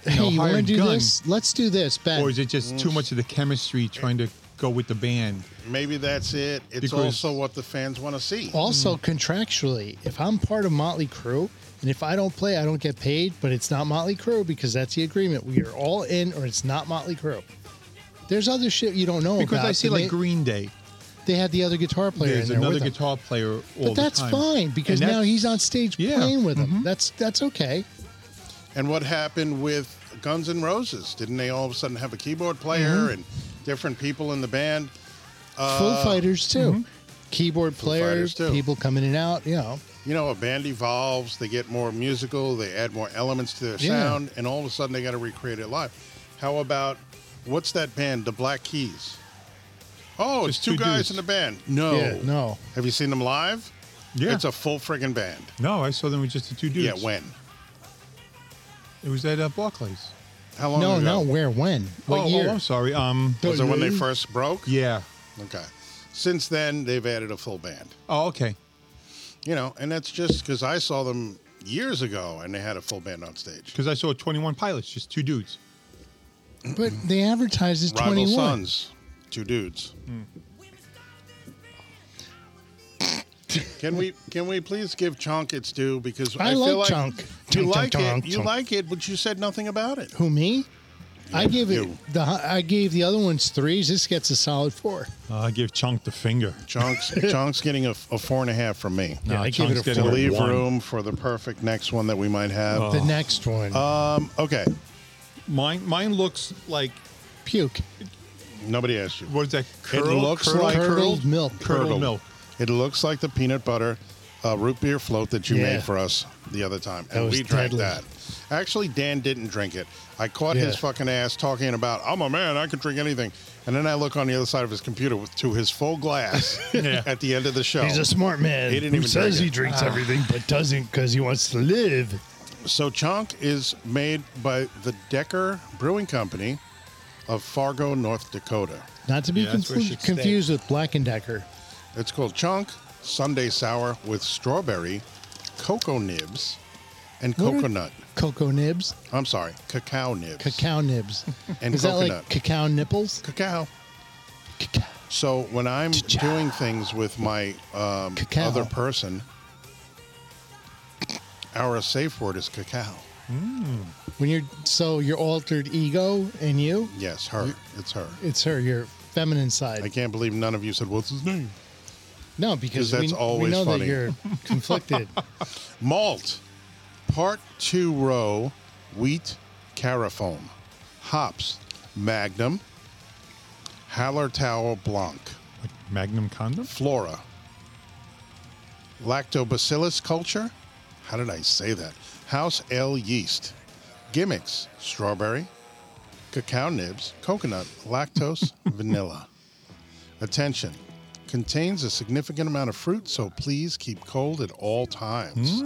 [SPEAKER 2] Hey,
[SPEAKER 3] know,
[SPEAKER 2] you
[SPEAKER 3] hire
[SPEAKER 2] want to
[SPEAKER 3] a
[SPEAKER 2] do
[SPEAKER 3] gun?
[SPEAKER 2] this? Let's do this, Ben.
[SPEAKER 3] Or is it just
[SPEAKER 1] Mm.
[SPEAKER 3] too much of the chemistry trying to go with the band?
[SPEAKER 1] Maybe that's it. It's
[SPEAKER 3] Because-
[SPEAKER 1] also what the fans want to see.
[SPEAKER 3] Mm.
[SPEAKER 2] Also, contractually, if I'm part of Motley Crue and if I don't play, I don't get paid, but it's not Motley Crue because that's the agreement. We are all in or it's not Motley Crue. There's other shit you don't know
[SPEAKER 3] Because
[SPEAKER 2] about.
[SPEAKER 3] I see
[SPEAKER 2] and
[SPEAKER 3] like
[SPEAKER 2] they,
[SPEAKER 3] Green Day.
[SPEAKER 2] they had the other guitar player
[SPEAKER 3] There's
[SPEAKER 2] in there
[SPEAKER 3] another
[SPEAKER 2] with them.
[SPEAKER 3] guitar player all
[SPEAKER 2] But
[SPEAKER 3] the
[SPEAKER 2] that's
[SPEAKER 3] time.
[SPEAKER 2] fine because
[SPEAKER 3] And
[SPEAKER 2] now
[SPEAKER 3] that's-
[SPEAKER 2] he's on stage
[SPEAKER 3] Yeah. Mm-hmm.
[SPEAKER 2] playing with them. That's that's okay.
[SPEAKER 1] And what happened with Guns N' Roses? Didn't they all of a sudden have a keyboard player and different people in the band?
[SPEAKER 3] Uh,
[SPEAKER 2] Full Fighters too.
[SPEAKER 3] mm-hmm.
[SPEAKER 2] Keyboard
[SPEAKER 1] Fighters,
[SPEAKER 2] players,
[SPEAKER 1] too.
[SPEAKER 2] people coming in and out, you know.
[SPEAKER 1] You know, a band evolves, they get more musical, they add more elements to their
[SPEAKER 2] Yeah.
[SPEAKER 1] sound, and all of a sudden they got to recreate it live. How about what's that band, The Black Keys? Oh, it's
[SPEAKER 3] Just
[SPEAKER 1] two,
[SPEAKER 3] two
[SPEAKER 1] guys
[SPEAKER 3] dudes.
[SPEAKER 1] in the band.
[SPEAKER 3] Oh.
[SPEAKER 1] No.
[SPEAKER 2] Yeah, no.
[SPEAKER 1] Have you seen them live?
[SPEAKER 3] Yeah.
[SPEAKER 1] It's a full friggin' band.
[SPEAKER 3] no, I saw them with just the two dudes.
[SPEAKER 1] Yeah, when?
[SPEAKER 3] It was at uh, Barclays.
[SPEAKER 1] How long
[SPEAKER 2] no,
[SPEAKER 1] ago?
[SPEAKER 2] no, where, when? What
[SPEAKER 3] oh,
[SPEAKER 2] year?
[SPEAKER 3] oh, I'm sorry. Um,
[SPEAKER 1] Was it when they first broke?
[SPEAKER 3] yeah.
[SPEAKER 1] Okay. Since then, they've added a full band.
[SPEAKER 3] Oh, okay.
[SPEAKER 1] You know, and that's just because I saw them years ago and they had a full band on stage.
[SPEAKER 3] Because I saw 21 Pilots, just two dudes.
[SPEAKER 2] But they advertise as
[SPEAKER 1] Rival
[SPEAKER 2] 21.
[SPEAKER 1] Sons, two dudes. Can we can we please give Chonk its due because I,
[SPEAKER 2] I
[SPEAKER 1] feel
[SPEAKER 2] like
[SPEAKER 1] like
[SPEAKER 2] Chonk.
[SPEAKER 1] you
[SPEAKER 2] Chonk,
[SPEAKER 1] like
[SPEAKER 2] chonk,
[SPEAKER 1] it
[SPEAKER 2] chonk,
[SPEAKER 1] you
[SPEAKER 2] chonk.
[SPEAKER 1] like it but you said nothing about it.
[SPEAKER 2] Who me? I gave it
[SPEAKER 1] you.
[SPEAKER 2] the I gave the other ones threes. This gets a solid four.
[SPEAKER 3] Uh, I give Chunk the finger.
[SPEAKER 1] Chonk's Chonk's getting a, a four and a half from me.
[SPEAKER 2] Yeah, I gave
[SPEAKER 3] Chunk's
[SPEAKER 2] it a
[SPEAKER 1] To
[SPEAKER 3] getting
[SPEAKER 2] four.
[SPEAKER 1] leave
[SPEAKER 3] one.
[SPEAKER 1] room for the perfect next one that we might have.
[SPEAKER 2] The next one,
[SPEAKER 1] Um, okay,
[SPEAKER 3] Mine, mine looks like
[SPEAKER 2] puke.
[SPEAKER 1] nobody asked you.
[SPEAKER 3] what is that? Curl,
[SPEAKER 1] looks
[SPEAKER 3] curl-
[SPEAKER 1] like-
[SPEAKER 2] Curdled milk.
[SPEAKER 3] Curdled milk.
[SPEAKER 1] It looks like the peanut butter uh, root beer float that you
[SPEAKER 2] Yeah.
[SPEAKER 1] made for us the other time,
[SPEAKER 2] That
[SPEAKER 1] and
[SPEAKER 2] was
[SPEAKER 1] we drank
[SPEAKER 2] deadly.
[SPEAKER 1] that. Actually, Dan didn't drink it. I caught his
[SPEAKER 2] Yeah.
[SPEAKER 1] fucking ass talking about I'm a man, I can drink anything, and then I look on the other side of his computer with, to his full glass
[SPEAKER 3] Yeah.
[SPEAKER 1] at the end of the show.
[SPEAKER 2] He's a smart man
[SPEAKER 1] He didn't
[SPEAKER 2] who
[SPEAKER 1] even
[SPEAKER 2] says
[SPEAKER 1] drink
[SPEAKER 2] he
[SPEAKER 1] it. Ah.
[SPEAKER 2] drinks everything but doesn't because he wants to live.
[SPEAKER 1] So Chonk is made by the Decker Brewing Company of Fargo, North Dakota.
[SPEAKER 2] Not to be
[SPEAKER 3] Yeah, that's where it
[SPEAKER 2] confu-
[SPEAKER 3] should stay.
[SPEAKER 2] confused with Black and Decker.
[SPEAKER 1] It's called Chonk Sunday Sour with strawberry, cocoa nibs, and
[SPEAKER 2] What are-
[SPEAKER 1] coconut.
[SPEAKER 2] Cocoa nibs,
[SPEAKER 1] I'm sorry, cacao nibs.
[SPEAKER 2] cacao nibs.
[SPEAKER 1] And
[SPEAKER 2] Is that
[SPEAKER 1] coconut.
[SPEAKER 2] like cacao nipples?
[SPEAKER 1] Cacao.
[SPEAKER 2] Cacao.
[SPEAKER 1] So when I'm
[SPEAKER 2] Cacao.
[SPEAKER 1] doing things with my um,
[SPEAKER 2] Cacao.
[SPEAKER 1] other person, our safe word is cacao.
[SPEAKER 2] When you're so your altered ego and you,
[SPEAKER 1] Yes, her. It's her.
[SPEAKER 2] it's her, your feminine side.
[SPEAKER 1] I can't believe none of you said, What's his name?
[SPEAKER 2] no,
[SPEAKER 1] 'Cause
[SPEAKER 2] because
[SPEAKER 1] that's
[SPEAKER 2] we, we
[SPEAKER 1] always
[SPEAKER 2] know that
[SPEAKER 1] funny.
[SPEAKER 2] you're conflicted.
[SPEAKER 1] Malt. Part two row wheat carafoam. Hops. Magnum. Hallertau Blanc.
[SPEAKER 3] Like Magnum condom?
[SPEAKER 1] Flora. Lactobacillus culture. How did I say that? House ale yeast. Gimmicks. Strawberry. Cacao nibs. Coconut. Lactose. vanilla. Attention. Contains a significant amount of fruit, so please keep cold at all times.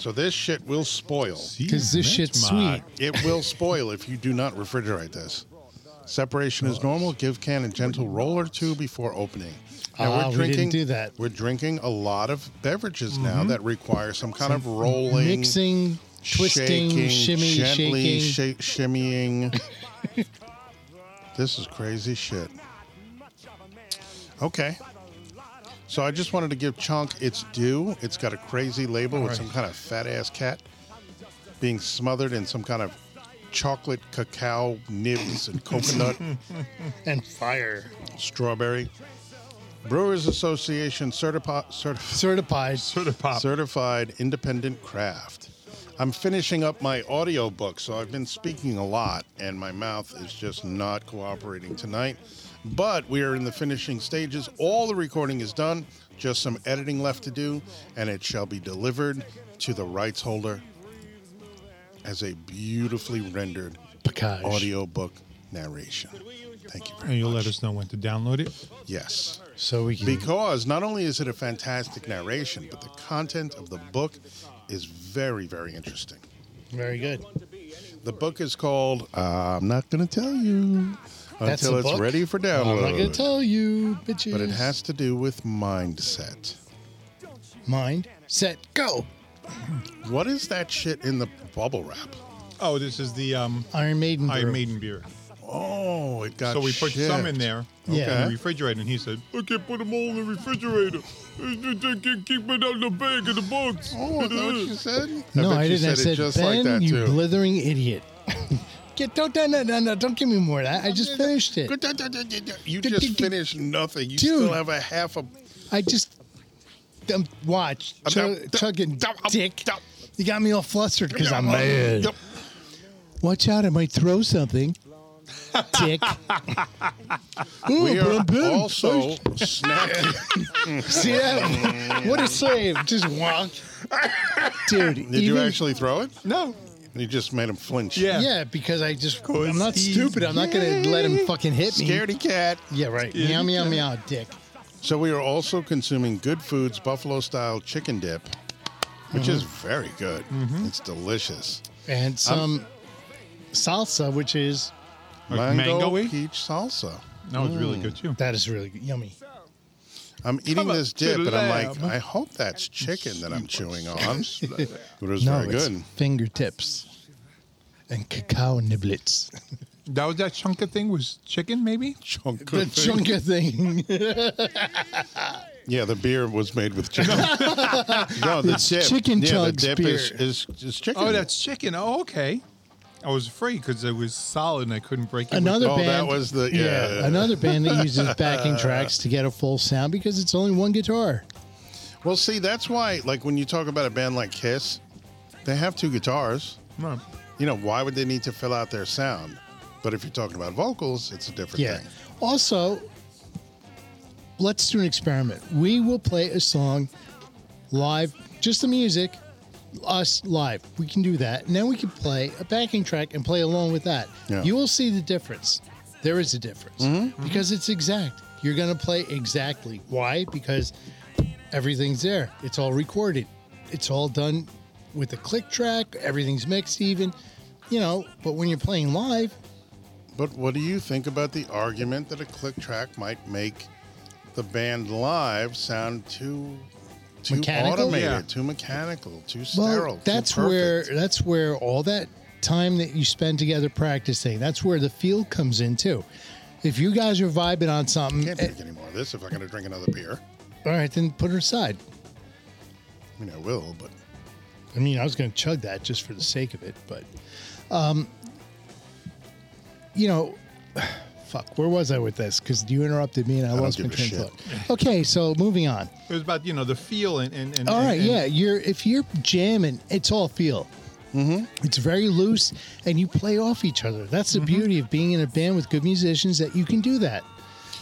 [SPEAKER 1] So this shit will spoil.
[SPEAKER 2] Because this shit's sweet.
[SPEAKER 1] It will spoil if you do not refrigerate this. Separation is normal. Give can a gentle roll or two before opening.
[SPEAKER 2] Ah, we didn't do that. Mm-hmm.
[SPEAKER 1] We're drinking a lot of beverages now that require some kind of rolling,
[SPEAKER 2] Mixing, twisting,
[SPEAKER 1] shaking,
[SPEAKER 2] shimmy,
[SPEAKER 1] gently
[SPEAKER 2] shaking.
[SPEAKER 1] sha- shimmying. this is crazy shit. Okay. So I just wanted to give Chunk its due. It's got a crazy label with some kind of fat ass cat being smothered in some kind of chocolate cacao nibs and coconut
[SPEAKER 2] and fire.
[SPEAKER 1] strawberry. Brewers Association certipo- certified
[SPEAKER 2] Certified.
[SPEAKER 3] Sort of pop.
[SPEAKER 1] certified independent craft. I'm finishing up my audiobook, so I've been speaking a lot, and my mouth is just not cooperating tonight. But we are in the finishing stages. All the recording is done, just some editing left to do, and it shall be delivered to the rights holder as a beautifully rendered
[SPEAKER 2] Package.
[SPEAKER 1] audiobook narration. Thank you
[SPEAKER 3] and
[SPEAKER 1] very
[SPEAKER 3] you'll
[SPEAKER 1] much.
[SPEAKER 3] let us know when to download it.
[SPEAKER 1] Yes.
[SPEAKER 2] So we can.
[SPEAKER 1] Because not only is it a fantastic narration, but the content of the book is very, very interesting.
[SPEAKER 2] very good.
[SPEAKER 1] The book is called uh, I'm Not Gonna Tell You
[SPEAKER 2] That's
[SPEAKER 1] Until
[SPEAKER 2] a
[SPEAKER 1] It's
[SPEAKER 2] book?
[SPEAKER 1] Ready for
[SPEAKER 2] I'm not gonna
[SPEAKER 1] Download.
[SPEAKER 2] tell you, bitches.
[SPEAKER 1] but it has to do with mindset.
[SPEAKER 2] mind, set, go.
[SPEAKER 1] What is that shit in the bubble wrap?
[SPEAKER 3] Oh, this is the um,
[SPEAKER 2] Iron Maiden.
[SPEAKER 3] Iron
[SPEAKER 2] brew.
[SPEAKER 3] Maiden beer.
[SPEAKER 1] Oh, it got
[SPEAKER 3] so we put
[SPEAKER 1] shipped.
[SPEAKER 3] some in there
[SPEAKER 2] Yeah.
[SPEAKER 3] in the refrigerator, and he said, I can't put them all in the refrigerator. I can't keep it out of the bag, in the box.
[SPEAKER 1] Oh, is that what you said?
[SPEAKER 2] No,
[SPEAKER 1] bet
[SPEAKER 2] I
[SPEAKER 1] you
[SPEAKER 2] didn't. I
[SPEAKER 1] it
[SPEAKER 2] said,
[SPEAKER 1] just
[SPEAKER 2] Ben,
[SPEAKER 1] like that
[SPEAKER 2] you
[SPEAKER 1] too.
[SPEAKER 2] blithering idiot. Get don't no no no no. Don't give me more. of that. I just finished it.
[SPEAKER 1] you
[SPEAKER 2] Dude,
[SPEAKER 1] just
[SPEAKER 2] dude,
[SPEAKER 1] finished nothing. You
[SPEAKER 2] dude.
[SPEAKER 1] still have a half a
[SPEAKER 2] I just um, watch
[SPEAKER 1] Um,
[SPEAKER 2] chug,
[SPEAKER 1] dum,
[SPEAKER 2] chugging
[SPEAKER 1] dum, um,
[SPEAKER 2] dick.
[SPEAKER 1] dum.
[SPEAKER 2] You got me all flustered because I'm
[SPEAKER 1] Oh,
[SPEAKER 2] mad.
[SPEAKER 1] yep.
[SPEAKER 2] Watch out! I might throw something. Dick. Ooh,
[SPEAKER 1] We
[SPEAKER 2] but
[SPEAKER 1] are
[SPEAKER 2] I'm Ben.
[SPEAKER 1] also snacking.
[SPEAKER 2] See that? what a save! Just wonk. Dude,
[SPEAKER 1] Did you actually throw it?
[SPEAKER 3] No.
[SPEAKER 1] You just made him flinch.
[SPEAKER 3] Yeah.
[SPEAKER 2] Yeah, because I just
[SPEAKER 3] Cause
[SPEAKER 2] I'm not
[SPEAKER 3] he's
[SPEAKER 2] stupid. I'm not gonna let him fucking hit me.
[SPEAKER 1] Scaredy cat.
[SPEAKER 2] Yeah, right.
[SPEAKER 3] Scaredy
[SPEAKER 2] Meow meow meow, dick.
[SPEAKER 1] So we are also consuming Good Foods buffalo style chicken dip, which is
[SPEAKER 2] Mm-hmm.
[SPEAKER 1] very good. It's delicious.
[SPEAKER 2] And some salsa, which is
[SPEAKER 3] Like mango-y?
[SPEAKER 1] peach salsa.
[SPEAKER 3] That was really good, too.
[SPEAKER 2] that is really good. yummy.
[SPEAKER 1] I'm eating
[SPEAKER 3] Come up
[SPEAKER 1] this
[SPEAKER 3] to
[SPEAKER 1] dip,
[SPEAKER 3] the
[SPEAKER 1] and I'm like,
[SPEAKER 3] lamb.
[SPEAKER 1] I hope that's chicken that I'm chewing on. But it was
[SPEAKER 2] no,
[SPEAKER 1] very
[SPEAKER 2] it's
[SPEAKER 1] good.
[SPEAKER 2] fingertips and cacao niblets.
[SPEAKER 3] That was that chunka thing was chicken, maybe?
[SPEAKER 1] Chunk
[SPEAKER 2] The
[SPEAKER 1] of food.
[SPEAKER 2] chunka thing.
[SPEAKER 1] Yeah, the beer was made with chicken. no, the
[SPEAKER 2] It's
[SPEAKER 1] dip.
[SPEAKER 2] chicken
[SPEAKER 1] yeah,
[SPEAKER 2] chugs
[SPEAKER 1] the dip Is,
[SPEAKER 2] beer.
[SPEAKER 1] is, is chicken.
[SPEAKER 3] Oh, that's chicken. Oh, okay. I was afraid because it was solid and I couldn't break it. with-
[SPEAKER 2] another
[SPEAKER 1] Oh, that
[SPEAKER 2] band.
[SPEAKER 1] was the- yeah.
[SPEAKER 2] Another band that uses backing tracks to get a full sound because it's only one guitar.
[SPEAKER 1] well. See, that's why. Like when you talk about a band like Kiss, they have two guitars.
[SPEAKER 3] No.
[SPEAKER 1] You know, why would they need to fill out their sound? But if you're talking about vocals, it's a different
[SPEAKER 2] Yeah.
[SPEAKER 1] thing.
[SPEAKER 2] Also, let's do an experiment. We will play a song live, just the music, us live. We can do that. And then we can play a backing track and play along with that.
[SPEAKER 1] Yeah. Mm-hmm.
[SPEAKER 2] You will see the difference. There is a difference because it's exact. You're going to play exactly. Why? Because everything's there, it's all recorded, it's all done with a click track, everything's mixed even. You know, but when you're playing live,
[SPEAKER 1] But what do you think about the argument that a click track might make the band live sound too too
[SPEAKER 2] Mechanical?
[SPEAKER 1] automated,
[SPEAKER 3] Yeah.
[SPEAKER 1] too mechanical, too
[SPEAKER 2] Well,
[SPEAKER 1] sterile? too
[SPEAKER 2] that's
[SPEAKER 1] perfect?
[SPEAKER 2] where that's where all that time that you spend together practicing. That's where the feel comes in too. If you guys are vibing on something,
[SPEAKER 1] can't
[SPEAKER 2] eh,
[SPEAKER 1] drink any more of this if I'm going to drink another beer.
[SPEAKER 2] all right, then put it aside.
[SPEAKER 1] I mean, I will, but
[SPEAKER 2] I mean, I was going to chug that just for the sake of it, but um, you know, fuck, where was I with this? Because you interrupted me and I,
[SPEAKER 1] don't
[SPEAKER 2] lost my
[SPEAKER 1] give a
[SPEAKER 2] train of
[SPEAKER 1] shit.
[SPEAKER 2] thought. Okay, so moving on.
[SPEAKER 3] It was about, you know, the feel and. and, and
[SPEAKER 2] All right,
[SPEAKER 3] and-
[SPEAKER 2] yeah. You're if you're jamming, it's all feel. Mm-hmm. It's very loose, and you play off each other. That's
[SPEAKER 3] Mm-hmm.
[SPEAKER 2] the beauty of being in a band with good musicians that you can do that.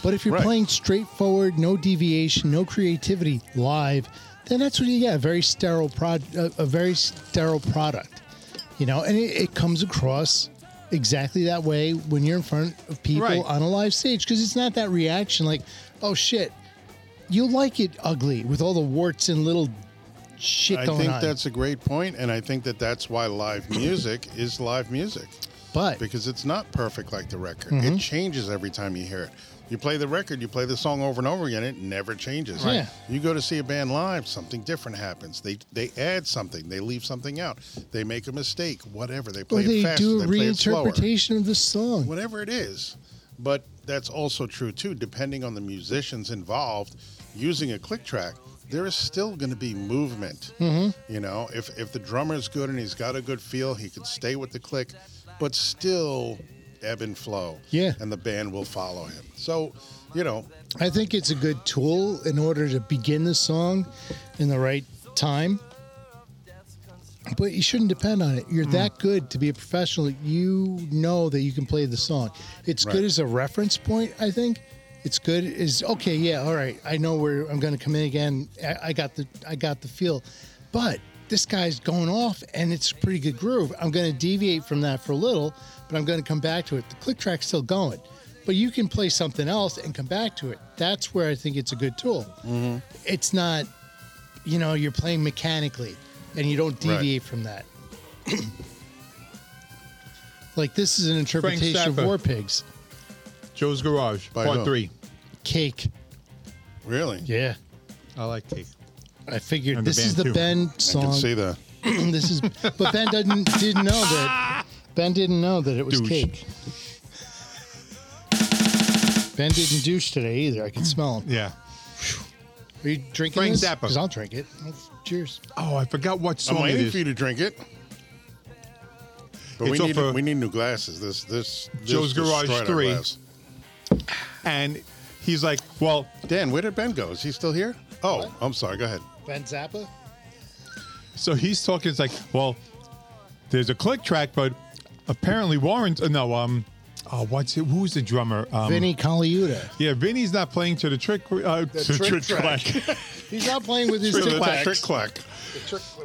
[SPEAKER 2] But if you're
[SPEAKER 1] Right.
[SPEAKER 2] playing straightforward, no deviation, no creativity live, then that's what you get—a very sterile prod, a, a very sterile product, you know. And it, it comes across exactly that way when you're in front of people
[SPEAKER 3] Right.
[SPEAKER 2] on a live stage because it's not that reaction like, oh shit, you like it ugly with all the warts and little shit
[SPEAKER 1] I
[SPEAKER 2] going
[SPEAKER 1] think
[SPEAKER 2] on.
[SPEAKER 1] that's a great point, and I think that that's why live music is live music
[SPEAKER 2] but
[SPEAKER 1] because it's not perfect like the record.
[SPEAKER 2] Mm-hmm.
[SPEAKER 1] It changes every time you hear it. You play the record, you play the song over and over again, it never changes.
[SPEAKER 2] Right. Yeah.
[SPEAKER 1] You go to see a band live, something different happens. They they add something, they leave something out, they make a mistake, whatever. They
[SPEAKER 2] or
[SPEAKER 1] play
[SPEAKER 2] they
[SPEAKER 1] it faster,
[SPEAKER 2] do
[SPEAKER 1] they
[SPEAKER 2] a
[SPEAKER 1] play it slower.
[SPEAKER 2] reinterpretation of the song.
[SPEAKER 1] whatever it is. But that's also true too. Depending on the musicians involved, using a click track, there is still going to be movement. You know, if if the drummer's good and he's got a good feel, he could stay with the click, but still ebb and flow.
[SPEAKER 2] Yeah.
[SPEAKER 1] and the band will follow him. So, you know,
[SPEAKER 2] I think it's a good tool in order to begin the song in the right time. But you shouldn't depend on it. You're that good to be a professional. You know that you can play the song. It's
[SPEAKER 1] Right.
[SPEAKER 2] good as a reference point, I think. It's good is okay, yeah, all right. I know where I'm going to come in again. I, I got the I got the feel. But this guy's going off and it's a pretty good groove. I'm going to deviate from that for a little, but I'm going to come back to it. The click track's still going. But you can play something else and come back to it. That's where I think it's a good tool. It's not you know you're playing mechanically and you don't
[SPEAKER 1] Right.
[SPEAKER 2] deviate from that like this is an interpretation of
[SPEAKER 3] Zappa.
[SPEAKER 2] war pigs
[SPEAKER 3] Joe's Garage,
[SPEAKER 1] By
[SPEAKER 3] part
[SPEAKER 1] who?
[SPEAKER 3] three.
[SPEAKER 2] cake
[SPEAKER 1] really,
[SPEAKER 2] yeah
[SPEAKER 3] I like cake.
[SPEAKER 2] i figured
[SPEAKER 3] And the
[SPEAKER 2] this is
[SPEAKER 3] band,
[SPEAKER 2] the
[SPEAKER 3] too.
[SPEAKER 2] ben
[SPEAKER 1] I can
[SPEAKER 2] song
[SPEAKER 1] see that.
[SPEAKER 2] this is but ben didn't didn't know that ben didn't know that it was
[SPEAKER 3] Douche.
[SPEAKER 2] cake ben didn't douche today either i can smell him
[SPEAKER 3] Yeah.
[SPEAKER 2] are you drinking
[SPEAKER 3] Hmm. Frank
[SPEAKER 2] this?
[SPEAKER 3] Zappa.
[SPEAKER 2] because i'll drink it Let's- cheers
[SPEAKER 3] Oh, I forgot
[SPEAKER 1] I'm
[SPEAKER 3] what song it
[SPEAKER 1] waiting
[SPEAKER 3] is.
[SPEAKER 1] for you to drink it. But we
[SPEAKER 3] It's up
[SPEAKER 1] need,
[SPEAKER 3] for-
[SPEAKER 1] we need new glasses. This this, this
[SPEAKER 3] Joe's Garage
[SPEAKER 1] destroyed our
[SPEAKER 3] 3.
[SPEAKER 1] glass.
[SPEAKER 3] And he's like, well,
[SPEAKER 1] Dan, where did Ben go? Is he still here? Oh, I'm sorry. Go ahead.
[SPEAKER 2] ben zappa
[SPEAKER 3] so he's talking. It's like, well, there's a click track, but apparently Warren's. uh, No, um, oh, what's it? Who's the drummer? Um,
[SPEAKER 2] vinny Colaiuta.
[SPEAKER 3] Yeah, Vinny's not playing to the trick. Uh, to
[SPEAKER 1] trick track.
[SPEAKER 2] he's not playing with his
[SPEAKER 3] Trick
[SPEAKER 2] two
[SPEAKER 3] track.
[SPEAKER 2] quacks.
[SPEAKER 1] clack.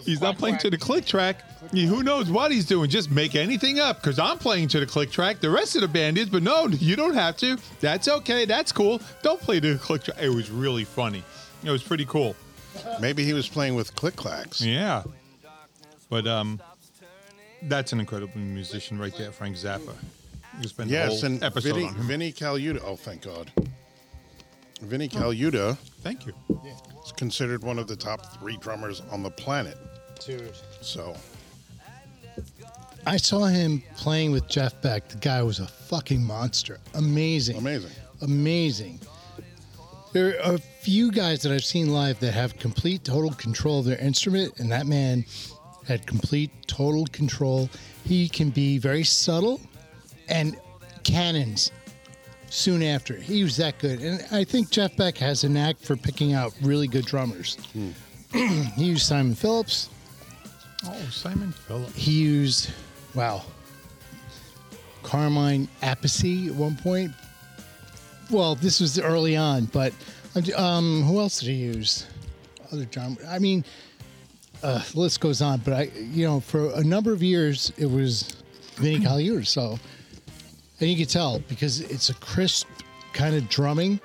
[SPEAKER 3] He's not playing to the click track. Yeah, who knows what he's doing? Just make anything up because I'm playing to the click track. The rest of the band is, but no, you don't have to. That's okay. That's cool. Don't play to the click track. It was really funny. It was pretty cool.
[SPEAKER 1] Maybe he was playing with click clacks.
[SPEAKER 3] Yeah. But um, that's an incredible musician right there, Frank Zappa. You spend
[SPEAKER 1] Yes, and
[SPEAKER 3] episode
[SPEAKER 1] Vinny,
[SPEAKER 3] on him.
[SPEAKER 1] Vinny Caluta. Oh, thank God. Vinny Caluta
[SPEAKER 3] Thank you.
[SPEAKER 1] is considered one of the top three drummers on the planet.
[SPEAKER 2] Cheers.
[SPEAKER 1] So
[SPEAKER 2] I saw him playing with Jeff Beck. The guy was a fucking monster. Amazing.
[SPEAKER 1] amazing.
[SPEAKER 2] Amazing. There are a few guys that I've seen live that have complete total control of their instrument, and that man had complete total control. He can be very subtle and cannons soon after. He was that good. And I think Jeff Beck has a knack for picking out really good drummers. he used Simon Phillips
[SPEAKER 3] Oh, Simon Phillips.
[SPEAKER 2] he used wow carmine appice at one point well this was early on but um who else did he use other john i mean uh the list goes on but i you know for a number of years it was vinnie collier so and you can tell because it's a crisp kind of drumming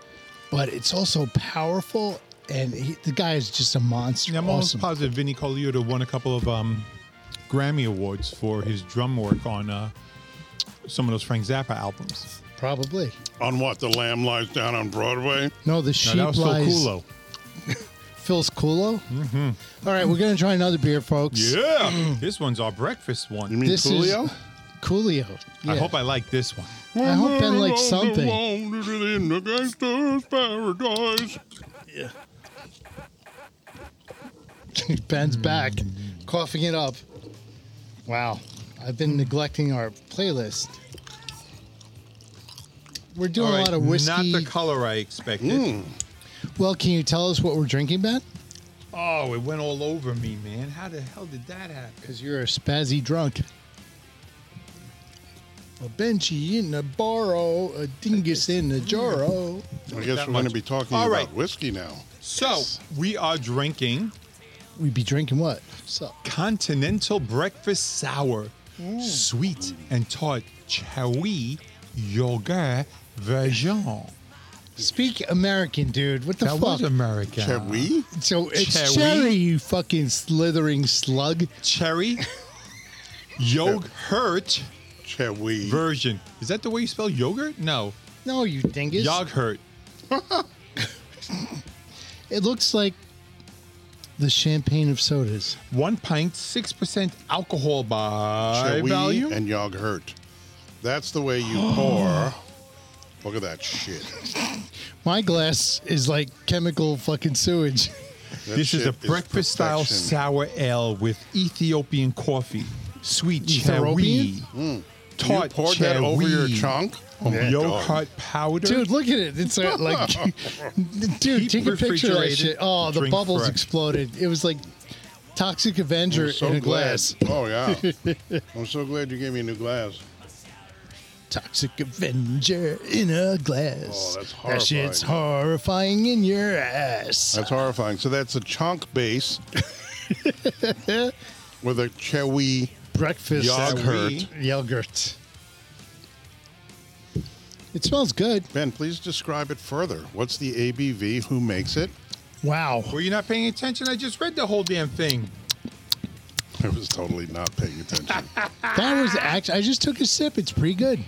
[SPEAKER 2] but it's also powerful and he, the guy is just a monster
[SPEAKER 3] Yeah, I'm
[SPEAKER 2] awesome
[SPEAKER 3] almost positive Vinny Colaiuta won a couple of um, Grammy awards for his drum work on uh, some of those Frank Zappa albums.
[SPEAKER 2] probably
[SPEAKER 1] On what? The Lamb Lies Down on Broadway?
[SPEAKER 2] no the sheep
[SPEAKER 3] No, that was Phil
[SPEAKER 2] lies
[SPEAKER 3] Kulo.
[SPEAKER 2] Phil's Kulo. All right, we're gonna try another beer, folks.
[SPEAKER 3] Mm-hmm.
[SPEAKER 1] Mm.
[SPEAKER 3] Yeah, this one's our breakfast
[SPEAKER 1] You
[SPEAKER 3] one.
[SPEAKER 1] mean
[SPEAKER 2] This
[SPEAKER 1] Coolio?
[SPEAKER 2] is Coolio.
[SPEAKER 3] I
[SPEAKER 2] Yeah.
[SPEAKER 3] hope Mm-hmm. I like this one.
[SPEAKER 2] I hope Ben likes something.
[SPEAKER 1] Wandered in the gangster's paradise.
[SPEAKER 3] Mm-hmm.
[SPEAKER 2] Ben's back, coughing it up. Wow, I've been neglecting our playlist. We're doing
[SPEAKER 3] All
[SPEAKER 2] a
[SPEAKER 3] right,
[SPEAKER 2] lot of whiskey.
[SPEAKER 3] Not the color I expected.
[SPEAKER 1] Mm. Hmm,
[SPEAKER 2] well, can you tell us what we're drinking, Ben?
[SPEAKER 3] Oh, it went all over me, man. How the hell did that happen?
[SPEAKER 2] Because you're a spazzy drunk. A Benji in a borrow, a dingus in a jarro.
[SPEAKER 1] I guess
[SPEAKER 3] That
[SPEAKER 1] we're going to
[SPEAKER 3] much.
[SPEAKER 1] be talking
[SPEAKER 3] All
[SPEAKER 1] about
[SPEAKER 3] right.
[SPEAKER 1] whiskey now.
[SPEAKER 3] So we are drinking
[SPEAKER 2] We'd be drinking what? So,
[SPEAKER 3] Continental Breakfast Sour,
[SPEAKER 2] Mm.
[SPEAKER 3] sweet and tart cherry yogurt version.
[SPEAKER 2] speak American, dude. What the
[SPEAKER 3] that
[SPEAKER 2] fuck?
[SPEAKER 3] was American.
[SPEAKER 1] Can we?
[SPEAKER 2] So it's
[SPEAKER 3] Cherry?
[SPEAKER 2] cherry, you fucking slithering slug.
[SPEAKER 3] Cherry yogurt
[SPEAKER 1] Can we?
[SPEAKER 3] version. Is that the way you spell yogurt? No.
[SPEAKER 2] No, you dingus.
[SPEAKER 3] Yogurt.
[SPEAKER 2] It looks like the champagne of sodas.
[SPEAKER 3] One pint, 6% alcohol by
[SPEAKER 1] Shall we
[SPEAKER 3] volume.
[SPEAKER 1] and Yog Hurt. That's the way you pour. Look at that shit.
[SPEAKER 2] My glass is like chemical fucking sewage.
[SPEAKER 1] That
[SPEAKER 3] This is
[SPEAKER 1] shit
[SPEAKER 3] a breakfast style
[SPEAKER 1] perfection.
[SPEAKER 3] sour ale with Ethiopian coffee, sweet cherry,
[SPEAKER 2] Ethiopian?
[SPEAKER 1] Hmm. You
[SPEAKER 3] tart
[SPEAKER 1] poured that over your
[SPEAKER 3] cherry,
[SPEAKER 1] chunk? Yeah, dog.
[SPEAKER 3] yogurt powder.
[SPEAKER 2] Dude, look at it. It's uh, like, dude,
[SPEAKER 3] Keep
[SPEAKER 2] take a picture of that
[SPEAKER 3] refrigerated,
[SPEAKER 2] shit. Oh, the
[SPEAKER 3] drink
[SPEAKER 2] bubbles
[SPEAKER 3] fresh.
[SPEAKER 2] exploded. It was like Toxic
[SPEAKER 1] I'm
[SPEAKER 2] Avenger
[SPEAKER 1] so
[SPEAKER 2] in a
[SPEAKER 1] glad.
[SPEAKER 2] glass.
[SPEAKER 1] Oh, yeah. I'm so glad you gave me a new glass.
[SPEAKER 2] Toxic Avenger in a glass.
[SPEAKER 1] Oh, that's
[SPEAKER 2] That shit's horrifying in your ass.
[SPEAKER 1] That's horrifying. So that's a chunk base with a chewy.
[SPEAKER 2] breakfast
[SPEAKER 1] Yog
[SPEAKER 2] sandwich. Yogurt. It smells good.
[SPEAKER 1] Ben, please describe it further. What's the ABV? Who makes it?
[SPEAKER 2] Wow.
[SPEAKER 3] Were you not paying attention? I just read the whole damn thing.
[SPEAKER 1] I was totally not paying attention.
[SPEAKER 2] That was actually, I just took a sip. It's pretty good.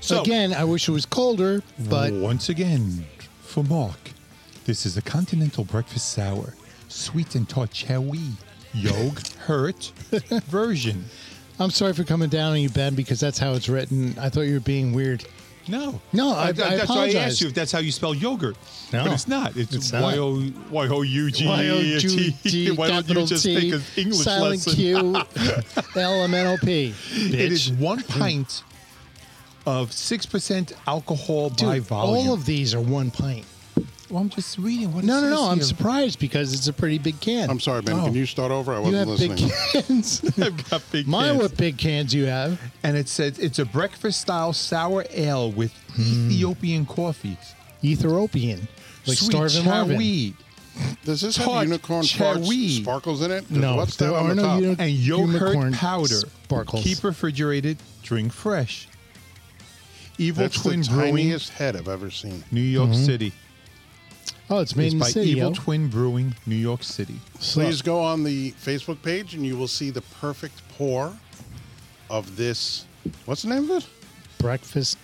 [SPEAKER 3] So
[SPEAKER 2] Again, I wish it was colder, but
[SPEAKER 3] Oh, once again, for Mark, this is a continental breakfast sour, sweet and tart cherry yogurt version.
[SPEAKER 2] I'm sorry for coming down on you, Ben, because that's how it's written. I thought you were being weird.
[SPEAKER 3] No,
[SPEAKER 2] No, I- I
[SPEAKER 3] that's why I
[SPEAKER 2] apologize.
[SPEAKER 3] asked you if that's how you spell yogurt.
[SPEAKER 2] No.
[SPEAKER 3] but it's not. It's
[SPEAKER 2] It's not.
[SPEAKER 3] Y O Y O U G
[SPEAKER 2] Y-O-G,
[SPEAKER 3] T. Why don't you
[SPEAKER 2] capital
[SPEAKER 3] just
[SPEAKER 2] E T,
[SPEAKER 3] take an English
[SPEAKER 2] silent
[SPEAKER 3] lesson?
[SPEAKER 2] Q, L M N O P.
[SPEAKER 3] It is
[SPEAKER 2] bitch.
[SPEAKER 3] one pint of six percent alcohol by
[SPEAKER 2] Dude,
[SPEAKER 3] volume.
[SPEAKER 2] all of these are one pint.
[SPEAKER 3] well, I'm just reading. What
[SPEAKER 2] No,
[SPEAKER 3] it
[SPEAKER 2] no, no.
[SPEAKER 3] says
[SPEAKER 2] I'm
[SPEAKER 3] here.
[SPEAKER 2] surprised because it's a pretty big can.
[SPEAKER 1] I'm sorry, Ben.
[SPEAKER 3] Oh.
[SPEAKER 1] Can you start over? I
[SPEAKER 2] You
[SPEAKER 1] wasn't
[SPEAKER 2] have
[SPEAKER 1] listening.
[SPEAKER 2] big cans.
[SPEAKER 3] I've got big
[SPEAKER 2] Mine
[SPEAKER 3] cans.
[SPEAKER 2] what big cans you have.
[SPEAKER 3] and it says it's a breakfast style sour ale with Ethiopian coffee,
[SPEAKER 2] Ethiopian. Hmm. Like
[SPEAKER 3] sweet
[SPEAKER 2] starving Marvin.
[SPEAKER 3] cherry,
[SPEAKER 1] Does this have
[SPEAKER 3] Tart
[SPEAKER 1] unicorn parts,
[SPEAKER 3] cherry.
[SPEAKER 1] sparkles in it?
[SPEAKER 2] No,
[SPEAKER 1] What's
[SPEAKER 2] there
[SPEAKER 1] that on the
[SPEAKER 2] are no
[SPEAKER 1] top?
[SPEAKER 2] uni-
[SPEAKER 3] and yogurt
[SPEAKER 2] Unicorn
[SPEAKER 3] powder.
[SPEAKER 2] sparkles.
[SPEAKER 3] Keep refrigerated. Drink fresh. Evil
[SPEAKER 1] That's
[SPEAKER 3] Twin
[SPEAKER 1] the
[SPEAKER 3] Brewing,
[SPEAKER 1] tiniest head I've ever seen.
[SPEAKER 3] New York City.
[SPEAKER 2] Oh, it's made
[SPEAKER 3] It's
[SPEAKER 2] in the
[SPEAKER 3] by
[SPEAKER 2] Mm-hmm. city.
[SPEAKER 3] Evil
[SPEAKER 2] yo.
[SPEAKER 3] Twin Brewing, New York City.
[SPEAKER 1] Please go on the Facebook page and you will see the perfect pour of this. What's the name of it?
[SPEAKER 2] Breakfast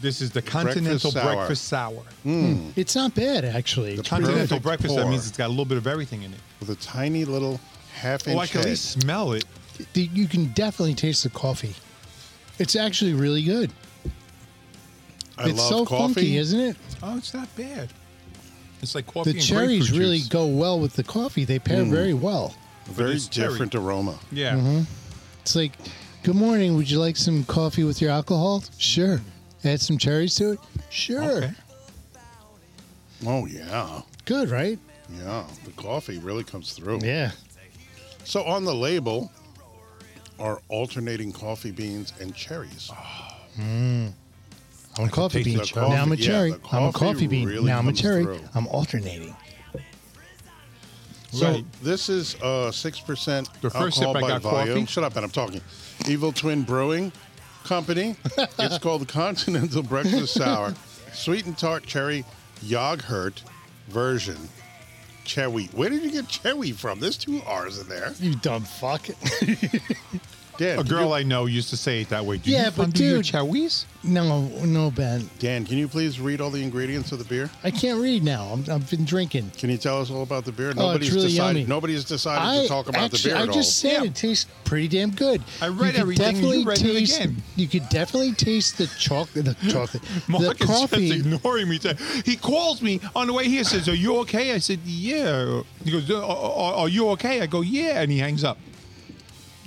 [SPEAKER 3] This is the Continental
[SPEAKER 1] Breakfast sour.
[SPEAKER 3] Breakfast Sour. Mm-hmm. Mm.
[SPEAKER 2] It's not bad, actually.
[SPEAKER 1] The-
[SPEAKER 3] Continental
[SPEAKER 1] Perfect
[SPEAKER 3] Breakfast, that
[SPEAKER 1] pour.
[SPEAKER 3] means it's got a little bit of everything in it.
[SPEAKER 1] with a tiny little half inch
[SPEAKER 3] oh, I can
[SPEAKER 1] head.
[SPEAKER 3] at least smell it.
[SPEAKER 2] The- You can definitely taste the coffee. It's actually really good.
[SPEAKER 1] I
[SPEAKER 2] it's
[SPEAKER 1] love
[SPEAKER 2] so
[SPEAKER 1] coffee.
[SPEAKER 2] funky, isn't it?
[SPEAKER 3] Oh, it's not bad. It's like coffee
[SPEAKER 2] The
[SPEAKER 3] and
[SPEAKER 2] cherries
[SPEAKER 3] grapefruit
[SPEAKER 2] really
[SPEAKER 3] juice. Mm.
[SPEAKER 2] go well with the coffee. They pair very well.
[SPEAKER 1] Very
[SPEAKER 3] it's cherry.
[SPEAKER 1] different aroma.
[SPEAKER 3] Yeah.
[SPEAKER 2] Mm-hmm. It's like, good morning. Would you like some coffee with your alcohol? Sure. Add some cherries to it. Sure.
[SPEAKER 3] Okay.
[SPEAKER 1] Oh yeah,
[SPEAKER 2] Good, right?
[SPEAKER 1] yeah. The coffee really comes through.
[SPEAKER 2] Yeah.
[SPEAKER 1] So on the label are alternating coffee beans and cherries.
[SPEAKER 2] I'm a coffee
[SPEAKER 3] taste
[SPEAKER 2] bean.
[SPEAKER 1] the
[SPEAKER 2] Now I'm a
[SPEAKER 1] coffee. Yeah,
[SPEAKER 2] cherry.
[SPEAKER 1] the
[SPEAKER 2] I'm
[SPEAKER 1] coffee
[SPEAKER 2] a coffee bean.
[SPEAKER 1] really
[SPEAKER 2] now I'm a
[SPEAKER 1] comes
[SPEAKER 2] cherry.
[SPEAKER 1] through.
[SPEAKER 2] I'm alternating.
[SPEAKER 1] So
[SPEAKER 3] Right.
[SPEAKER 1] this is uh six percent
[SPEAKER 3] The first sip
[SPEAKER 1] alcohol
[SPEAKER 3] I
[SPEAKER 1] by
[SPEAKER 3] got
[SPEAKER 1] volume.
[SPEAKER 3] coffee.
[SPEAKER 1] Shut up, and I'm talking. Evil Twin Brewing Company. it's called the Continental Breakfast Sour, sweet and tart cherry yogurt version. Cherry. Where did you get cherry from? There's two R's in there.
[SPEAKER 2] You dumb fuck.
[SPEAKER 1] Dan,
[SPEAKER 3] A
[SPEAKER 1] can
[SPEAKER 3] girl
[SPEAKER 1] you-
[SPEAKER 3] I know used to say it that way. Do
[SPEAKER 2] Yeah,
[SPEAKER 3] you
[SPEAKER 2] but
[SPEAKER 3] fondue your
[SPEAKER 2] dude-
[SPEAKER 3] cherries?
[SPEAKER 2] no, no, Ben.
[SPEAKER 1] Dan, can you please read all the ingredients of the beer?
[SPEAKER 2] I can't read now. I'm, I've been drinking.
[SPEAKER 1] Can you tell us all about the beer?
[SPEAKER 2] Oh, really
[SPEAKER 1] decided.
[SPEAKER 2] yummy.
[SPEAKER 1] Nobody's decided
[SPEAKER 2] I
[SPEAKER 1] to talk about
[SPEAKER 2] actually,
[SPEAKER 1] the beer
[SPEAKER 2] I
[SPEAKER 1] at all.
[SPEAKER 2] just said
[SPEAKER 3] Yeah.
[SPEAKER 2] it tastes pretty damn good.
[SPEAKER 3] I read
[SPEAKER 2] could
[SPEAKER 3] everything and you
[SPEAKER 2] definitely
[SPEAKER 3] read it
[SPEAKER 2] taste,
[SPEAKER 3] again.
[SPEAKER 2] You could definitely taste the chocolate, the chocolate, the
[SPEAKER 3] Mark is
[SPEAKER 2] coffee.
[SPEAKER 3] just ignoring me. He calls me on the way here. Says, "Are you okay?" I said, "Yeah." He goes, "Are, are- are you okay?" I go, "Yeah," and he hangs up.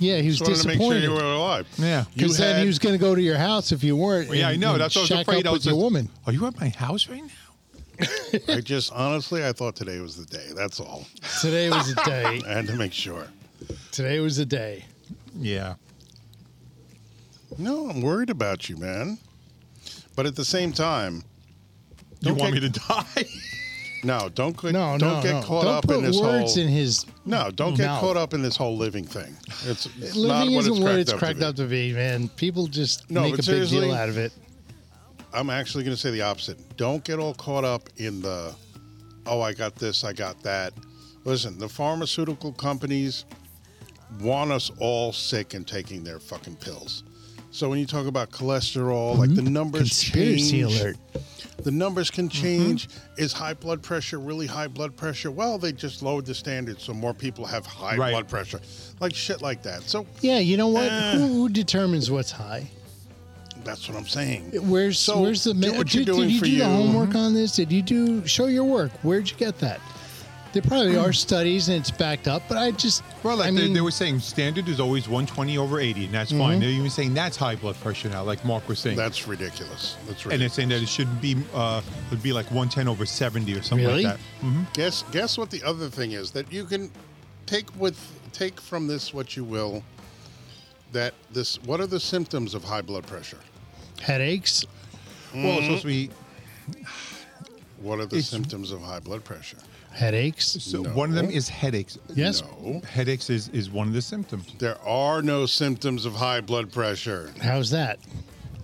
[SPEAKER 2] Yeah, he was
[SPEAKER 1] Just wanted to make sure
[SPEAKER 2] disappointed.
[SPEAKER 1] you were alive.
[SPEAKER 3] Yeah.
[SPEAKER 1] You
[SPEAKER 2] Because then
[SPEAKER 1] had-
[SPEAKER 2] he was going to go to your house if you weren't.
[SPEAKER 3] yeah, I
[SPEAKER 2] and-
[SPEAKER 3] know.
[SPEAKER 2] and
[SPEAKER 3] That's what I was
[SPEAKER 2] shack
[SPEAKER 3] afraid.
[SPEAKER 2] Up
[SPEAKER 3] I
[SPEAKER 2] with
[SPEAKER 3] was
[SPEAKER 2] your
[SPEAKER 3] like,
[SPEAKER 2] woman.
[SPEAKER 3] Are you at my house right now?
[SPEAKER 1] I just honestly, I thought today was the day. That's all.
[SPEAKER 2] Today was a day.
[SPEAKER 1] I had to make sure.
[SPEAKER 2] Today was a day.
[SPEAKER 3] Yeah.
[SPEAKER 1] No, I'm worried about you, man. But at the same time,
[SPEAKER 3] You want
[SPEAKER 1] get-
[SPEAKER 3] me to die?
[SPEAKER 1] no, don't get,
[SPEAKER 2] No,
[SPEAKER 1] don't
[SPEAKER 2] no,
[SPEAKER 1] get
[SPEAKER 2] no.
[SPEAKER 1] caught
[SPEAKER 2] don't
[SPEAKER 1] up
[SPEAKER 2] put
[SPEAKER 1] in this
[SPEAKER 2] words
[SPEAKER 1] whole.
[SPEAKER 2] in his.
[SPEAKER 1] no, don't get
[SPEAKER 2] mouth.
[SPEAKER 1] caught up in this whole living thing. It's, it's not
[SPEAKER 2] Living
[SPEAKER 1] what it's
[SPEAKER 2] isn't what
[SPEAKER 1] cracked,
[SPEAKER 2] it's
[SPEAKER 1] up,
[SPEAKER 2] cracked
[SPEAKER 1] to be.
[SPEAKER 2] up to be, man. People just
[SPEAKER 1] No,
[SPEAKER 2] make
[SPEAKER 1] but
[SPEAKER 2] a big
[SPEAKER 1] seriously-
[SPEAKER 2] deal out of it.
[SPEAKER 1] I'm actually going to say the opposite. Don't get all caught up in the, oh, I got this, I got that. Listen, the pharmaceutical companies want us all sick and taking their fucking pills. So when you talk about cholesterol, like the numbers
[SPEAKER 2] Mm-hmm. Conspiracy
[SPEAKER 1] change.
[SPEAKER 2] alert. Mm-hmm.
[SPEAKER 1] The numbers can change. Is high blood pressure really high blood pressure? Well, they just lowered the standards so more people have high
[SPEAKER 3] Right.
[SPEAKER 1] blood pressure. Like shit like that. So
[SPEAKER 2] Yeah, you know what?
[SPEAKER 1] Eh.
[SPEAKER 2] Who, who determines what's high?
[SPEAKER 1] that's what I'm saying.
[SPEAKER 2] Where's
[SPEAKER 1] So,
[SPEAKER 2] where's the
[SPEAKER 1] do
[SPEAKER 2] ma-
[SPEAKER 1] what you're
[SPEAKER 2] did,
[SPEAKER 1] doing
[SPEAKER 2] did you
[SPEAKER 1] for
[SPEAKER 2] do
[SPEAKER 1] you. Mm-hmm.
[SPEAKER 2] the homework on this? Did you do show your work? Where'd you get that? There probably are studies and it's backed up, but I just
[SPEAKER 3] Well, like
[SPEAKER 2] I
[SPEAKER 3] they,
[SPEAKER 2] mean, Mm-hmm.
[SPEAKER 3] they were saying, standard is always 120 over 80, and that's fine. They're even saying that's high blood pressure now, like Mark was saying.
[SPEAKER 1] That's ridiculous. That's ridiculous.
[SPEAKER 3] and they're saying that it shouldn't be, uh, it would be like 110 over 70 or something
[SPEAKER 2] Really?
[SPEAKER 3] like that.
[SPEAKER 1] Guess guess what the other thing is that you can take with take from this what you will. That this what are the symptoms of high blood pressure?
[SPEAKER 2] headaches.
[SPEAKER 3] Well, it's supposed to be.
[SPEAKER 1] What are the
[SPEAKER 3] It's-
[SPEAKER 1] symptoms of high blood pressure?
[SPEAKER 2] Headaches.
[SPEAKER 3] So
[SPEAKER 1] No.
[SPEAKER 3] one of them is headaches.
[SPEAKER 2] Yes.
[SPEAKER 1] No.
[SPEAKER 3] Headaches is, is one of the symptoms.
[SPEAKER 1] There are no symptoms of high blood pressure.
[SPEAKER 2] How's that?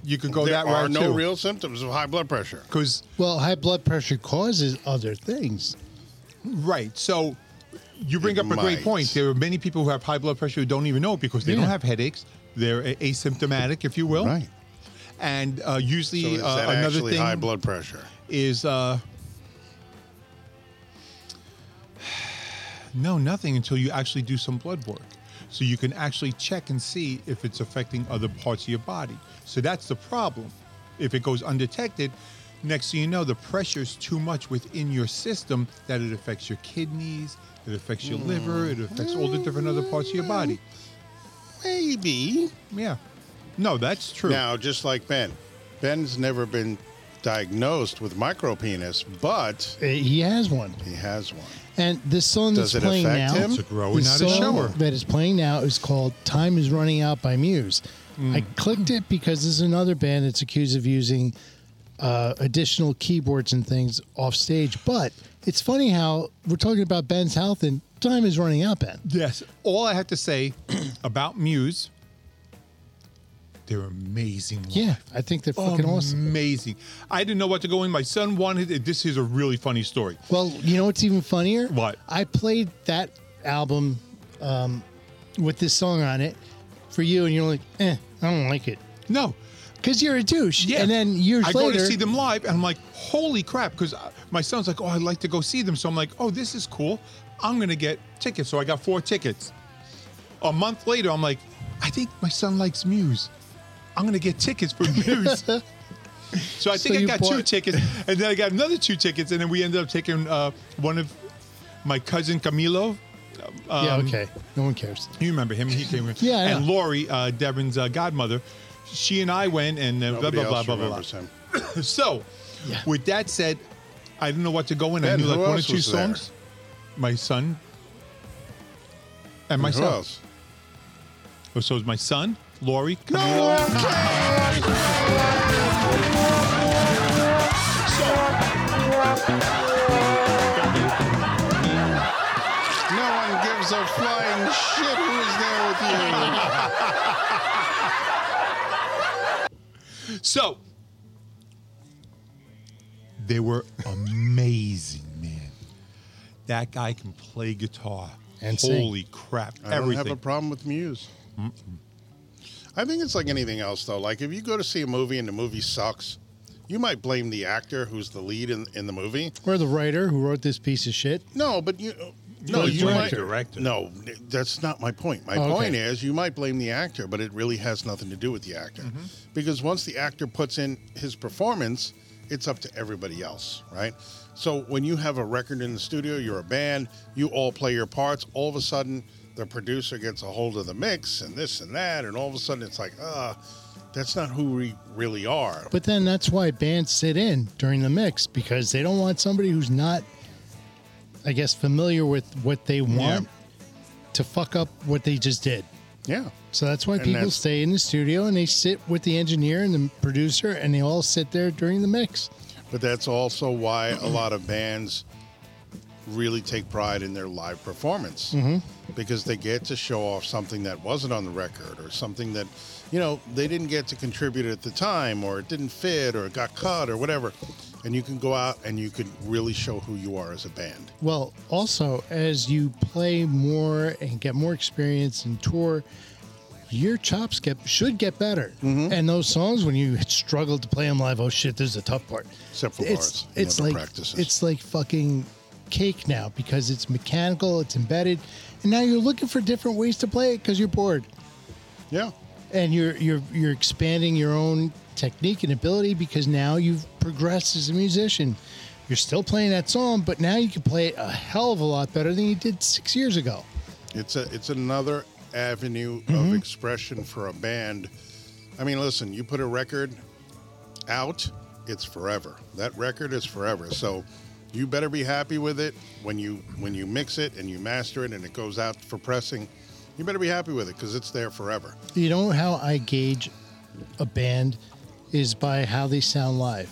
[SPEAKER 3] You could go
[SPEAKER 1] there
[SPEAKER 3] Oh, that
[SPEAKER 1] are
[SPEAKER 3] route
[SPEAKER 1] no
[SPEAKER 3] too.
[SPEAKER 1] real symptoms of high blood pressure.
[SPEAKER 3] Because
[SPEAKER 2] Well, high blood pressure causes other things.
[SPEAKER 3] right, so you bring
[SPEAKER 1] It
[SPEAKER 3] up a great
[SPEAKER 1] might.
[SPEAKER 3] point. There are many people who have high blood pressure who don't even know it because they don't
[SPEAKER 2] Yeah.
[SPEAKER 3] have headaches. They're a- asymptomatic, if you will. And uh,
[SPEAKER 1] So
[SPEAKER 3] usually
[SPEAKER 1] is
[SPEAKER 3] uh,
[SPEAKER 1] that
[SPEAKER 3] another
[SPEAKER 1] actually
[SPEAKER 3] thing
[SPEAKER 1] high blood pressure?
[SPEAKER 3] is uh, no nothing until you actually do some blood work. So you can actually check and see if it's affecting other parts of your body. So that's the problem. If it goes undetected, next thing you know, the pressure is too much within your system that it affects your kidneys, it affects your liver, it affects all the different other parts of your body.
[SPEAKER 1] Maybe.
[SPEAKER 3] Yeah. No, that's true.
[SPEAKER 1] Now, just like Ben, Ben's never been diagnosed with micropenis, but
[SPEAKER 2] Uh, He has one,
[SPEAKER 1] he has one.
[SPEAKER 2] and this song
[SPEAKER 1] Does
[SPEAKER 2] that's
[SPEAKER 1] it
[SPEAKER 2] playing
[SPEAKER 1] affect
[SPEAKER 2] now,
[SPEAKER 1] him? It's
[SPEAKER 3] a grower,
[SPEAKER 2] the
[SPEAKER 3] not a
[SPEAKER 2] song
[SPEAKER 3] shower.
[SPEAKER 2] that is playing now is called "Time Is Running Out" by Muse. I
[SPEAKER 1] Mm.
[SPEAKER 2] clicked it because there's another band that's accused of using uh, additional keyboards and things off stage. But it's funny how we're talking about Ben's health and time is running out, Ben.
[SPEAKER 3] Yes. All I have to say about Muse, they're amazing. live.
[SPEAKER 2] Yeah, I think they're
[SPEAKER 1] Um,
[SPEAKER 2] fucking awesome.
[SPEAKER 3] Amazing. I didn't know what to go in. My son wanted it. This is a really funny story.
[SPEAKER 2] Well, you know what's even funnier?
[SPEAKER 3] What?
[SPEAKER 2] I played that album um, with this song on it for you, and you're like, eh, I don't like it.
[SPEAKER 3] No,
[SPEAKER 2] because you're a douche.
[SPEAKER 3] Yeah.
[SPEAKER 2] And then years
[SPEAKER 3] I
[SPEAKER 2] later,
[SPEAKER 3] go to see them live, and I'm like, holy crap! Because my son's like, oh, I'd like to go see them. So I'm like, oh, this is cool. I'm gonna get tickets. So I got four tickets. A month later, I'm like, I think my son likes Muse. I'm gonna get tickets for Muse. so I
[SPEAKER 2] So
[SPEAKER 3] think I
[SPEAKER 2] you
[SPEAKER 3] got two
[SPEAKER 2] bought-
[SPEAKER 3] tickets, and then I got another two tickets, and then we ended up taking uh, one of my cousin Camilo. Um,
[SPEAKER 2] yeah, okay, no one cares.
[SPEAKER 3] you remember him? He came. in.
[SPEAKER 2] Yeah, I
[SPEAKER 3] And
[SPEAKER 2] know.
[SPEAKER 3] Lori, uh, Devon's uh, godmother, she and I went, and uh, blah
[SPEAKER 1] Nobody
[SPEAKER 3] blah blah
[SPEAKER 1] else
[SPEAKER 3] blah blah. blah.
[SPEAKER 1] remembers him.
[SPEAKER 3] So,
[SPEAKER 2] Yeah.
[SPEAKER 3] with that said, I didn't know what to go in. I
[SPEAKER 1] Ben,
[SPEAKER 3] knew like
[SPEAKER 1] who
[SPEAKER 3] one or
[SPEAKER 1] else
[SPEAKER 3] two
[SPEAKER 1] was there?
[SPEAKER 3] songs. My son and
[SPEAKER 1] Who
[SPEAKER 3] myself.
[SPEAKER 1] else?
[SPEAKER 3] Oh, So it was my son, Lori.
[SPEAKER 1] No one gives a flying shit who is there with you.
[SPEAKER 3] So they were amazing, man. That guy can play guitar.
[SPEAKER 2] And sing.
[SPEAKER 3] holy crap,
[SPEAKER 1] I don't
[SPEAKER 3] everything.
[SPEAKER 1] have a problem with Muse. I think it's like anything else, though. Like if you go to see a movie and the movie sucks, you might blame the actor who's the lead in, in the movie.
[SPEAKER 2] Or the writer who wrote this piece of shit.
[SPEAKER 1] No, but you. No,
[SPEAKER 3] Well,
[SPEAKER 1] you
[SPEAKER 3] you're the
[SPEAKER 1] might.
[SPEAKER 3] director.
[SPEAKER 1] No, that's not my point. My
[SPEAKER 2] Oh, okay.
[SPEAKER 1] point is you might blame the actor, but it really has nothing to do with the actor, because once the actor puts in his performance, it's up to everybody else, right? So when you have a record in the studio, you're a band, you all play your parts. All of a sudden, the producer gets a hold of the mix and this and that, and all of a sudden it's like, ah, that's not who we really are.
[SPEAKER 2] But then that's why bands sit in during the mix because they don't want somebody who's not, I guess, familiar with what they want to fuck up what they just did.
[SPEAKER 1] Yeah.
[SPEAKER 2] So that's why people
[SPEAKER 1] that's-
[SPEAKER 2] stay in the studio and they sit with the engineer and the producer and they all sit there during the mix.
[SPEAKER 1] But that's also why a lot of bands really take pride in their live performance because they get to show off something that wasn't on the record or something that, you know, they didn't get to contribute at the time or it didn't fit or it got cut or whatever. And you can go out and you can really show who you are as a band.
[SPEAKER 2] Well, also, as you play more and get more experience and tour, your chops get should get better.
[SPEAKER 1] Mm-hmm.
[SPEAKER 2] And those songs, when you struggle to play them live, oh shit, this is a tough part.
[SPEAKER 1] Except for
[SPEAKER 2] it's
[SPEAKER 1] ours, you
[SPEAKER 2] it's
[SPEAKER 1] know, the
[SPEAKER 2] like
[SPEAKER 1] practices.
[SPEAKER 2] it's like fucking cake now because it's mechanical, it's embedded, and now you're looking for different ways to play it because you're bored
[SPEAKER 1] Yeah.
[SPEAKER 2] and you're you're you're expanding your own technique and ability because now you've progressed as a musician. You're still playing that song, but now you can play it a hell of a lot better than you did six years ago.
[SPEAKER 1] It's a it's another avenue of expression for a band. I mean, listen, you put a record out, it's forever. That record is forever. So you better be happy with it when you when you mix it and you master it and it goes out for pressing. You better be happy with it because it's there forever.
[SPEAKER 2] You know how I gauge a band is by how they sound live.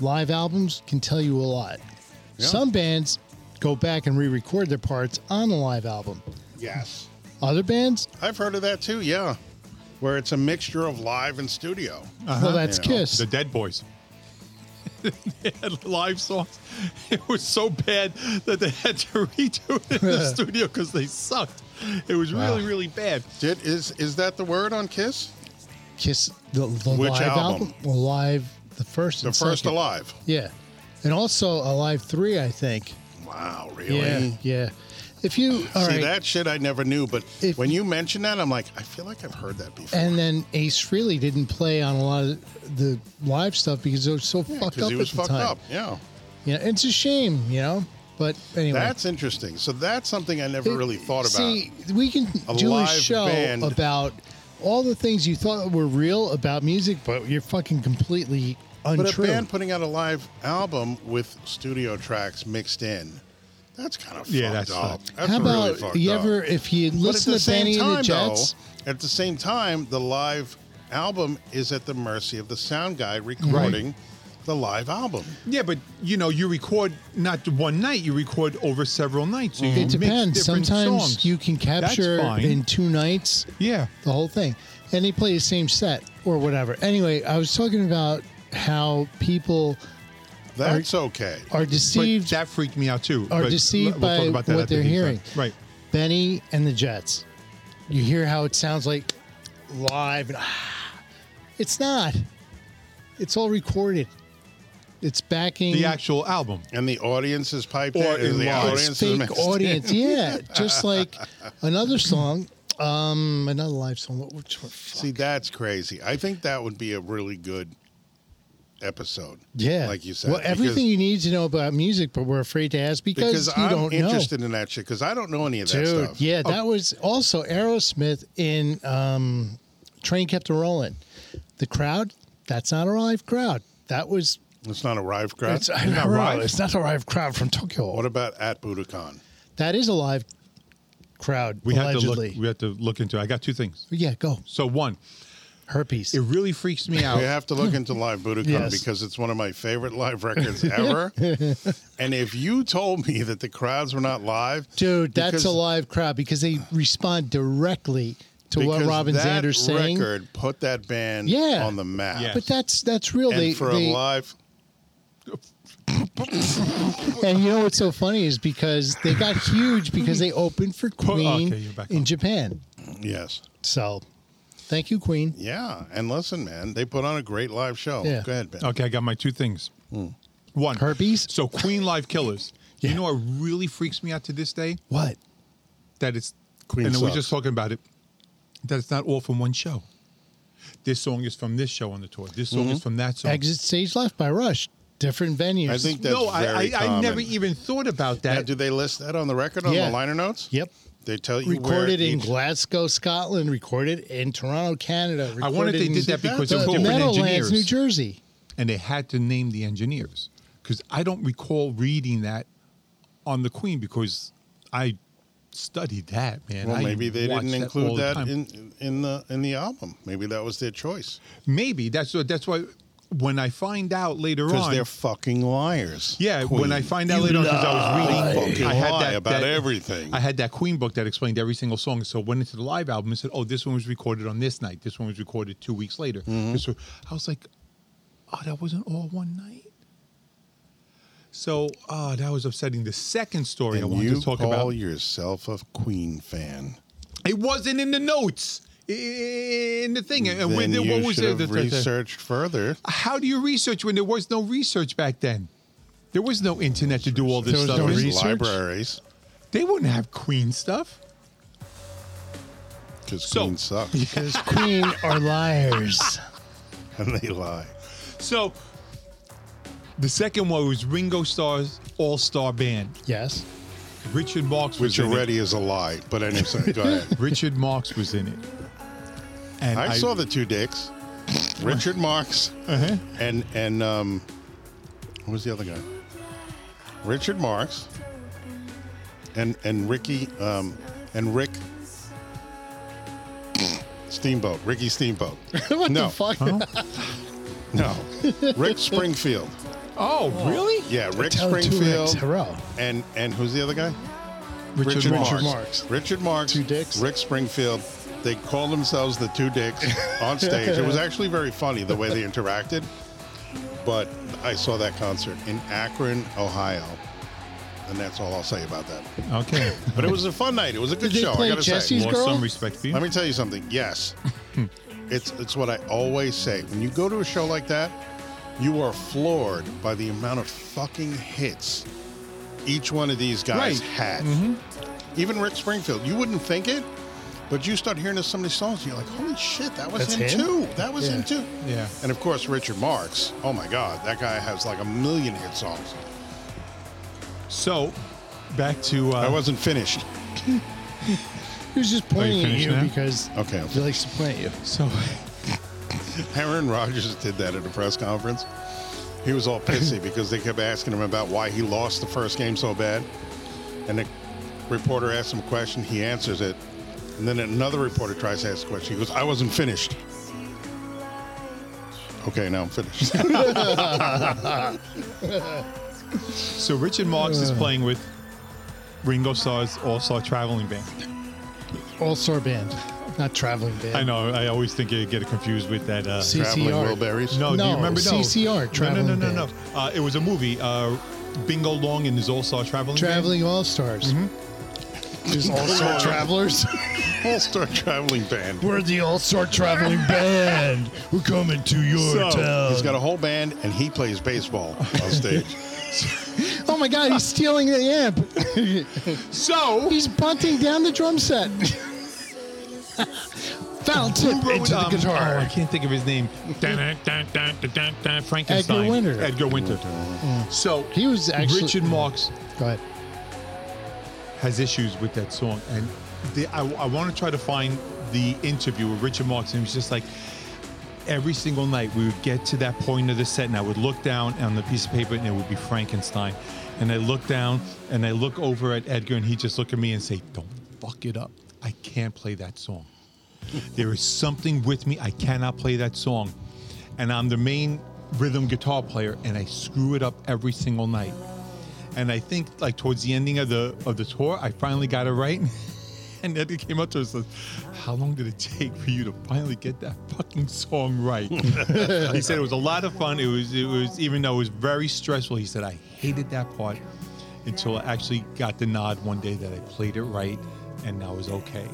[SPEAKER 2] Live albums can tell you a lot.
[SPEAKER 1] Yeah.
[SPEAKER 2] Some bands go back and re-record their parts on a live album.
[SPEAKER 1] Yes.
[SPEAKER 2] Other bands,
[SPEAKER 1] I've heard of that too, yeah. Where it's a mixture of live and studio.
[SPEAKER 2] well, that's
[SPEAKER 1] You know,
[SPEAKER 2] Kiss.
[SPEAKER 3] The Dead Boys. they had live songs. It was so bad that they had to redo it in the studio because they sucked. It was really, really bad.
[SPEAKER 1] Did is is that the word on Kiss?
[SPEAKER 2] Kiss the, the
[SPEAKER 1] Which
[SPEAKER 2] live
[SPEAKER 1] album?
[SPEAKER 2] album? Alive, the first.
[SPEAKER 1] The
[SPEAKER 2] and
[SPEAKER 1] first
[SPEAKER 2] second.
[SPEAKER 1] alive.
[SPEAKER 2] Yeah, and also Alive three, I think.
[SPEAKER 1] Wow, really?
[SPEAKER 2] Yeah, yeah. If you all right,
[SPEAKER 1] See that shit I never knew, but
[SPEAKER 2] If-
[SPEAKER 1] when you mention that, I'm like, I feel like I've heard that before.
[SPEAKER 2] and then Ace Frehley didn't play on a lot of the live stuff because it was so
[SPEAKER 1] Yeah,
[SPEAKER 2] fucked up
[SPEAKER 1] he
[SPEAKER 2] at
[SPEAKER 1] was
[SPEAKER 2] the
[SPEAKER 1] fucked
[SPEAKER 2] time.
[SPEAKER 1] up. Yeah,
[SPEAKER 2] Yeah, it's a shame, you know. But anyway,
[SPEAKER 1] that's interesting. So that's something I never
[SPEAKER 2] It-
[SPEAKER 1] really thought about.
[SPEAKER 2] See, we can
[SPEAKER 1] A
[SPEAKER 2] do a
[SPEAKER 1] live
[SPEAKER 2] show
[SPEAKER 1] band.
[SPEAKER 2] about all the things you thought were real about music, but you're fucking completely
[SPEAKER 1] but
[SPEAKER 2] untrue.
[SPEAKER 1] a band putting out a live album with studio tracks mixed in, that's kind of
[SPEAKER 3] Yeah,
[SPEAKER 1] fucked
[SPEAKER 3] that's
[SPEAKER 1] up.
[SPEAKER 3] fucked.
[SPEAKER 1] That's
[SPEAKER 2] How
[SPEAKER 1] really
[SPEAKER 2] about
[SPEAKER 1] fucked
[SPEAKER 2] you
[SPEAKER 1] up.
[SPEAKER 2] ever, if you
[SPEAKER 1] But at
[SPEAKER 2] listen
[SPEAKER 1] the
[SPEAKER 2] to
[SPEAKER 1] same
[SPEAKER 2] Benny
[SPEAKER 1] time,
[SPEAKER 2] and the Jets?
[SPEAKER 1] though, at the same time, the live album is at the mercy of the sound guy recording the live album.
[SPEAKER 3] Yeah, but you know, you record not one night, you record over several nights. So you
[SPEAKER 2] It
[SPEAKER 3] mix
[SPEAKER 2] depends.
[SPEAKER 3] different
[SPEAKER 2] Sometimes
[SPEAKER 3] songs.
[SPEAKER 2] you can capture
[SPEAKER 3] fine.
[SPEAKER 2] in two nights
[SPEAKER 3] Yeah.
[SPEAKER 2] the whole thing, and they play the same set or whatever. Anyway, I was talking about how people
[SPEAKER 1] That's okay.
[SPEAKER 2] are
[SPEAKER 3] But
[SPEAKER 2] deceived.
[SPEAKER 3] that freaked me out too.
[SPEAKER 2] Are
[SPEAKER 3] But
[SPEAKER 2] deceived
[SPEAKER 3] we'll
[SPEAKER 2] by
[SPEAKER 3] talk about that
[SPEAKER 2] what
[SPEAKER 3] at the
[SPEAKER 2] they're
[SPEAKER 3] deep
[SPEAKER 2] hearing.
[SPEAKER 3] dive. Right.
[SPEAKER 2] Benny and the Jets. You hear how it sounds like live, and, ah, It's not. It's all recorded. It's backing
[SPEAKER 3] The actual album.
[SPEAKER 1] And the audience is piped
[SPEAKER 3] Or
[SPEAKER 1] in. and
[SPEAKER 3] in
[SPEAKER 1] the
[SPEAKER 3] live.
[SPEAKER 1] audience is
[SPEAKER 2] fake
[SPEAKER 1] mixed.
[SPEAKER 2] audience. Yeah, just like another song, um, another live song. What- Which one?
[SPEAKER 1] See, that's crazy. I think that would be a really good episode.
[SPEAKER 2] Yeah,
[SPEAKER 1] Like you said.
[SPEAKER 2] Well, everything you need to know about music, but we're afraid to ask because,
[SPEAKER 1] because, because
[SPEAKER 2] you
[SPEAKER 1] I'm
[SPEAKER 2] don't
[SPEAKER 1] interested in that shit because I don't know any of
[SPEAKER 2] know,
[SPEAKER 1] that
[SPEAKER 2] dude.
[SPEAKER 1] stuff. Oh,
[SPEAKER 2] Yeah, that was also Aerosmith in um, "Train Kept a Rolling." The crowd, that's not a live crowd. That was
[SPEAKER 1] It's not a rive crowd.
[SPEAKER 2] it's, I
[SPEAKER 3] not
[SPEAKER 2] know,
[SPEAKER 3] live.
[SPEAKER 2] it's not a live crowd from Tokyo.
[SPEAKER 1] what about at Budokan?
[SPEAKER 2] That is a live crowd.
[SPEAKER 3] We have to look.
[SPEAKER 2] allegedly.
[SPEAKER 3] We have to look into. it. I got two things.
[SPEAKER 2] yeah, go
[SPEAKER 3] So one,
[SPEAKER 2] herpes.
[SPEAKER 3] it really freaks me out.
[SPEAKER 1] We have to look into Live Budokan
[SPEAKER 2] Oh. Yes.
[SPEAKER 1] because it's one of my favorite live records ever. and if you told me that the crowds were not live,
[SPEAKER 2] Dude, that's
[SPEAKER 1] because-
[SPEAKER 2] a live crowd because they respond directly to what
[SPEAKER 1] because
[SPEAKER 2] Robin
[SPEAKER 1] that
[SPEAKER 2] Zander's saying.
[SPEAKER 1] record put that band
[SPEAKER 2] Yeah.
[SPEAKER 1] on the map.
[SPEAKER 3] Yeah.
[SPEAKER 2] But that's that's real.
[SPEAKER 1] And
[SPEAKER 2] they,
[SPEAKER 1] for
[SPEAKER 2] they-
[SPEAKER 1] a live,
[SPEAKER 2] and you know what's so funny is because they got huge because they opened for Queen
[SPEAKER 3] okay, you're back
[SPEAKER 2] in
[SPEAKER 3] on.
[SPEAKER 2] Japan.
[SPEAKER 1] yes,
[SPEAKER 2] So, thank you, Queen.
[SPEAKER 1] yeah. And listen, man, they put on a great live show.
[SPEAKER 2] Yeah.
[SPEAKER 1] Go ahead, Ben.
[SPEAKER 3] Okay, I got my two things.
[SPEAKER 1] Hmm.
[SPEAKER 3] One,
[SPEAKER 2] Herpes?
[SPEAKER 3] So Queen Live Killers.
[SPEAKER 2] Yeah.
[SPEAKER 3] You know what really freaks me out to this day?
[SPEAKER 2] What?
[SPEAKER 3] That it's
[SPEAKER 1] Queen
[SPEAKER 3] And we
[SPEAKER 1] sucks.
[SPEAKER 3] were just talking about it. That it's not all from one show. This song is from this show on the tour. This song
[SPEAKER 1] Mm-hmm.
[SPEAKER 3] is from that song.
[SPEAKER 2] Exit stage left by Rush. Different venues.
[SPEAKER 1] I think that's
[SPEAKER 3] no, I,
[SPEAKER 1] very
[SPEAKER 3] I, I never
[SPEAKER 1] common.
[SPEAKER 3] even thought about
[SPEAKER 1] Now,
[SPEAKER 3] that.
[SPEAKER 1] do they list that on the record on
[SPEAKER 2] Yeah.
[SPEAKER 1] the liner notes?
[SPEAKER 2] Yep.
[SPEAKER 1] They tell you where
[SPEAKER 2] Recorded in
[SPEAKER 1] each-
[SPEAKER 2] Glasgow, Scotland. Recorded in Toronto, Canada.
[SPEAKER 3] I wonder if
[SPEAKER 2] recorded
[SPEAKER 3] they did
[SPEAKER 2] in
[SPEAKER 3] that because
[SPEAKER 2] the
[SPEAKER 3] of different
[SPEAKER 2] Meadowlands,
[SPEAKER 3] engineers.
[SPEAKER 2] New Jersey.
[SPEAKER 3] and they had to name the engineers because I don't recall reading that on the Queen because I studied that man.
[SPEAKER 1] Well,
[SPEAKER 3] I
[SPEAKER 1] maybe they
[SPEAKER 3] watched
[SPEAKER 1] didn't
[SPEAKER 3] all
[SPEAKER 1] include
[SPEAKER 3] the
[SPEAKER 1] that,
[SPEAKER 3] time.
[SPEAKER 1] in in the in the album. Maybe that was their choice
[SPEAKER 3] Maybe that's what- that's why when I find out later
[SPEAKER 1] because
[SPEAKER 3] on.
[SPEAKER 1] they're fucking liars.
[SPEAKER 3] yeah, when I find out
[SPEAKER 2] You
[SPEAKER 3] later on, because I was
[SPEAKER 1] Fucking
[SPEAKER 3] reading, I
[SPEAKER 1] lie
[SPEAKER 3] had that,
[SPEAKER 1] about
[SPEAKER 3] that-
[SPEAKER 1] everything.
[SPEAKER 3] I had that Queen book that explained every single song. So went into the live album and said, "Oh, this one was recorded on this night. This one was recorded two weeks later."
[SPEAKER 1] Mm-hmm.
[SPEAKER 3] This one- I was like, "Oh, that wasn't all one night." So uh, that was upsetting. The second story I
[SPEAKER 1] and
[SPEAKER 3] wanted
[SPEAKER 1] you
[SPEAKER 3] to talk
[SPEAKER 1] call
[SPEAKER 3] about
[SPEAKER 1] yourself a Queen fan.
[SPEAKER 3] it wasn't in the notes in the thing. And
[SPEAKER 1] then
[SPEAKER 3] when there,
[SPEAKER 1] you
[SPEAKER 3] what was
[SPEAKER 1] should
[SPEAKER 3] there?
[SPEAKER 1] have
[SPEAKER 3] The- the- the-
[SPEAKER 1] researched further.
[SPEAKER 3] How do you research when there was no research back then? There was no internet to do all this
[SPEAKER 2] There was
[SPEAKER 3] stuff.
[SPEAKER 2] no
[SPEAKER 1] Those
[SPEAKER 2] research?
[SPEAKER 1] libraries,
[SPEAKER 3] They wouldn't have Queen stuff.
[SPEAKER 1] because
[SPEAKER 3] So-
[SPEAKER 1] Queen sucks
[SPEAKER 2] Because Queen are liars.
[SPEAKER 1] and they lie.
[SPEAKER 3] So the second one was Ringo Starr's All Star Band.
[SPEAKER 2] Yes.
[SPEAKER 3] Richard Marx was
[SPEAKER 1] Which
[SPEAKER 3] in
[SPEAKER 1] already is a lie. But anyway, sorry, go ahead.
[SPEAKER 3] it. Richard Marx was in it. And
[SPEAKER 1] I saw the two dicks, Richard Marx,
[SPEAKER 3] uh
[SPEAKER 1] and and um, what was the other guy? Richard Marx, and and Ricky, um, and Rick Steamboat, Ricky Steamboat.
[SPEAKER 2] what
[SPEAKER 1] no,
[SPEAKER 2] the fuck?
[SPEAKER 1] no, Rick Springfield.
[SPEAKER 3] Oh, really?
[SPEAKER 1] Yeah, Rick
[SPEAKER 2] Tell two
[SPEAKER 1] Springfield.
[SPEAKER 2] Ricks, hello.
[SPEAKER 1] And and who's the other guy?
[SPEAKER 3] Richard, Marx.
[SPEAKER 2] Marx. Marx.
[SPEAKER 1] Richard Marx.
[SPEAKER 2] Two dicks.
[SPEAKER 1] Rick Springfield. They called themselves the Two Dicks on stage. It was actually very funny the way they interacted. But I saw that concert in Akron, Ohio, and that's all I'll say about that.
[SPEAKER 3] Okay.
[SPEAKER 1] But it was a fun night. It was a good
[SPEAKER 2] Did they
[SPEAKER 1] show.
[SPEAKER 2] play
[SPEAKER 1] I gotta
[SPEAKER 2] Jesse's
[SPEAKER 1] say.
[SPEAKER 3] Lost
[SPEAKER 2] girl?
[SPEAKER 3] some respect for you.
[SPEAKER 1] Let me tell you something. Yes, it's it's what I always say. When you go to a show like that, you are floored by the amount of fucking hits each one of these guys
[SPEAKER 3] Right.
[SPEAKER 1] had.
[SPEAKER 2] Mm-hmm.
[SPEAKER 1] Even Rick Springfield, you wouldn't think it, but you start hearing some of these songs, and you're like, "Holy shit, that was
[SPEAKER 2] That's
[SPEAKER 1] him,
[SPEAKER 2] him?
[SPEAKER 1] too! That was him
[SPEAKER 2] Yeah.
[SPEAKER 1] too!"
[SPEAKER 3] Yeah.
[SPEAKER 1] And of course, Richard Marx. Oh my God, that guy has like a million hit songs.
[SPEAKER 3] So back to uh,
[SPEAKER 2] Uh-huh.
[SPEAKER 1] I wasn't finished.
[SPEAKER 2] He was just pointing at
[SPEAKER 3] finished
[SPEAKER 2] you
[SPEAKER 3] now?
[SPEAKER 2] because
[SPEAKER 1] Okay.
[SPEAKER 2] he likes to point at you.
[SPEAKER 3] so
[SPEAKER 1] Aaron Rodgers did that at a press conference. He was all pissy because they kept asking him about why he lost the first game so bad. And the reporter asked him a question, he answers it. And then another reporter tries to ask a question. He goes, I wasn't finished. Okay, now I'm finished.
[SPEAKER 3] so Richard Marx is playing with Ringo Starr's All Star Traveling Band.
[SPEAKER 2] All star band, not traveling band.
[SPEAKER 3] I know. I always think you get it confused with that. Uh,
[SPEAKER 2] See-
[SPEAKER 1] Traveling
[SPEAKER 2] CCR.
[SPEAKER 1] Wilburys.
[SPEAKER 3] no, do
[SPEAKER 2] No,
[SPEAKER 3] you remember? No,
[SPEAKER 2] CCR, Traveling
[SPEAKER 3] No, no, no, no.
[SPEAKER 2] Band.
[SPEAKER 3] no. Uh, it was a movie. Uh, Bingo Long and his All Star Traveling. Band.
[SPEAKER 2] Traveling All Stars. Just all sort travelers.
[SPEAKER 1] All Star Traveling Band.
[SPEAKER 2] We're the all sort traveling band. We're coming to your
[SPEAKER 3] So,
[SPEAKER 2] town.
[SPEAKER 1] He's got a whole band and he plays baseball on stage.
[SPEAKER 2] oh my God, he's stealing the amp.
[SPEAKER 3] So
[SPEAKER 2] he's bunting down the drum set. Foul tip
[SPEAKER 3] who wrote,
[SPEAKER 2] into the
[SPEAKER 3] um, oh, I
[SPEAKER 2] guitar.
[SPEAKER 3] can't think of his name. Dun, dun, dun, dun, dun, dun, dun, Frankenstein.
[SPEAKER 2] Edgar Winter. Mm.
[SPEAKER 3] Edgar Winter. So
[SPEAKER 2] He was actually-
[SPEAKER 3] Richard Marx
[SPEAKER 2] Go ahead.
[SPEAKER 3] has issues with that song, and the, I, I want to try to find the interview with Richard Marx, and he's just like. Every single night, we would get to that point of the set, and I would look down on the piece of paper, and it would be Frankenstein. And I look down, and I look over at Edgar, and he just look at me and say, "Don't fuck it up. I can't play that song." There is something with me. I cannot play that song. And I'm the main rhythm guitar player, and I screw it up every single night. And I think like towards the ending of the of the tour, I finally got it right. And Eddie came up to us and says, How long did it take for you to finally get that fucking song right? he said it was a lot of fun. It was it was even though it was very stressful, he said I hated that part until I actually got the nod one day that I played it right and I was okay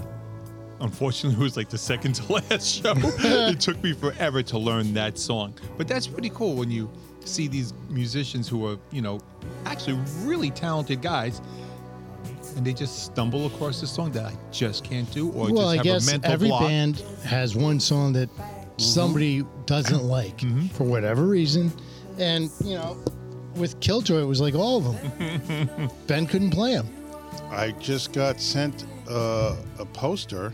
[SPEAKER 3] unfortunately it was like the second to last show it took me forever to learn that song but that's pretty cool when you see these musicians who are you know actually really talented guys and they just stumble across this song that i just can't do or
[SPEAKER 2] well,
[SPEAKER 3] just
[SPEAKER 2] I
[SPEAKER 3] have
[SPEAKER 2] guess
[SPEAKER 3] a mental
[SPEAKER 2] every
[SPEAKER 3] block Mm-hmm.
[SPEAKER 2] band has one song that somebody doesn't like for whatever reason, and you know, with Killjoy, it was like all of them. ben couldn't play them.
[SPEAKER 1] I just got sent uh, a poster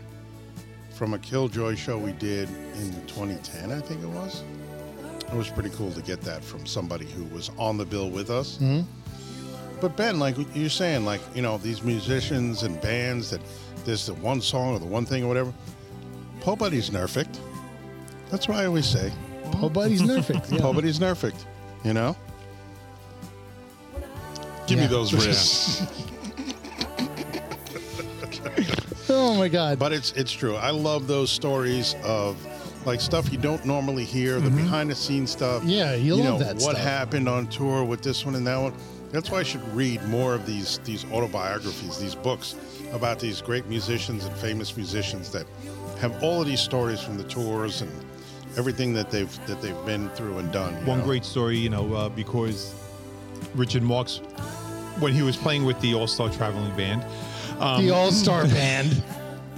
[SPEAKER 1] from a Killjoy show we did in 2010, I think it was. It was pretty cool to get that from somebody who was on the bill with us. But Ben, like you're saying, like you know these musicians and bands that there's the one song or the one thing or whatever. Poe Buddy's nerfect. That's what I always say.
[SPEAKER 2] Oh, buddy's perfect. Yeah.
[SPEAKER 1] Poe Buddy's nerfect. You know. Give
[SPEAKER 2] Yeah.
[SPEAKER 1] me those ribs.
[SPEAKER 2] Oh my God.
[SPEAKER 1] But it's it's true. I love those stories of like stuff you don't normally hear,
[SPEAKER 3] Mm-hmm.
[SPEAKER 1] the behind the scenes stuff.
[SPEAKER 2] Yeah,
[SPEAKER 1] you
[SPEAKER 2] you love
[SPEAKER 1] know
[SPEAKER 2] that
[SPEAKER 1] what
[SPEAKER 2] stuff.
[SPEAKER 1] happened on tour with this one and that one. That's why I should read more of these these autobiographies, these books about these great musicians and famous musicians that have all of these stories from the tours and everything that they've that they've been through and done. you
[SPEAKER 3] one
[SPEAKER 1] know?
[SPEAKER 3] great story, you know, uh, because Richard Marx, when he was playing with the All Star Traveling Band, um,
[SPEAKER 2] the All Star Band,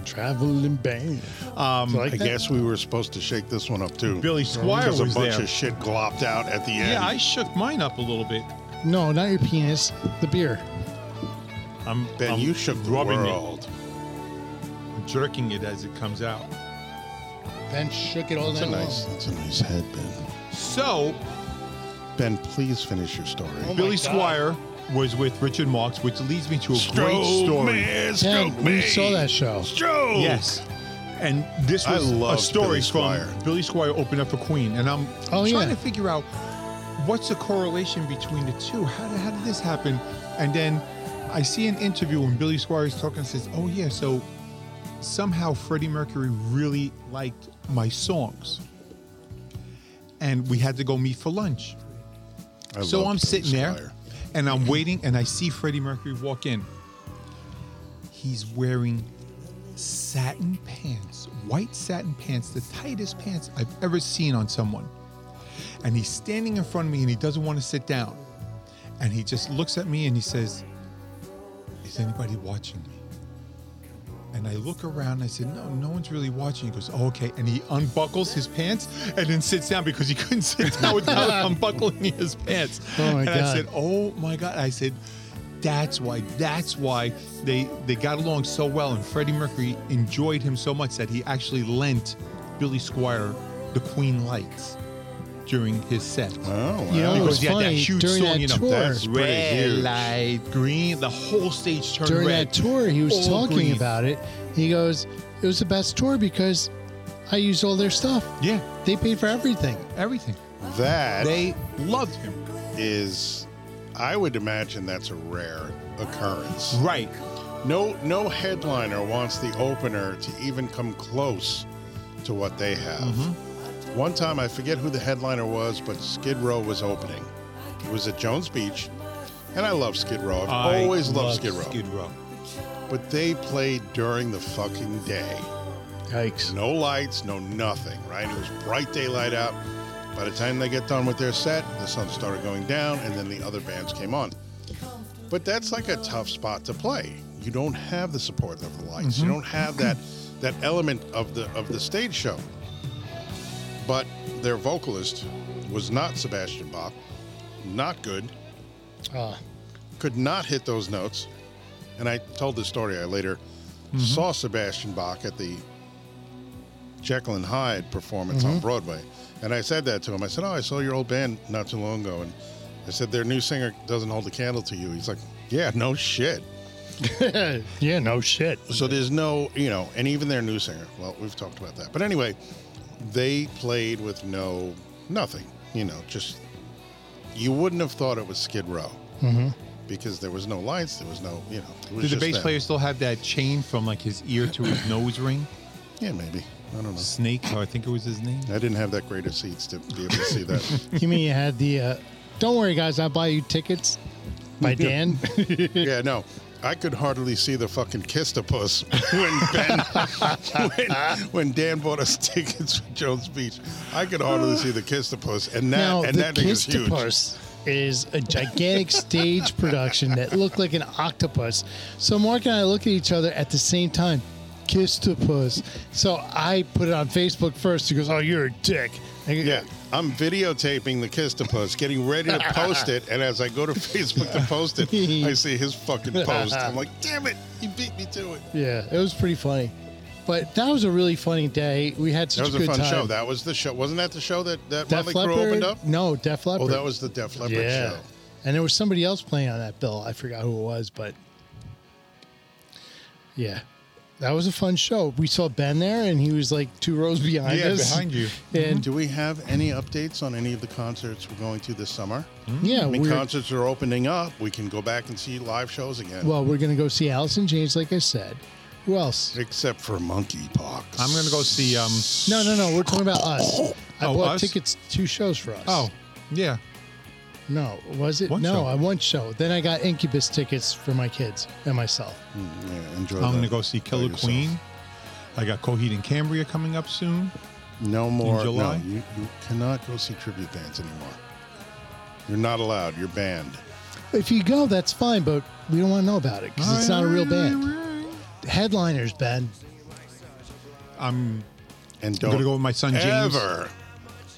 [SPEAKER 2] traveling band. Um,
[SPEAKER 1] I guess we were supposed to shake this one up too.
[SPEAKER 3] Billy Squire
[SPEAKER 1] because
[SPEAKER 3] was
[SPEAKER 1] a bunch
[SPEAKER 3] there.
[SPEAKER 1] of shit glopped out at the end.
[SPEAKER 3] yeah, I shook mine up a little bit.
[SPEAKER 2] No, not your penis. The beer.
[SPEAKER 3] I'm
[SPEAKER 1] ben,
[SPEAKER 3] I'm
[SPEAKER 1] you shook the
[SPEAKER 3] rubbing
[SPEAKER 1] world.
[SPEAKER 3] it, jerking it as it comes out.
[SPEAKER 2] Ben shook it all
[SPEAKER 1] That's a
[SPEAKER 2] night
[SPEAKER 1] nice.
[SPEAKER 2] nice.
[SPEAKER 1] That's a nice head, Ben.
[SPEAKER 3] So
[SPEAKER 1] Ben, please finish your story.
[SPEAKER 2] Oh my
[SPEAKER 3] Billy
[SPEAKER 2] God.
[SPEAKER 3] Squire was with Richard Marx, which leads me to a great story.
[SPEAKER 2] Ben, we saw that show.
[SPEAKER 1] Stroke.
[SPEAKER 3] Yes. And this
[SPEAKER 1] I
[SPEAKER 3] was a
[SPEAKER 1] loved
[SPEAKER 3] story
[SPEAKER 1] Billy
[SPEAKER 3] from
[SPEAKER 1] Squire.
[SPEAKER 3] Billy Squire opened up for Queen. And I'm
[SPEAKER 2] Oh, yeah.
[SPEAKER 3] trying to figure out what's the correlation between the two? How did, how did this happen? And then I see an interview when Billy Squire is talking and says, Oh, yeah, so somehow Freddie Mercury really liked my songs. And we had to go meet for lunch.
[SPEAKER 1] I
[SPEAKER 3] So
[SPEAKER 1] love
[SPEAKER 3] I'm
[SPEAKER 1] Billy
[SPEAKER 3] sitting there
[SPEAKER 1] Squire.
[SPEAKER 3] and I'm waiting and I see Freddie Mercury walk in. He's wearing satin pants, white satin pants, the tightest pants I've ever seen on someone. And he's standing in front of me and he doesn't want to sit down. And he just looks at me and he says, Is anybody watching me? And I look around and I said, No, no one's really watching. He goes, oh, Okay. And he unbuckles his pants and then sits down because he couldn't sit down without unbuckling his pants.
[SPEAKER 2] Oh, my
[SPEAKER 3] and I
[SPEAKER 2] God.
[SPEAKER 3] said, Oh my God. I said, That's why, that's why they, they got along so well. And Freddie Mercury enjoyed him so much that he actually lent Billy Squire the Queen Lights during his set.
[SPEAKER 1] Oh, wow.
[SPEAKER 2] You know, it was
[SPEAKER 3] Because he had that
[SPEAKER 2] funny
[SPEAKER 3] huge
[SPEAKER 2] during
[SPEAKER 3] song,
[SPEAKER 2] that
[SPEAKER 3] you know,
[SPEAKER 2] tour.
[SPEAKER 1] that's pretty
[SPEAKER 3] Red
[SPEAKER 1] huge.
[SPEAKER 3] light, green, the whole stage turned
[SPEAKER 2] during
[SPEAKER 3] red.
[SPEAKER 2] that tour, he was
[SPEAKER 3] All
[SPEAKER 2] talking
[SPEAKER 3] green.
[SPEAKER 2] about it. He goes, "It was the best tour because I used all their stuff.
[SPEAKER 3] Yeah,
[SPEAKER 2] They paid for everything."
[SPEAKER 3] everything.
[SPEAKER 1] That
[SPEAKER 3] They loved him.
[SPEAKER 1] is- I would imagine that's a rare occurrence.
[SPEAKER 3] Right.
[SPEAKER 1] No, no headliner wants the opener to even come close to what they have. One time, I forget who the headliner was, but Skid Row was opening. It was at Jones Beach, and I love Skid Row. I've always loved Skid Row. but they played during the fucking day.
[SPEAKER 2] Yikes.
[SPEAKER 1] No lights, no nothing, right? It was bright daylight out. By the time they get done with their set, the sun started going down, and then the other bands came on. But that's like a tough spot to play. You don't have the support of the lights. You don't have that that element of the of the stage show. But their vocalist was not Sebastian Bach, not good,
[SPEAKER 2] Uh,
[SPEAKER 1] could not hit those notes. And I told this story. I later saw Sebastian Bach at the Jekyll and Hyde performance on Broadway. And I said that to him. I said, Oh, I saw your old band not too long ago. And I said, Their new singer doesn't hold a candle to you. He's like, Yeah, no shit.
[SPEAKER 2] yeah, no shit.
[SPEAKER 1] So there's no, you know, and even their new singer. Well, we've talked about that. But anyway, they played with no, nothing, you know, just, you wouldn't have thought it was Skid Row. Because there was no lights, there was no, you know. It was
[SPEAKER 3] Mm-hmm. Did the
[SPEAKER 1] just
[SPEAKER 3] bass
[SPEAKER 1] them.
[SPEAKER 3] player still have that chain from like his ear to his nose ring?
[SPEAKER 1] Yeah, maybe. I don't know.
[SPEAKER 3] Snake, oh, I think it was his name.
[SPEAKER 1] I didn't have that great of seats to be able to see that.
[SPEAKER 2] You mean you had the, uh, don't worry, guys, I'll buy you tickets by Dan?
[SPEAKER 1] yeah, no. I could hardly see the fucking Kistopus when Ben when, when Dan bought us tickets for Jones Beach. I could hardly see the Kistopus, and that
[SPEAKER 2] now,
[SPEAKER 1] and
[SPEAKER 2] the
[SPEAKER 1] that thing is huge.
[SPEAKER 2] Kistopus is a gigantic stage production that looked like an octopus. So Mark and I look at each other at the same time. Kistopus. So I put it on Facebook first. He goes, "Oh, you're a dick." I go,
[SPEAKER 1] Yeah, I'm videotaping the Kistopus, getting ready to post it, and as I go to Facebook to post it, I see his fucking post. I'm like, damn it, he beat me to it.
[SPEAKER 2] yeah. It was pretty funny, but that was a really funny day. We had
[SPEAKER 1] That
[SPEAKER 2] such
[SPEAKER 1] was
[SPEAKER 2] a
[SPEAKER 1] a
[SPEAKER 2] good
[SPEAKER 1] fun
[SPEAKER 2] time.
[SPEAKER 1] show. That was the show. Wasn't that the show that that
[SPEAKER 2] Def
[SPEAKER 1] Motley Crue
[SPEAKER 2] Leppard.
[SPEAKER 1] opened up?
[SPEAKER 2] No, Def
[SPEAKER 1] Oh,
[SPEAKER 2] Leppard.
[SPEAKER 1] that was the Def Leppard
[SPEAKER 2] yeah.
[SPEAKER 1] show.
[SPEAKER 2] And there was somebody else playing on that bill. I forgot who it was, but yeah, that was a fun show. We saw Ben there, and he was like two rows behind
[SPEAKER 3] Yeah,
[SPEAKER 2] us.
[SPEAKER 3] behind you.
[SPEAKER 2] And
[SPEAKER 1] Do we have any updates on any of the concerts we're going to this summer?
[SPEAKER 3] Mm-hmm.
[SPEAKER 2] yeah,
[SPEAKER 1] I mean,
[SPEAKER 2] we were-
[SPEAKER 1] concerts are opening up. We can go back and see live shows again.
[SPEAKER 2] well, we're gonna go see Allison James, like I said. Who else?
[SPEAKER 1] except for monkeypox.
[SPEAKER 3] I'm gonna go see. Um,
[SPEAKER 2] No, no, no. We're talking about us. I
[SPEAKER 3] Oh,
[SPEAKER 2] bought
[SPEAKER 3] us?
[SPEAKER 2] tickets two shows for us.
[SPEAKER 3] oh, yeah.
[SPEAKER 2] no, was it?
[SPEAKER 3] One
[SPEAKER 2] no,
[SPEAKER 3] show.
[SPEAKER 2] I one show. Then I got Incubus tickets for my kids and myself.
[SPEAKER 1] Mm, yeah, enjoy
[SPEAKER 3] I'm
[SPEAKER 1] that
[SPEAKER 3] gonna go see
[SPEAKER 1] by
[SPEAKER 3] Killer
[SPEAKER 1] yourself.
[SPEAKER 3] Queen. I got Coheed and Cambria coming up soon.
[SPEAKER 1] No more.
[SPEAKER 3] July?
[SPEAKER 1] No, you, you cannot go see tribute bands anymore. You're not allowed. You're banned.
[SPEAKER 2] If you go, that's fine, but we don't want to know about it because it's not a real band. Headliners, Ben.
[SPEAKER 3] I'm
[SPEAKER 1] And don't
[SPEAKER 3] gonna go with my son James.
[SPEAKER 1] ever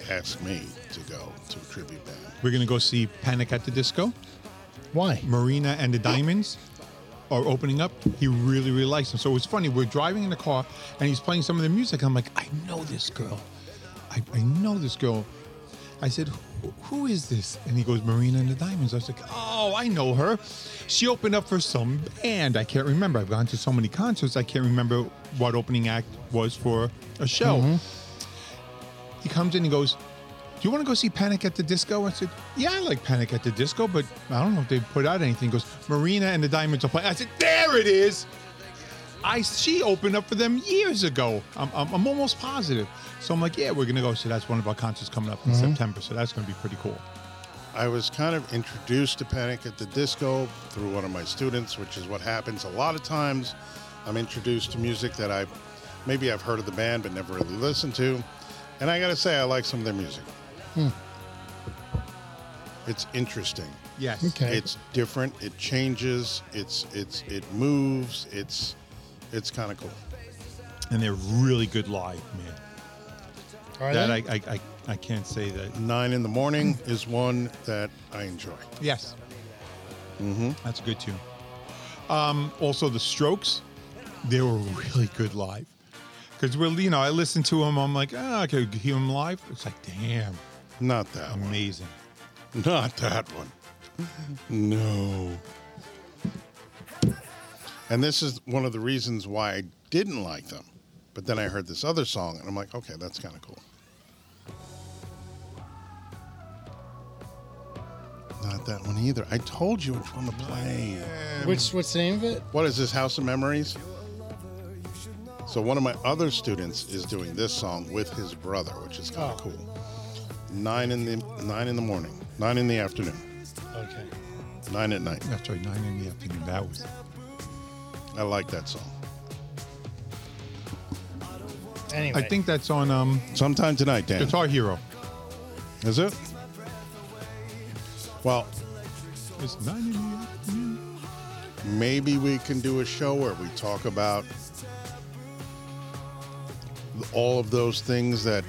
[SPEAKER 1] ask me to go to a tribute band.
[SPEAKER 3] We're gonna go see Panic at the Disco.
[SPEAKER 2] Why?
[SPEAKER 3] Marina and the Diamonds are opening up. He really, really likes them. So it was funny. We're driving in the car and he's playing some of the music. I'm like, I know this girl. I, I know this girl. I said, who, who is this? And he goes, Marina and the Diamonds. I was like, oh, I know her. She opened up for some band. I can't remember. I've gone to so many concerts. I can't remember what opening act was for a show. He comes in and goes, do you want to go see Panic at the Disco? I said, Yeah, I like Panic at the Disco, but I don't know if they put out anything. He goes, Marina and the Diamonds are playing. I said, There it is. I she opened up for them years ago. I'm, I'm, I'm almost positive. So I'm like, Yeah, we're gonna go. So that's one of our concerts coming up in September. So that's gonna be pretty cool.
[SPEAKER 1] I was kind of introduced to Panic at the Disco through one of my students, which is what happens a lot of times. I'm introduced to music that I maybe I've heard of the band but never really listened to. And I got to say, I like some of their music.
[SPEAKER 3] Hmm.
[SPEAKER 1] It's interesting.
[SPEAKER 3] Yes.
[SPEAKER 2] Okay.
[SPEAKER 1] It's different. It changes. It's it's it moves. It's it's kind of cool.
[SPEAKER 3] And they're really good live, man.
[SPEAKER 2] All right.
[SPEAKER 3] That I, I I I can't say that.
[SPEAKER 1] Nine in the morning is one that I enjoy.
[SPEAKER 3] Yes. Mm-hmm. That's a good tune. Um, also, the Strokes, they were really good live. Because we're, you know, I listened to them. I'm like, ah, I could hear them live. It's like, damn,
[SPEAKER 1] Not that one.
[SPEAKER 3] amazing.
[SPEAKER 1] Not that one. No. And this is one of the reasons why I didn't like them. But then I heard this other song and I'm like, okay, that's kind of cool. Not that one either. I told you which one to play.
[SPEAKER 2] Which what's the name of it?
[SPEAKER 1] What is this, House of Memories? So one of my other students is doing this song with his brother, which is kind of cool. Nine in the nine in the morning, nine in the afternoon.
[SPEAKER 2] Okay.
[SPEAKER 1] Nine at night.
[SPEAKER 3] That's right, nine in the afternoon. That was
[SPEAKER 1] I like that song.
[SPEAKER 2] Anyway,
[SPEAKER 3] I think that's on um,
[SPEAKER 1] Sometime tonight, Dan.
[SPEAKER 3] Guitar Hero.
[SPEAKER 1] Is it? Well,
[SPEAKER 3] It's nine in the afternoon.
[SPEAKER 1] maybe we can do a show where we talk about all of those things that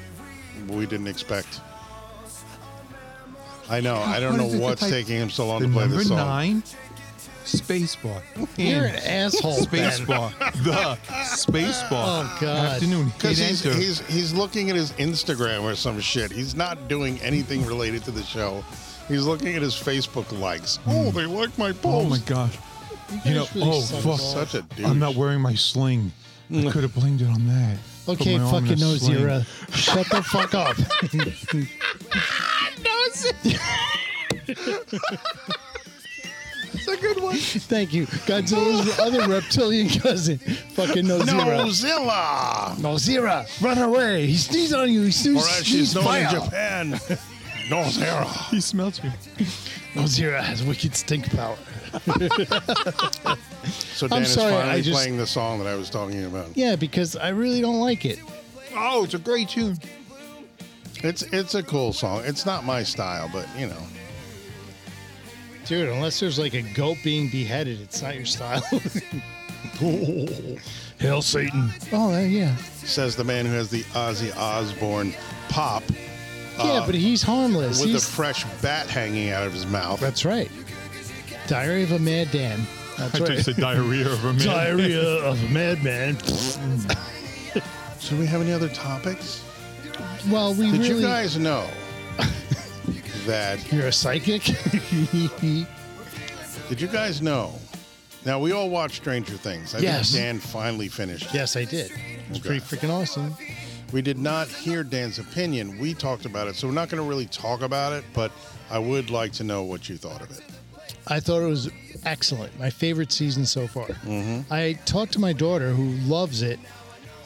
[SPEAKER 1] we didn't expect. I know. I don't
[SPEAKER 3] What
[SPEAKER 1] know
[SPEAKER 3] is it, the
[SPEAKER 1] what's
[SPEAKER 3] type-
[SPEAKER 1] taking him so long
[SPEAKER 3] The
[SPEAKER 1] to play
[SPEAKER 3] number
[SPEAKER 1] this song.
[SPEAKER 3] nine, Spacebar.
[SPEAKER 2] you're an asshole. Ben.
[SPEAKER 3] Spacebar. the Spacebar.
[SPEAKER 2] Oh, God.
[SPEAKER 3] Afternoon. Hit
[SPEAKER 1] Because he's,
[SPEAKER 3] enter.
[SPEAKER 1] he's he's looking at his Instagram or some shit. He's not doing anything related to the show. He's looking at his Facebook likes. Oh, they like my
[SPEAKER 3] Hmm. oh my
[SPEAKER 1] post.
[SPEAKER 3] gosh.
[SPEAKER 2] guys
[SPEAKER 3] You know,
[SPEAKER 2] really
[SPEAKER 3] oh
[SPEAKER 2] suck
[SPEAKER 3] fuck!
[SPEAKER 2] balls.
[SPEAKER 1] Such a douche. Mm.
[SPEAKER 3] I'm not wearing my sling. I could have blamed it on that. Put
[SPEAKER 2] Okay,
[SPEAKER 3] my arm in
[SPEAKER 2] fucking
[SPEAKER 3] a sling.
[SPEAKER 2] Nozira. Shut the fuck up.
[SPEAKER 1] That's a good one.
[SPEAKER 2] Thank you. Godzilla's other reptilian cousin. Fucking Nozira.
[SPEAKER 1] Nozilla.
[SPEAKER 2] Nozira, run away. He sneezed on you. He
[SPEAKER 1] Or
[SPEAKER 2] sneezed,
[SPEAKER 1] as she's
[SPEAKER 2] sneezed
[SPEAKER 1] known in
[SPEAKER 2] fire.
[SPEAKER 1] Japan, Nozera.
[SPEAKER 3] He smells me.
[SPEAKER 2] Nozira has wicked stink power.
[SPEAKER 1] So Dan
[SPEAKER 2] sorry,
[SPEAKER 1] is
[SPEAKER 2] I
[SPEAKER 1] finally
[SPEAKER 2] just-
[SPEAKER 1] playing the song that I was talking about.
[SPEAKER 2] Yeah, because I really don't like it.
[SPEAKER 3] Oh, it's a great tune.
[SPEAKER 1] It's it's a cool song. It's not my style, but you know.
[SPEAKER 2] Dude, unless there's like a goat being beheaded, it's not your style.
[SPEAKER 1] Hail Satan.
[SPEAKER 2] oh, uh, yeah.
[SPEAKER 1] Says the man who has the Ozzy Osbourne pop
[SPEAKER 2] yeah, but he's harmless.
[SPEAKER 1] with a
[SPEAKER 2] He's-
[SPEAKER 1] fresh bat hanging out of his mouth.
[SPEAKER 2] That's right. Diary of a Mad Dan. That's
[SPEAKER 3] I
[SPEAKER 2] right.
[SPEAKER 3] just said diarrhea of a man.
[SPEAKER 2] Diarrhea of a Madman.
[SPEAKER 1] So do we have any other topics?
[SPEAKER 2] well, we
[SPEAKER 1] Did
[SPEAKER 2] really.
[SPEAKER 1] you guys know that?
[SPEAKER 2] You're a psychic?
[SPEAKER 1] Did you guys know? Now we all watch Stranger Things. I
[SPEAKER 2] Yes.
[SPEAKER 1] think Dan finally finished. it.
[SPEAKER 2] yes, I did. It's
[SPEAKER 1] Okay.
[SPEAKER 2] pretty freaking awesome.
[SPEAKER 1] We did not hear Dan's opinion. We talked about it, so we're not going to really talk about it. But I would like to know what you thought of it.
[SPEAKER 2] I thought it was excellent. My favorite season so far. I talked to my daughter who loves it,